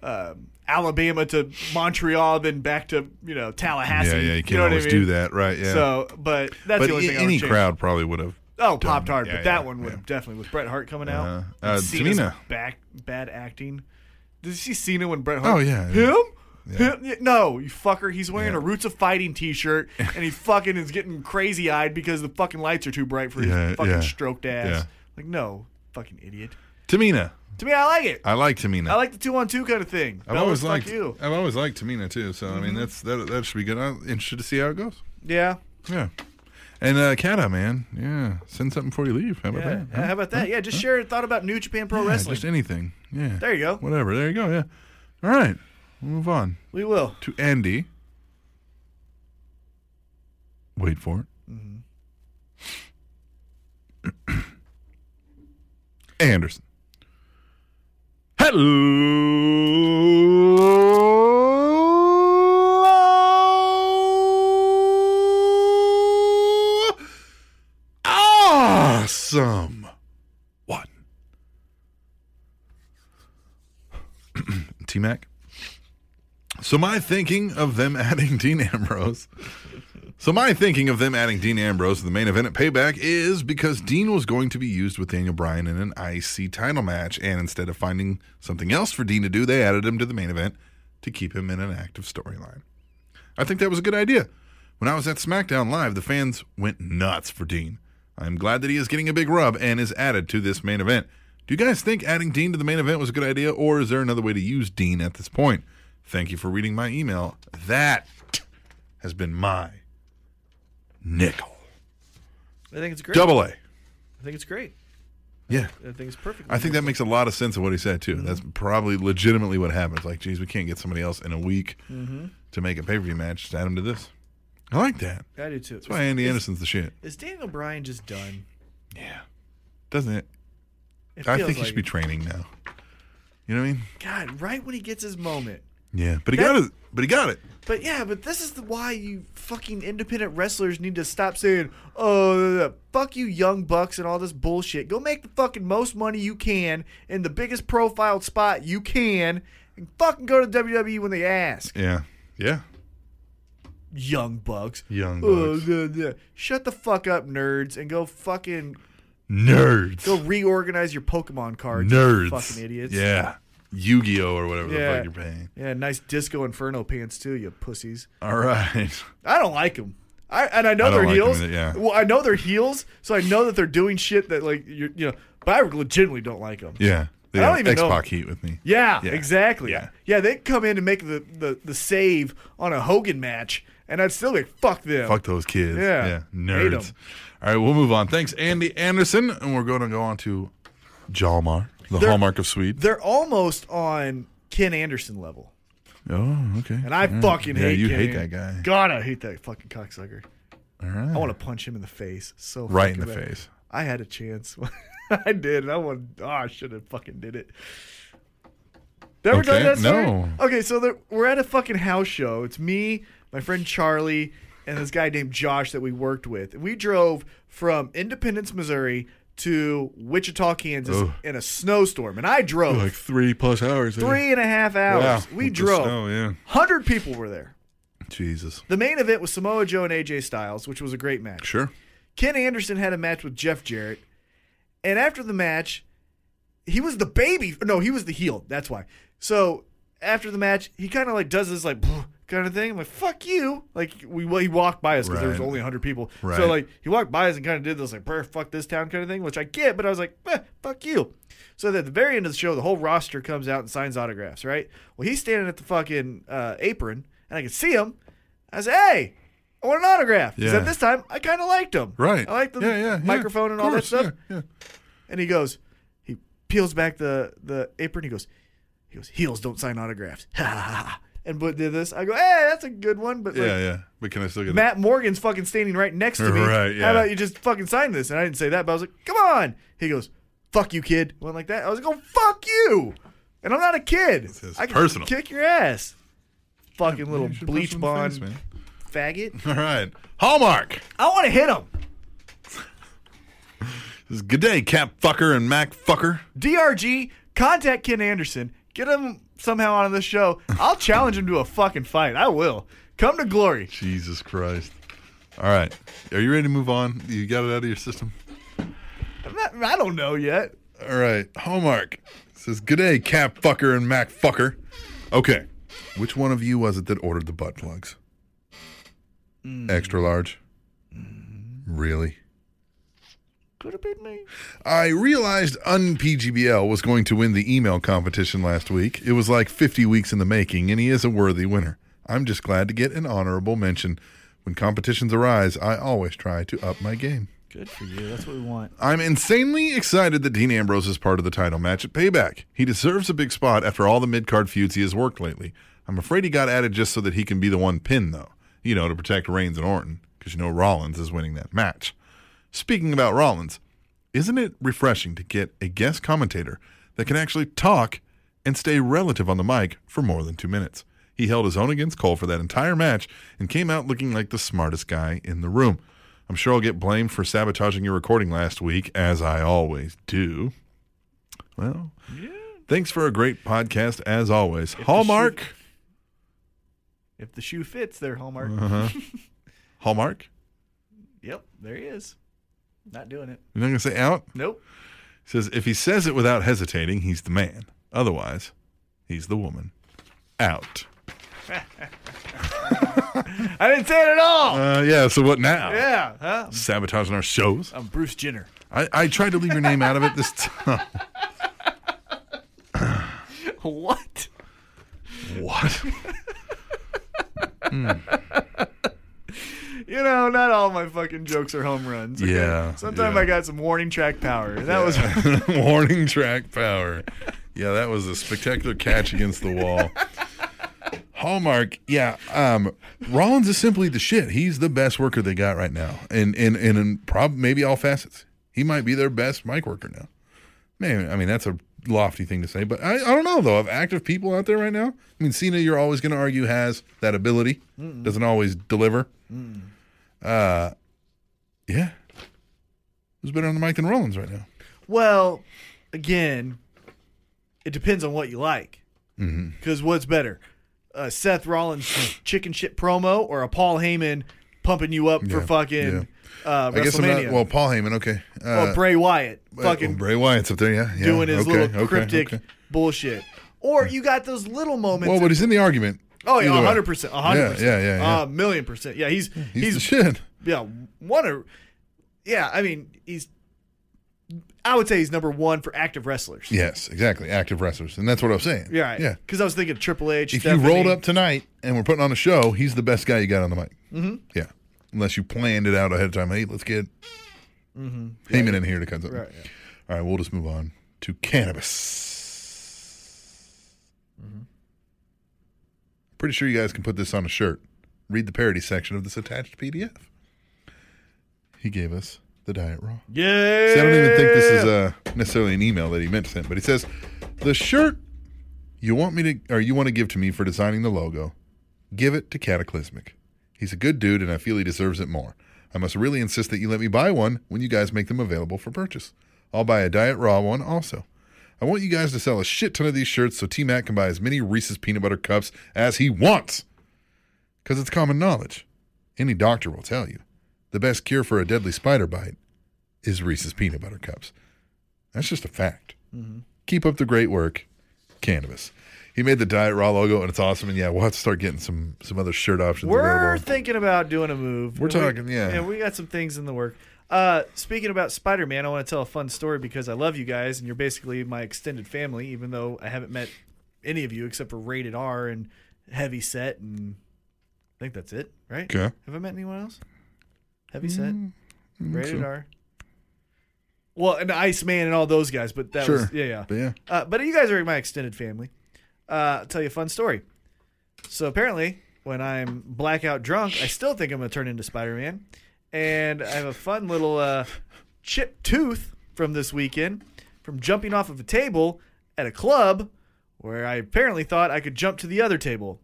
um, alabama to montreal then back to you know tallahassee
yeah, yeah, you can't
know what I
always
mean?
do that, right? Yeah.
so but that's
but
the only
a-
thing I would
any
change.
crowd probably would have.
oh
done-
popped hard
yeah, Uh,
but that
yeah,
one would
yeah.
have definitely with bret hart coming
Uh-huh.
out
Uh,
Cena's
Tamina.
back bad acting Did you see Cena when Bret Hart?
Oh, yeah.
him. Him? Yeah, No, you fucker. He's wearing a Roots of Fighting T-shirt, and he fucking is getting crazy eyed because the fucking lights are too bright for his
Yeah,
fucking
yeah.
stroked ass.
Yeah.
Like, no, fucking idiot.
Tamina.
To me, I like it.
I like Tamina.
I like the two-on-two kind of thing.
I've
Bella,
always
fuck
liked
you. Mm-hmm.
I've always liked Tamina too. So I mean, that's that that should be good. I'm interested to see how it goes.
Yeah,
Yeah. And uh Kata, man. Yeah. Send something before you leave. How about
yeah.
that? huh?
How about that? Yeah, just share a thought about New Japan Pro
Yeah,
Wrestling.
Just anything. Yeah.
There you go.
Whatever. There you go. Yeah. All right. We'll move on
we will.
to Andy. Wait for it. Anderson. Hello. Awesome. One. T Mac. So my thinking of them adding Dean Ambrose. So my thinking of them adding Dean Ambrose to the main event at Payback is because Dean was going to be used with Daniel Bryan in an IC title match, and instead of finding something else for Dean to do, they added him to the main event to keep him in an active storyline. I think that was a good idea. When I was at SmackDown Live, the fans went nuts for Dean. I'm glad that he is getting a big rub and is added to this main event. Do you guys think adding Dean to the main event was a good idea, or is there another way to use Dean at this point? Thank you for reading my email. That has been my nickel.
I think it's great.
Double A.
I think it's great.
Yeah.
I think it's perfect.
I think that makes a lot of sense of what he said too. That's probably legitimately what happens. Like, geez, we can't get somebody else in a week to make a pay per view match. Just add him to this. I like that.
I do too.
That's why Andy Anderson's the shit,
Is Daniel Bryan just done?
doesn't it?
It
I
feels
think he
like
should be training now. You know what I mean?
it. God, right when he gets his moment.
Yeah, but he
That-
got it. But he got it.
But yeah, but this is the, why you fucking independent wrestlers need to stop saying, "Oh, uh, fuck you, young bucks" and all this bullshit. Go make the fucking most money you can in the biggest profiled spot you can, and fucking go to WWE when they ask.
Yeah, yeah.
Young bucks.
Young
Oh,
Bucks.
yeah, yeah. Shut the fuck up, nerds, and go fucking
Nerds.
go reorganize your Pokemon cards. you
Nerds.
fucking idiots.
Yeah. Yu Gi Oh or whatever
Yeah.
the fuck you're paying.
Yeah, nice disco inferno pants too, you pussies.
All right.
I don't like them. I and I know
I don't
they're
like 'em
heels.
either, yeah.
Well, I know they're heels, so I know that they're doing shit that like you you know. But I legitimately don't like them.
Yeah. They
I don't
have
even know.
X-Pac heat with me.
Yeah,
Yeah.
exactly.
Yeah.
Yeah. they come in and make the, the the save on a Hogan match, and I'd still be like, fuck them.
Fuck those kids.
Yeah. Hate 'em.
Nerds. All right, we'll move on. Thanks, Andy Anderson, and we're going to go on to Jalmar, the
They're-
hallmark of Swede.
They're almost on Ken Anderson level,
Oh, okay.
and I
All right.
fucking
yeah,
hate.
you
Ken
hate
An-
that guy.
God, I hate that fucking cocksucker.
All right.
I want to punch him in the face. So
Mm. Right in
fucking
the
bad.
face.
I had a chance. I did. and I won. Oh, I should have fucking did it. Never
Okay,
done that story?
no.
Okay, so there, we're at a fucking house show. It's me, my friend Charlie, and this guy named Josh that we worked with. And we drove from Independence, Missouri to Wichita, Kansas
Ugh.
in a snowstorm. And I drove
Like three plus hours. eh?
three and a half
Wow,
hours. We
with the
drove.
snow, yeah.
100 people were there.
Jesus.
The main event was Samoa Joe and AJ Styles, which was a great match.
Sure.
Ken Anderson had a match with Jeff Jarrett, and after the match, he was the baby. No, he was the heel. That's why. So after the match, he kind of like does this like kind of thing. I'm like, "Fuck you!" Like we well, he walked by us because there was
Right.
only 100 people.
Right.
So like he walked by us and kind of did this like "Brr, "fuck this town" kind of thing, which I get, but I was like, "Eh, "Fuck you." So that at the very end of the show, the whole roster comes out and signs autographs. Right? Well, he's standing at the fucking uh, apron, and I can see him. I say, "Hey." I want an autograph. 'Cause
Yeah.
at this time, I kind of liked him.
Right.
I like the
yeah, yeah, yeah.
microphone and
Of
all that
course,
stuff.
Yeah, yeah.
And he goes, he peels back the the apron. He goes, he goes, heels don't sign autographs. Ha ha ha, ha. And but did this. I go, hey, that's a good one. But like,
yeah, yeah. But can I still get that?
Matt Morgan's fucking standing right next to me.
Right, yeah.
How about you just fucking sign this? And I didn't say that, but I was like, come on. He goes, fuck you, kid. Went like that. I was like, oh, fuck you. And I'm not a kid.
is
I can
personal.
Kick your ass. Fucking
Yeah,
little
you should punch him
bleach
in the
bond
face, man.
faggot.
All right. Hallmark.
I want to hit him.
This is good day, Cap Fucker and Mac Fucker.
DRG, contact Ken Anderson. Get him somehow on this show. I'll challenge him to a fucking fight. I will. Come to glory.
Jesus Christ. All right. Are you ready to move on? You got it out of your system?
I'm not- I don't know yet.
All right. Hallmark. This Says, "Good day, Cap fucker and Mac fucker." Okay, which one of you was it that ordered the butt plugs?
Hmm.
Extra large. Really?
Could have been me.
I realized UnPGBL was going to win the email competition last week. It was like 50 weeks in the making, and he is a worthy winner. I'm just glad to get an honorable mention. When competitions arise, I always try to up my game.
Good for you. That's what we want.
I'm insanely excited that Dean Ambrose is part of the title match at Payback. He deserves a big spot after all the mid card feuds he has worked lately. I'm afraid he got added just so that he can be the one pin, though, you know, to protect Reigns and Orton, because you know Rollins is winning that match. Speaking about Rollins, isn't it refreshing to get a guest commentator that can actually talk and stay relative on the mic for more than two minutes? He held his own against Cole for that entire match and came out looking like the smartest guy in the room. I'm sure I'll get blamed for sabotaging your recording last week, as I always do. Well, thanks for a great podcast, as always. Hallmark,
If the shoe fits, there, Hallmark.
Hallmark.
Yep, there he is. Not doing it.
You're not going to say out?
Nope.
He says, if he says it without hesitating, he's the man. Otherwise, he's the woman. Out.
I didn't say it at all.
Uh, yeah, so what now?
Yeah, huh?
Sabotaging our shows?
I'm Bruce Jenner.
I, I tried to leave your name out of it this time.
What?
what?
You know, not all my fucking jokes are home runs. okay?
Yeah,
Sometimes
yeah.
I got some warning track power. and That was
Warning track power. Yeah, that was a spectacular catch against the wall. Hallmark, yeah. Um, Rollins is simply the shit. He's the best worker they got right now, and and and in prob- maybe all facets. He might be their best mic worker now. Man, I mean that's a lofty thing to say, but I, I don't know though. Of active people out there right now, I mean Cena, you're always going to argue has that ability, doesn't always deliver. Uh, yeah, who's better on the mic than Rollins right now?
well. Again, it depends on what you like.
Mm-hmm.
Because what's better, a Seth Rollins chicken shit promo or a Paul Heyman pumping you up for
Yeah,
fucking uh,
I guess I'm
WrestleMania?
not. Well, Paul Heyman, okay. Uh,
or Bray Wyatt
uh,
fucking
Bray Wyatt's up there, yeah. yeah.
doing his
okay,
little
okay,
cryptic
okay.
bullshit. Or you got those little moments.
Well, but he's in the argument.
oh yeah,
Either way.
hundred percent, hundred percent,
Yeah, yeah, yeah. yeah.
a million percent. Yeah, he's
he's,
he's,
the shit.
yeah one of yeah. I mean, he's I would say he's number one for active wrestlers.
Yes, exactly. Active wrestlers, and that's what I was saying.
Yeah, right.
yeah.
Because I was thinking Triple H.
If
Stephanie.
you rolled up tonight and we're putting on a show, he's the best guy you got on the mic. Mm-hmm. Yeah, unless you planned it out ahead of time. Hey, let's get Heyman in here to cut something.
Right, Mm-hmm. yeah.
All right, we'll just move on to cannabis.
Mm-hmm.
Pretty sure you guys can put this on a shirt. Read the parody section of this attached PDF. He gave us the Diet Raw.
yeah,
See, I don't even think this is uh, necessarily an email that he meant to send, but he says, "The shirt you want me to, or you want to give to me for designing the logo, give it to Cataclysmic. He's a good dude, and I feel he deserves it more. I must really insist that you let me buy one when you guys make them available for purchase. I'll buy a Diet Raw one also." I want you guys to sell a shit ton of these shirts so T Mac can buy as many Reese's peanut butter cups as he wants. Because it's common knowledge. Any doctor will tell you the best cure for a deadly spider bite is Reese's peanut butter cups. That's just a fact.
Mm-hmm.
Keep up the great work, cannabis. He made the Diet Raw logo and it's awesome. And yeah, we'll have to start getting some some other shirt options
We're
available.
thinking about doing a move.
We're
And we-
talking, yeah.
And we got some things in the work. Uh, speaking about Spider Man, I want to tell a fun story because I love you guys, and you're basically my extended family, even though I haven't met any of you except for Rated R and Heavy Set, and I think that's it, right?
Okay. Mm,
Have I met anyone else? Heavy Set, Rated
so.
R. Well, and Iceman and all those guys, but that
Sure.
was yeah, yeah.
But yeah.
Uh, but you guys are my extended family. Uh, I'll tell you a fun story. So apparently, when I'm blackout drunk, I still think I'm going to turn into Spider Man. And I have a fun little uh, chipped tooth from this weekend from jumping off of a table at a club where I apparently thought I could jump to the other table.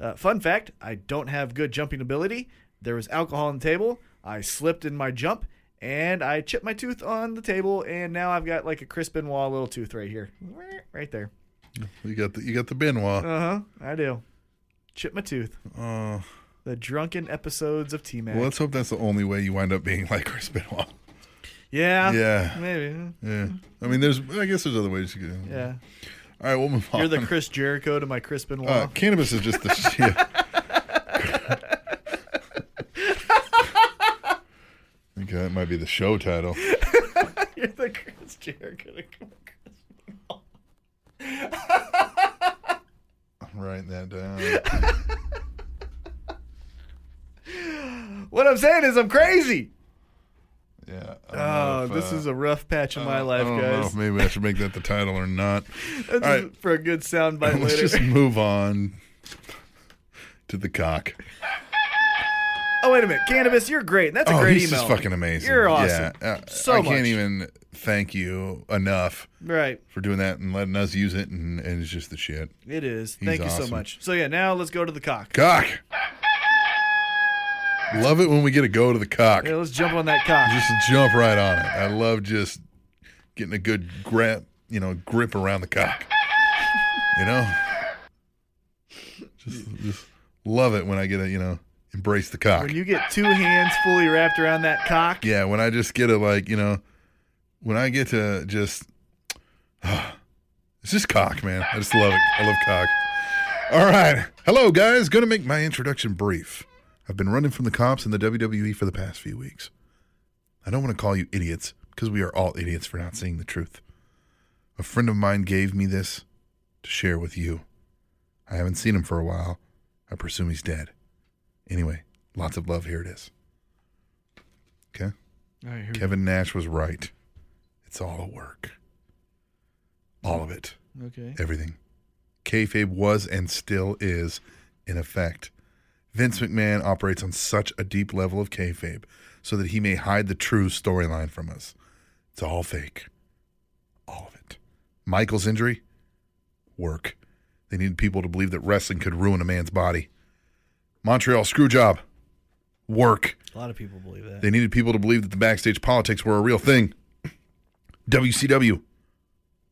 Uh, fun fact I don't have good jumping ability. There was alcohol on the table. I slipped in my jump and I chipped my tooth on the table. And now I've got like a Chris Benoit little tooth right here. Right there.
You got the you got the Benoit.
Uh huh. I do. Chip my tooth.
Uh,
The drunken episodes of T Mac.
well, let's hope that's the only way you wind up being like Chris Benoit.
Yeah.
Yeah.
Maybe.
Yeah. I mean, there's. I guess there's other ways you could.
mm-hmm. Yeah.
All right, we'll move on.
You're the Chris Jericho to my Chris Benoit.
Uh, cannabis is just the yeah. I think that might be the show title.
You're the Chris Jericho to my Chris.
Write that down.
What I'm saying is I'm crazy.
Yeah.
Oh, this is a rough patch in my life,
uh, I don't know
guys.
if maybe I should make that the title or not. All
This is
right,
For a good soundbite
let's
later.
just move on to the cock.
Oh wait a minute, cannabis, you're great. That's a
oh,
great
he's
email.
just fucking amazing.
You're awesome.
Yeah, uh,
So
I
much.
can't even thank you enough
Right,
for doing that and letting us use it, and, and it's just the shit.
it is.
He's
Thank you so
awesome.
much. So yeah, now let's go to the cock.
Cock. Love it when we get to go to the cock.
Yeah, let's jump on that cock.
Just jump right on it. I love just getting a good grip, you know, grip around the cock. You know, just, just love it when I get a, you know, embrace the cock.
When you get two hands fully wrapped around that cock,
yeah, when I just get a like, you know, when I get to just, it's just cock, man. I just love it. I love cock. All right, hello guys. Going to make my introduction brief. I've been running from the cops in the WWE for the past few weeks. I don't want to call you idiots because we are all idiots for not seeing the truth. A friend of mine gave me this to share with you. I haven't seen him for a while. I presume he's dead. Anyway, lots of love. Here it is. Okay. Kevin Nash was right. It's all a work. All of it.
okay.
Everything. Kayfabe was and still is in effect. Vince McMahon operates on such a deep level of kayfabe so that he may hide the true storyline from us. It's all fake. All of it. Michael's injury? Work. They needed people to believe that wrestling could ruin a man's body. Montreal Screwjob? Work.
A lot of people believe that.
They needed people to believe that the backstage politics were a real thing. WCW,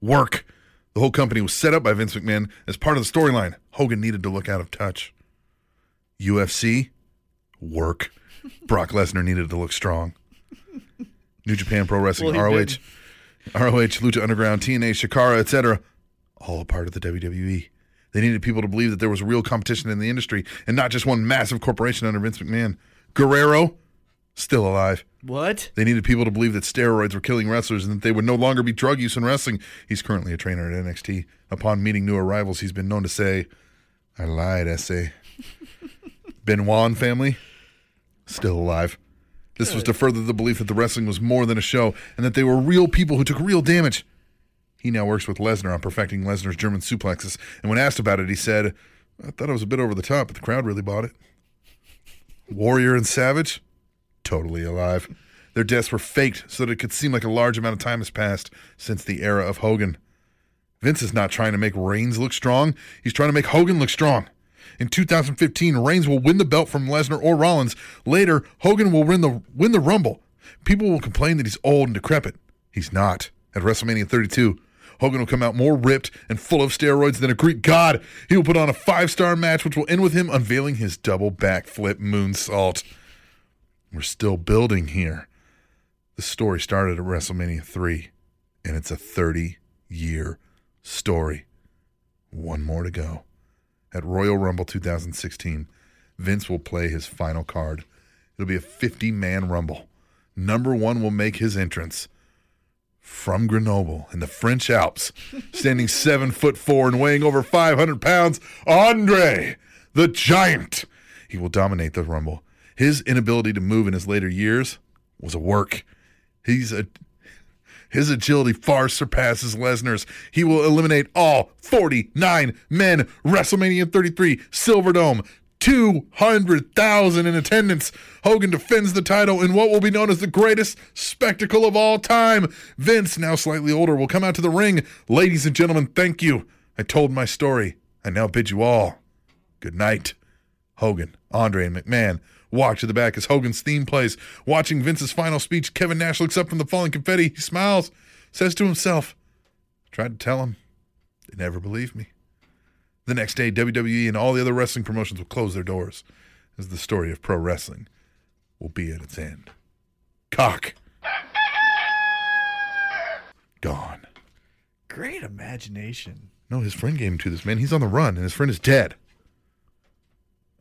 work. The whole company was set up by Vince McMahon as part of the storyline. Hogan needed to look out of touch. UFC, work. Brock Lesnar needed to look strong. New Japan Pro Wrestling,
Well, he
ROH,
did.
ROH, Lucha Underground, TNA, Shikara, etc. All a part of the WWE. They needed people to believe that there was real competition in the industry and not just one massive corporation under Vince McMahon. Guerrero, still alive.
What?
They needed people to believe that steroids were killing wrestlers and that they would no longer be drug use in wrestling. He's currently a trainer at NXT. Upon meeting new arrivals, he's been known to say, I lied, essay. Benoit and family, still alive. This was to further the belief that the wrestling was more than a show and that they were real people who took real damage. He now works with Lesnar on perfecting Lesnar's German suplexes. And when asked about it, he said, I thought it was a bit over the top, but the crowd really bought it. Warrior and Savage, totally alive. Their deaths were faked so that it could seem like a large amount of time has passed since the era of Hogan. Vince is not trying to make Reigns look strong, he's trying to make Hogan look strong. In 2015, Reigns will win the belt from Lesnar or Rollins. Later, Hogan will win the win the Rumble. People will complain that he's old and decrepit. He's not. At WrestleMania 32, Hogan will come out more ripped and full of steroids than a Greek god. He will put on a five-star match which will end with him unveiling his double backflip moonsault. We're still building here. The story started at WrestleMania 3, and it's a 30 year story. One more to go. At Royal Rumble 2016, Vince will play his final card. It'll be a 50 man Rumble. Number one will make his entrance from Grenoble in the French Alps, standing seven foot four and weighing over 500 pounds, Andre the Giant. He will dominate the Rumble. His inability to move in his later years was a work. He's a his agility far surpasses Lesnar's. He will eliminate all 49 men. WrestleMania 33, Silverdome. 200,000 in attendance. Hogan defends the title in what will be known as the greatest spectacle of all time. Vince, now slightly older, will come out to the ring. Ladies and gentlemen, thank you. I told my story. I now bid you all good night. Hogan, Andre, and McMahon walk to the back as Hogan's theme plays. Watching Vince's final speech, Kevin Nash looks up from the falling confetti. He smiles, says to himself, Tried to tell him. They never believed me. The next day, WWE and all the other wrestling promotions will close their doors as the story of pro wrestling will be at its end. Cock. Gone.
Great imagination.
No, his friend gave him to this man. He's on the run, and his friend is dead.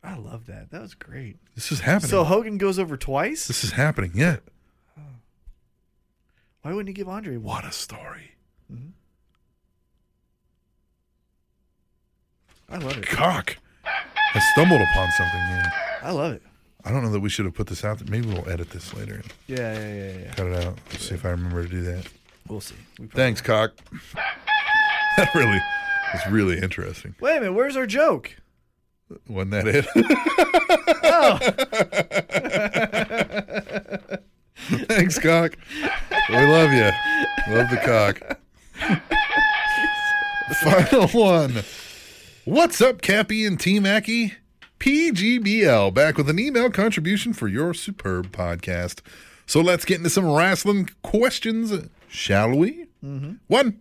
I love that. That was great.
This is happening.
So Hogan goes over twice.
this is happening. Yeah.
Why wouldn't he give Andre one?
What a story.
I love it.
Cock. I stumbled upon something. Man.
I love it.
I don't know that we should have put this out. there. Maybe we'll edit this later and
Yeah, yeah, yeah, yeah.
cut it out. see if I remember to do that.
We'll see. We probably-
Thanks, cock. that really was really interesting.
Wait a minute. Where's our joke?
Wasn't that it? Thanks, cock. We love you. Love the cock. Final one. What's up, Cappy and T Mackey? PGBL back with an email contribution for your superb podcast. So let's get into some wrestling questions, shall we? Mm-hmm. One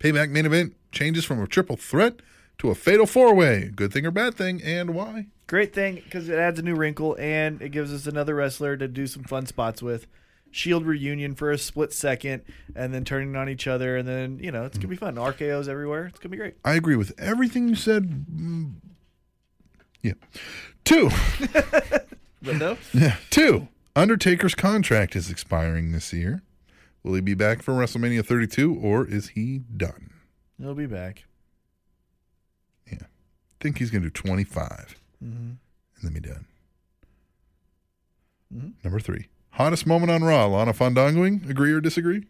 payback main event changes from a triple threat to a fatal four way. Good thing or bad thing, and why?
Great thing because it adds a new wrinkle and it gives us another wrestler to do some fun spots with. Shield reunion for a split second and then turning on each other. And then, you know, it's going to be fun. RKOs everywhere. It's going to be great.
I agree with everything you said. Mm. Yeah. Two.
But no,
Yeah. Two. Undertaker's contract is expiring this year. Will he be back for WrestleMania 32 or is he done?
he'll be back.
Yeah. think he's going to do 25 and then be done. Number three. Hottest moment on Raw, Lana Fandangoing. Agree or disagree?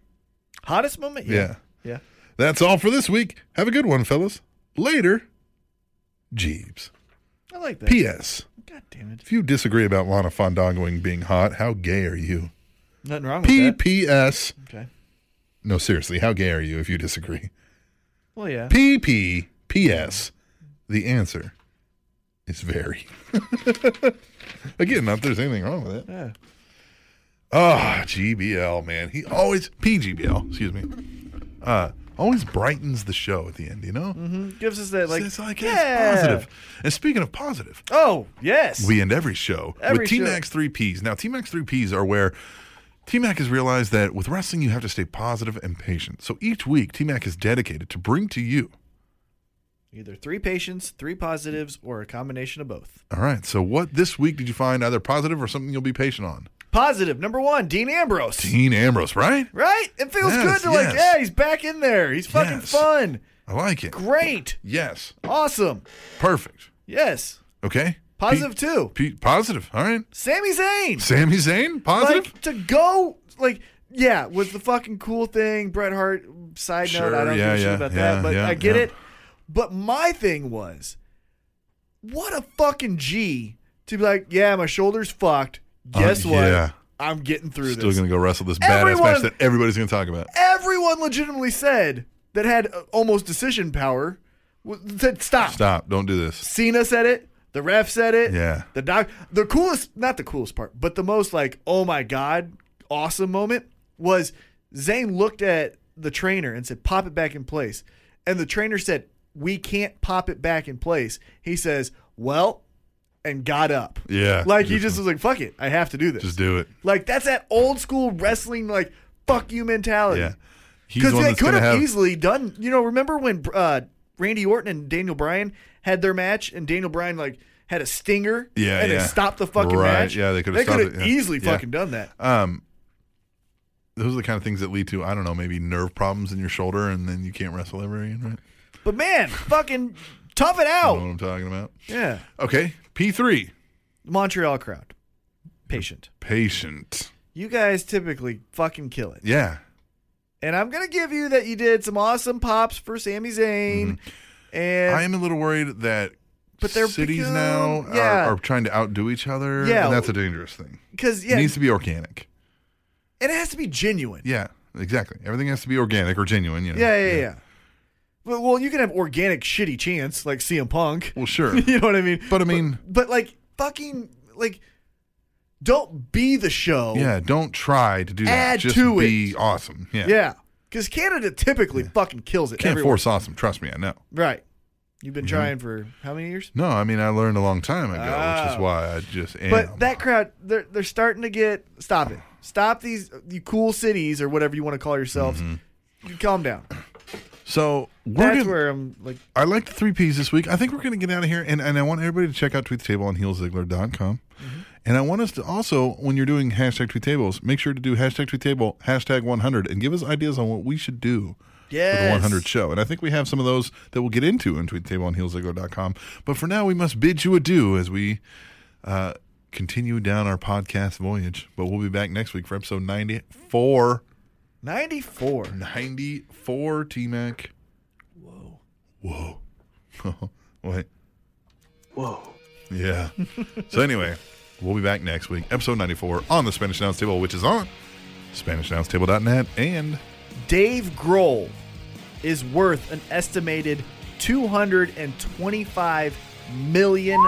Hottest moment?
Yeah.
Yeah.
That's all for this week. Have a good one, fellas. Later, Jeeves.
I like that.
P.S.
God damn it.
If you disagree about Lana Fandangoing being hot, how gay are you?
Nothing wrong with that.
PPS.
Okay.
No, seriously, how gay are you if you disagree?
Well, yeah.
PPPS. The answer is very. Again, not that there's anything wrong with it.
Yeah.
Ah, GBL, man. He always, PGBL, excuse me, uh, always brightens the show at the end, you know? Mm-hmm.
Gives us that, like,
it's like,
yeah.
it's positive. And speaking of positive,
Oh, yes.
we end every show
Every
with
show.
T Mac's three P's. Now, T Mac's three P's are where T Mac has realized that with wrestling, you have to stay positive and patient. So each week, T Mac is dedicated to bring to you.
Either three patients, three positives, or a combination of both.
All right. So, what this week did you find either positive or something you'll be patient on?
Positive number one, Dean Ambrose.
Dean Ambrose, right?
Right? It feels
Yes,
good to like,
yes.
yeah, he's back in there. He's fucking
Yes.
fun.
I like it.
Great.
Yes.
Awesome.
Perfect.
Yes.
Okay.
Positive too.
P- positive. All right.
Sami Zayn.
Sami Zayn, positive.
Like to go like yeah, was the fucking cool thing. Bret Hart side
Sure,
note, I don't
yeah,
give a shit
yeah,
about
yeah,
that, but
yeah,
I get
yeah.
it. But my thing was what a fucking G to be like, yeah, my shoulder's fucked.
Uh,
Guess what?
yeah.
I'm getting through
Still
this.
going to go wrestle this badass
Everyone-
match that everybody's going to talk about.
Everyone legitimately said that had uh, almost decision power w- said stop.
Stop. Don't do this.
Cena said it. The ref said it.
Yeah.
The doc. The coolest, not the coolest part, but the most like, oh my god, awesome moment was Zayn looked at the trainer and said, "Pop it back in place," and the trainer said, "We can't pop it back in place." He says, "Well," and got up.
Yeah.
Like he just was like, "Fuck it, I have to do this."
Just do it.
Like that's that old school wrestling like fuck you mentality.
Yeah. He's
Because
the one
they
that's
could
gonna
have
have-
easily done. You know, remember when uh, Randy Orton and Daniel Bryan had their match, and Daniel Bryan like had a stinger,
Yeah,
and
yeah.
they stopped the fucking
Right,
match.
yeah, they could've
they
stopped
could've
it, yeah.
easily
Yeah.
fucking done that.
Um, those are the kind of things that lead to I don't know maybe nerve problems in your shoulder and then you can't wrestle ever again. Right?
But man, fucking tough it
You know
out.
what I'm talking about?
Yeah,
Okay, P three,
Montreal crowd, patient.
patient.
You guys typically fucking kill it,
Yeah,
and I'm gonna give you that. You did some awesome pops for Sami Zayn,
Mm-hmm.
and
I am a little worried that
But they're
cities
become-
now are-
yeah.
are, trying to outdo each other.
Yeah.
and that's a dangerous thing.
because
It
yeah,
needs to be organic.
and it has to be genuine.
Yeah, exactly. Everything has to be organic or genuine. You know?
Yeah, yeah, yeah. Well, well, you can have organic shitty chance like CM Punk.
Well, sure,
you know what I mean?
but I mean,
But like fucking like don't be the show.
yeah. Don't try to do that.
Add
Just
to
be awesome. Yeah,
Yeah. Cuz Canada typically fucking kills it
Can't
everywhere.
force Mm-hmm. awesome. Trust me, I know.
Right. You've been trying for how many years?
No, I mean I learned a long time ago, which is
Oh.
why I just am.
But that crowd they're they're starting to get stop it. Stop these you cool cities or whatever you want to call yourselves. you calm down.
So Mm-hmm. we're
That's
gonna-
where I'm like,
I like the three P's this week. I think we're going to get out of here, and, and I want everybody to check out Tweet the Table on heelzigler.com.
Mm-hmm.
And I want us to also, when you're doing hashtag Tweet Tables, make sure to do hashtag Tweet Table, hashtag 100, and give us ideas on what we should do for the
Yes.
100 show. And I think we have some of those that we'll get into in Tweet the Table on heelzigler.com. But for now, we must bid you adieu as we uh, continue down our podcast voyage. But we'll be back next week for episode 94.
94.
94 T Mac. Whoa. Whoa. Wait. Whoa. Yeah. so anyway, we'll be back next week, episode 94 on the Spanish Announce Table, which is on SpanishAnnounceTable.net and
Dave Grohl is worth an estimated $225 million.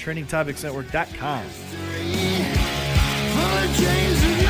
TrendingTopicsNetwork.com.
Full of chains and